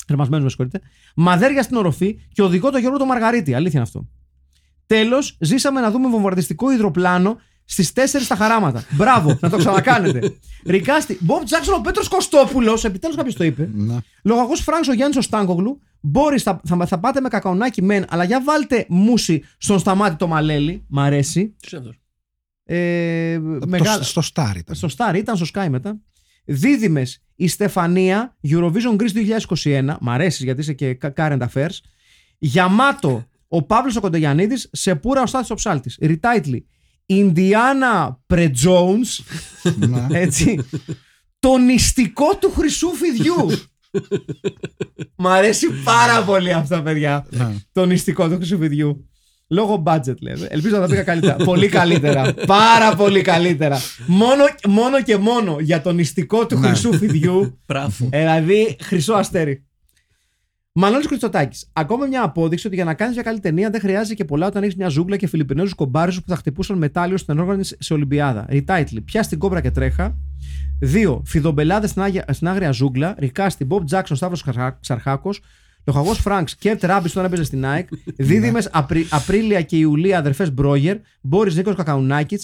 Speaker 1: Κρεμασμένο, με συγχωρείτε. Μαδέρια στην οροφή και οδηγό το Γιώργο το Μαργαρίτη. Αλήθεια είναι αυτό. Τέλος, ζήσαμε να δούμε βομβαρδιστικό υδροπλάνο στις 4 στα χαράματα. Μπράβο, να το ξανακάνετε. Ρικάστη, Μπομπ Τζάξον, ο Πέτρος Κωστόπουλος, επιτέλους κάποιος το είπε.
Speaker 2: Ναι.
Speaker 1: Λογαγός Φράγκο ο Γιάννης ο Στάνκογλου. Μπόρις, θα, θα, θα πάτε με κακαονάκι μεν, αλλά για βάλτε μουσι στον σταμάτη το μαλέλι. Μ' αρέσει.
Speaker 3: Τι είναι αυτός?
Speaker 1: Ε,
Speaker 2: Το-
Speaker 1: μεγάλα-
Speaker 2: Στο Στάρ ήταν.
Speaker 1: στο Star ήταν, στο Sky μετά. Δίδυμες η Στεφανία, Eurovision Greece 2021. Μ' αρέσεις γιατί είσαι και κα- current affairs. Γιαμάτο, ο Παύλος ο Κοντογιαννίδη, σε πούρα ο Στάθη ο Ψάλτης. Ριτάιτλι, Ινδιάνα Πρετζόουν,
Speaker 2: Ναι.
Speaker 1: έτσι. το νηστικό του χρυσού φιδιού. Μ' αρέσει πάρα πολύ αυτά, παιδιά.
Speaker 2: Ναι.
Speaker 1: το νηστικό του χρυσού φιδιού. Λόγω budget λέμε. Ελπίζω να τα πήγα καλύτερα. πολύ καλύτερα. Πάρα πολύ καλύτερα. Μόνο, μόνο και μόνο για το νηστικό του
Speaker 2: Ναι.
Speaker 1: χρυσού φιδιού.
Speaker 3: Μπράβο.
Speaker 1: Ε, δηλαδή, χρυσό αστέρι. Μανώλης Κριστοτάκη. Ακόμα μια απόδειξη ότι για να κάνεις μια καλή ταινία δεν χρειάζεται και πολλά όταν έχεις μια ζούγκλα και Φιλιππινέζους κομπάρε που θα χτυπούσαν μετάλλιο στην ενόργανη σε Ολυμπιάδα. Ριτάιτλι. Πιά την κόμπρα και τρέχα. 2. Φιδομπελάδες στην, άγια- στην άγρια ζούγκλα. Ρικάστη. Μπομπ Τζάξον. Σταύρο Ξαρχάκος. Λοχαγός Φρανκ. Κέρτ Ράμπι όταν έπαιζε στην ΑΕΚ. Δίδυμες Απρίλια και Ιουλία αδερφές Μπρόγερ. Μπόρις Νίκος Κακαουνάκη.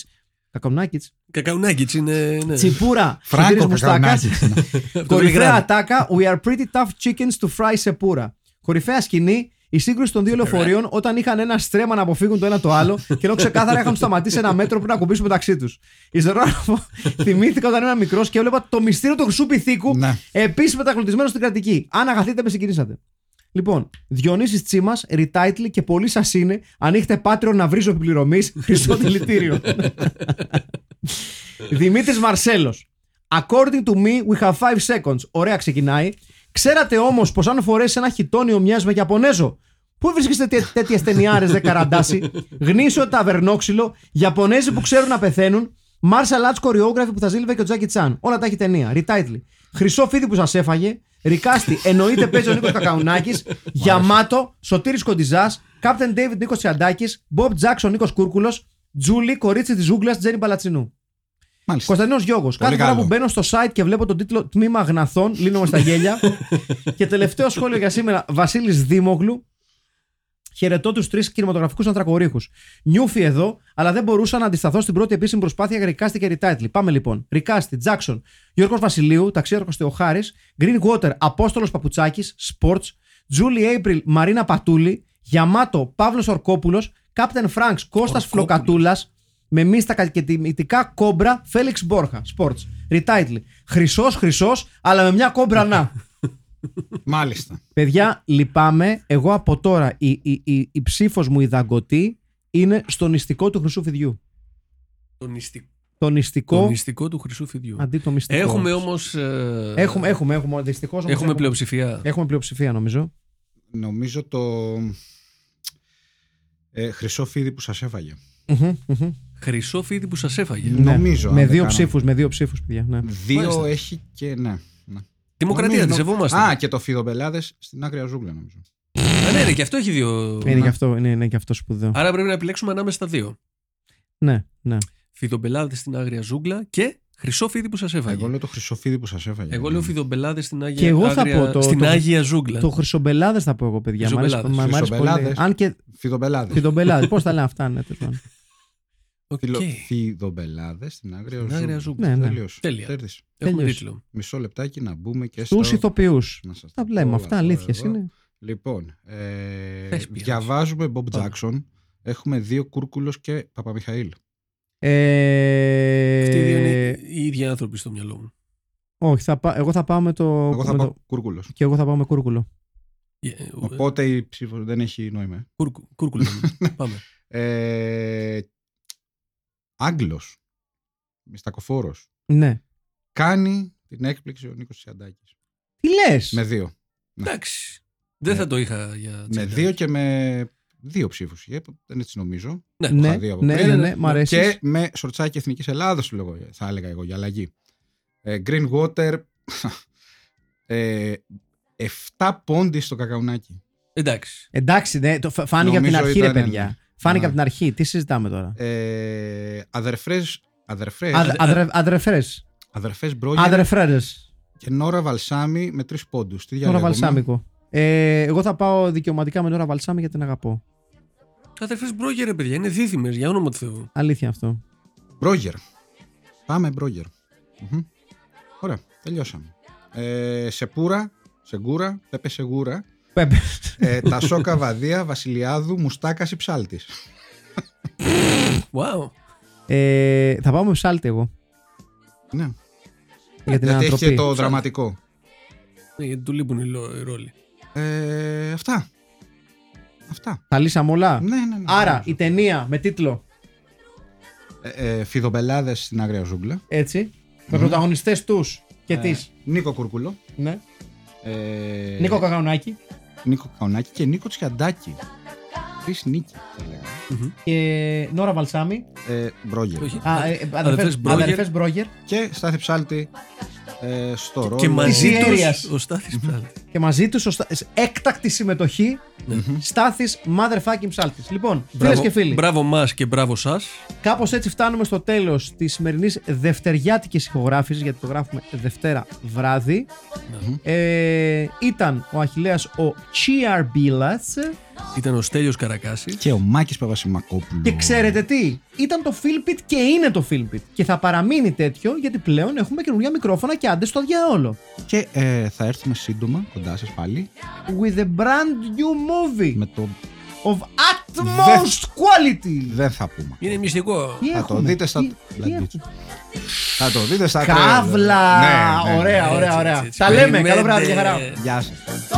Speaker 1: Κακαουνάκιτ.
Speaker 3: Κακαουνάκιτς είναι. Ναι.
Speaker 1: Τσιπούρα.
Speaker 2: Φράγκο
Speaker 1: Σωτήρης Μουστάκας.
Speaker 2: Κακαουνάκη.
Speaker 3: Από το
Speaker 1: Κορυφαία
Speaker 3: Βελιγράδι.
Speaker 1: ατάκα. We are pretty tough chickens to fry σεπούρα. Κορυφαία σκηνή. Η σύγκρουση των δύο λεωφορείων όταν είχαν ένα στρέμα να αποφύγουν το ένα το άλλο και ενώ ξεκάθαρα είχαν σταματήσει ένα μέτρο πριν να κουμπίσουν μεταξύ τους. Ιστερόγραφο θυμήθηκα όταν ήμουν μικρός και έβλεπα το μυστήριο του χρυσού πυθίκου
Speaker 2: Ναι.
Speaker 1: επίσης μετακλωτισμένο στην κρατική. Αν αγαθείτε, με συγκινήσατε. Λοιπόν, Διονύσης Τσίμας, Retitle και πολλοί σας είναι. Ανοίχτε Patreon να βρίζω επιπληρωμή. Χρυσό δηλητήριο. Δημήτρης Μαρσέλος. According to me, we have 5 seconds. Ωραία, ξεκινάει. Ξέρατε όμως πως αν φορέσεις ένα χιτόνιο μοιάζει με Ιαπωνέζο. Πού βρίσκεστε τέτοιες ταινιάρες δε καραντάσι, γνήσιο ταβερνόξυλο, Ιαπωνέζοι που ξέρουν να πεθαίνουν, Martial arts κοριόγραφοι που θα ζήλευε και ο Τζάκι Τσάν. Όλα τα έχει ταινία. Retitle. Χρυσό φίδι που σας έφαγε. Ρικάστη. Εννοείται παίζει ο Νίκος Κακαουνάκης. Γιαμάτο. Σωτήρης Κοντιζάς. Captain David Νίκος Τσιαντάκη. Bob Jackson Νίκος Κούρκουλος. Τζούλη, κορίτσι της ζούγκλας Τζέρι Μπαλατσινού.
Speaker 2: Μάλιστα.
Speaker 1: Κωνσταντίνος Γιώργο. Κάθε φορά
Speaker 2: καλό.
Speaker 1: που μπαίνω στο site και βλέπω τον τίτλο Τμήμα Γναθών, λύνομαι στα γέλια. και τελευταίο σχόλιο για σήμερα. Βασίλης Δήμογλου. Χαιρετώ τους τρεις κινηματογραφικούς ανθρακορίχους. Νιούφι εδώ, αλλά δεν μπορούσα να αντισταθώ στην πρώτη επίσημη προσπάθεια για Ρικάστη και Ριτάιτλι. Πάμε λοιπόν. Ρικάστη, Τζάξον, Γιώργος Βασιλείου, ταξίδαρχο Θεοχάρης, Green Water, Απόστολος Παπουτσάκης, Sports, Julie April, Μαρίνα Πατούλη, Γιαμάτο, Παύλος Ορκόπουλος, Captain Franks, Κώστας Φλοκατούλας, με μίστακα και τιμητικά κόμπρα, Φέληξ Μπόρχα, Sports. Ριτάιτλι. Χρυσός, χρυσός, αλλά με μια κόμπρα να.
Speaker 2: Μάλιστα.
Speaker 1: Παιδιά, λυπάμαι. Εγώ από τώρα η, η, η, η ψήφος μου, η δαγκωτή, είναι στο νηστικό του χρυσού φιδιού.
Speaker 3: Το νηστικό-
Speaker 1: Το νηστικό
Speaker 3: Το νηστικό του χρυσού φιδιού.
Speaker 1: αντί το μυστικό.
Speaker 3: Έχουμε όμως... ε,
Speaker 1: Έχουμε, έχουμε, έχουμε. Ε- Δυστυχώ
Speaker 3: έχουμε πλειοψηφία.
Speaker 1: έχουμε πλειοψηφία, νομίζω.
Speaker 2: Νομίζω το. Ε, χρυσό φίδι που σας έφαγε.
Speaker 1: Μμμ, μμμ.
Speaker 3: Χρυσό φίδι που σας έφαγε.
Speaker 1: Ναι.
Speaker 2: Νομίζω, αν
Speaker 1: Με
Speaker 2: δεν
Speaker 1: δύο
Speaker 2: κάνω-
Speaker 1: ψήφους, με δύο ψήφους, παιδιά. Ναι.
Speaker 2: Δύο
Speaker 3: Μάλιστα.
Speaker 2: έχει και ναι. ναι.
Speaker 3: Δημοκρατία, τη
Speaker 2: Νομίζω-
Speaker 3: σεβόμαστε.
Speaker 2: Α, και το φιδοπελάδες στην άγρια ζούγκλα, νομίζω.
Speaker 3: Α, ναι, ναι, και αυτό έχει δύο.
Speaker 1: Είναι και αυτό, είναι, είναι και αυτός σπουδαίο.
Speaker 3: Άρα πρέπει να επιλέξουμε ανάμεσα στα δύο.
Speaker 1: Ναι, ναι.
Speaker 3: Φιδομπελάδε στην άγρια ζούγκλα και χρυσό φίδι που σας έφαγε.
Speaker 2: Εγώ λέω το χρυσό φίδι που σας έφαγε.
Speaker 3: Εγώ λέω φιδομπελάδε στην άγια,
Speaker 1: Και εγώ θα
Speaker 3: άγρια,
Speaker 1: πω το-
Speaker 3: στην
Speaker 1: το-
Speaker 3: άγια ζούγκλα.
Speaker 1: Το χρυσομπελάδες θα πω εγώ, παιδιά. Μ' αρέσει,
Speaker 3: Χρυσομπελάδες.
Speaker 1: μ' αρέσει πολύ.
Speaker 2: Χρυσομπελάδες.
Speaker 1: Αν και
Speaker 2: Φιδοπελάδες.
Speaker 1: χρυσομπελάδε. Πώς τα λένε αυτά, ναι, τέλος πάντων.
Speaker 3: Οκ.
Speaker 2: Φιδοπελάδε στην άγρια
Speaker 3: Στην
Speaker 2: ζούγκλα.
Speaker 3: Άγρια Ζούγκλα.
Speaker 1: Ναι, ναι.
Speaker 2: Τελείωσε.
Speaker 3: Τέλεια.
Speaker 2: Κέρδισε.
Speaker 3: Έχουμε
Speaker 1: Τέλειωσε.
Speaker 3: τίτλο.
Speaker 2: Μισό λεπτάκι να μπούμε και στο.
Speaker 1: Στου ηθοποιούς.
Speaker 2: Να σας
Speaker 1: Τα
Speaker 2: πω
Speaker 1: λέμε
Speaker 2: όλα
Speaker 1: αυτά,
Speaker 2: τώρα
Speaker 1: αλήθειες
Speaker 2: εδώ.
Speaker 1: είναι.
Speaker 2: Λοιπόν, ε,
Speaker 3: Θες πειράζει.
Speaker 2: διαβάζουμε Bob Jackson. Έχουμε δύο Κούρκουλος και Παπαμιχαήλ.
Speaker 1: Ε,
Speaker 3: Αυτοί οι δύο είναι οι ίδιοι άνθρωποι στο μυαλό μου.
Speaker 1: Όχι, θα πά- εγώ θα πάω με το.
Speaker 2: Εγώ θα
Speaker 1: με
Speaker 2: πάω
Speaker 1: το-
Speaker 2: Κούρκουλος.
Speaker 1: Και εγώ θα πάω με κούρκουλο.
Speaker 3: Ε, ο-
Speaker 2: Οπότε η ψήφος δεν έχει νόημα. ε.
Speaker 3: Κούρκου- Κούρκουλα.
Speaker 2: Ναι.
Speaker 3: μου. Πάμε.
Speaker 2: Ε, Άγγλος, μιστακοφόρος,
Speaker 1: Ναι.
Speaker 2: κάνει την έκπληξη ο Νίκος Τσιαντάκης.
Speaker 1: Τι λες.
Speaker 2: Με δύο.
Speaker 3: Εντάξει. Δεν
Speaker 2: Ναι.
Speaker 3: θα το είχα για
Speaker 2: Με δύο και με δύο ψήφους. είχε, δεν έτσι νομίζω.
Speaker 3: Ναι,
Speaker 1: Ναι,
Speaker 2: είχα δει από
Speaker 1: ναι,
Speaker 2: πριν.
Speaker 1: ναι, ναι, μ' αρέσει.
Speaker 2: Και με σορτσάκι Εθνικής Ελλάδας, λέω, θα έλεγα εγώ, για αλλαγή. Ε, green Water, ε, 7 πόντι στο κακαουνάκι.
Speaker 3: Εντάξει.
Speaker 1: Εντάξει, ναι, το φα- φάνηκε από την
Speaker 2: Νομίζω
Speaker 1: αρχή, ρε
Speaker 2: ήταν-
Speaker 1: παιδιά. Φάνηκε
Speaker 2: Ναι.
Speaker 1: από την αρχή. Τι συζητάμε τώρα.
Speaker 2: Ε, αδερφές, αδερφές,
Speaker 1: Αδ- αδρε- Αδρεφρές.
Speaker 2: αδερφές Μπρόγερ
Speaker 1: Αδρεφρέρες.
Speaker 2: και Νόρα Βαλσάμι με τρεις πόντους. Τι
Speaker 1: Τώρα
Speaker 2: διαλέγουμε?
Speaker 1: βαλσάμικο. Ε, εγώ θα πάω δικαιωματικά με τώρα βαλσάμι γιατί την αγαπώ.
Speaker 3: Αδερφές Μπρόγερ, ρε παιδιά, είναι δίδυμες για όνομα του Θεού.
Speaker 1: Αλήθεια αυτό.
Speaker 2: Μπρόγερ. Πάμε μπρόγερ. Μμμ. Ωραία, τελειώσαμε. Ε, σεπούρα, σεγκούρα, πέπε σεγούρα.
Speaker 1: Πέμπε.
Speaker 2: Ε, Τασόκα Βαδία, Βασιλιάδου, Μουστάκας ή Ψάλτης.
Speaker 3: Wow.
Speaker 1: Ε, θα πάω με ψάλτη εγώ.
Speaker 2: Ναι,
Speaker 1: Για την
Speaker 2: γιατί έχει και
Speaker 1: ανατροπή.
Speaker 2: το δραματικό.
Speaker 3: Ναι, γιατί του λείπουν οι λο- οι ρόλοι.
Speaker 2: Ε, αυτά. Αυτά.
Speaker 1: Τα λύσαμε όλα.
Speaker 2: Ναι, ναι, ναι.
Speaker 1: Άρα η ταινία με τίτλο
Speaker 2: Ε, ε, Φιδοπελάδες στην Αγρία Ζούγκλα. Ε,
Speaker 1: έτσι. Με πρωταγωνιστές τους και τη.
Speaker 2: Νίκο Κουρκουλό.
Speaker 1: Ναι.
Speaker 2: Ναι. Ε,
Speaker 1: Νίκο Καγαουνάκη.
Speaker 2: Νίκο Καουνάκη και Νίκο Τσιαντάκη. Τρεις νίκη, θα λέγαμε.
Speaker 1: και Νόρα Βαλσάμι.
Speaker 2: Ε, μπρόγερ.
Speaker 3: Όχι.
Speaker 1: Α, ε, αδερφές-
Speaker 3: Μπρόγερ.
Speaker 1: Αδερφές Μπρόγερ.
Speaker 2: Και Στάθη Ψάλτη ε, στο ρόλο.
Speaker 3: Και μαζί
Speaker 1: Της Ιέρειας.
Speaker 3: του ο Στάθης Ψάλτη.
Speaker 1: Και και μαζί τους σωστά, σε ε, έκτακτη συμμετοχή Στάθης motherfucking ψάλτης. Λοιπόν, φίλες
Speaker 3: Mm-hmm. Μπράβο-
Speaker 1: και φίλοι,
Speaker 3: Μπράβο μας και μπράβο σας.
Speaker 1: κάπως έτσι φτάνουμε στο τέλος της σημερινής δευτεριάτικης ηχογράφησης, γιατί το γράφουμε Δευτέρα βράδυ.
Speaker 3: Mm-hmm.
Speaker 1: Ε, ήταν ο Αχηλέα ο Τσιαρμπίλα.
Speaker 3: Ήταν ο Στέλιος Καρακάσης.
Speaker 2: Και ο Μάκης Παπασημακόπουλος.
Speaker 1: Και ξέρετε τι, ήταν το Filmpit και είναι το Filmpit. Και θα παραμείνει τέτοιο γιατί πλέον έχουμε καινούργια μικρόφωνα και άντε στο διαόλο.
Speaker 2: Και ε, θα έρθουμε σύντομα κοντά σας πάλι
Speaker 1: With a brand new movie
Speaker 2: με το.
Speaker 1: of utmost quality.
Speaker 2: Δεν θα πούμε.
Speaker 3: Είναι μυστικό.
Speaker 1: Τι
Speaker 2: Θα το
Speaker 1: έχουμε,
Speaker 2: δείτε στα. δηλαδή.
Speaker 1: τι- τι
Speaker 2: Λαντίτσα.
Speaker 1: έχουμε.
Speaker 2: Θα το δείτε στα.
Speaker 1: Καύλα!
Speaker 2: Ναι, ναι, ναι.
Speaker 1: Ωραία, ωραία,
Speaker 3: Έτσι,
Speaker 1: ωραία.
Speaker 3: έτσι, έτσι.
Speaker 1: Τα λέμε. Καλό
Speaker 3: Περιμένετε.
Speaker 1: βράδυ, για χαρά.
Speaker 2: Γεια σας.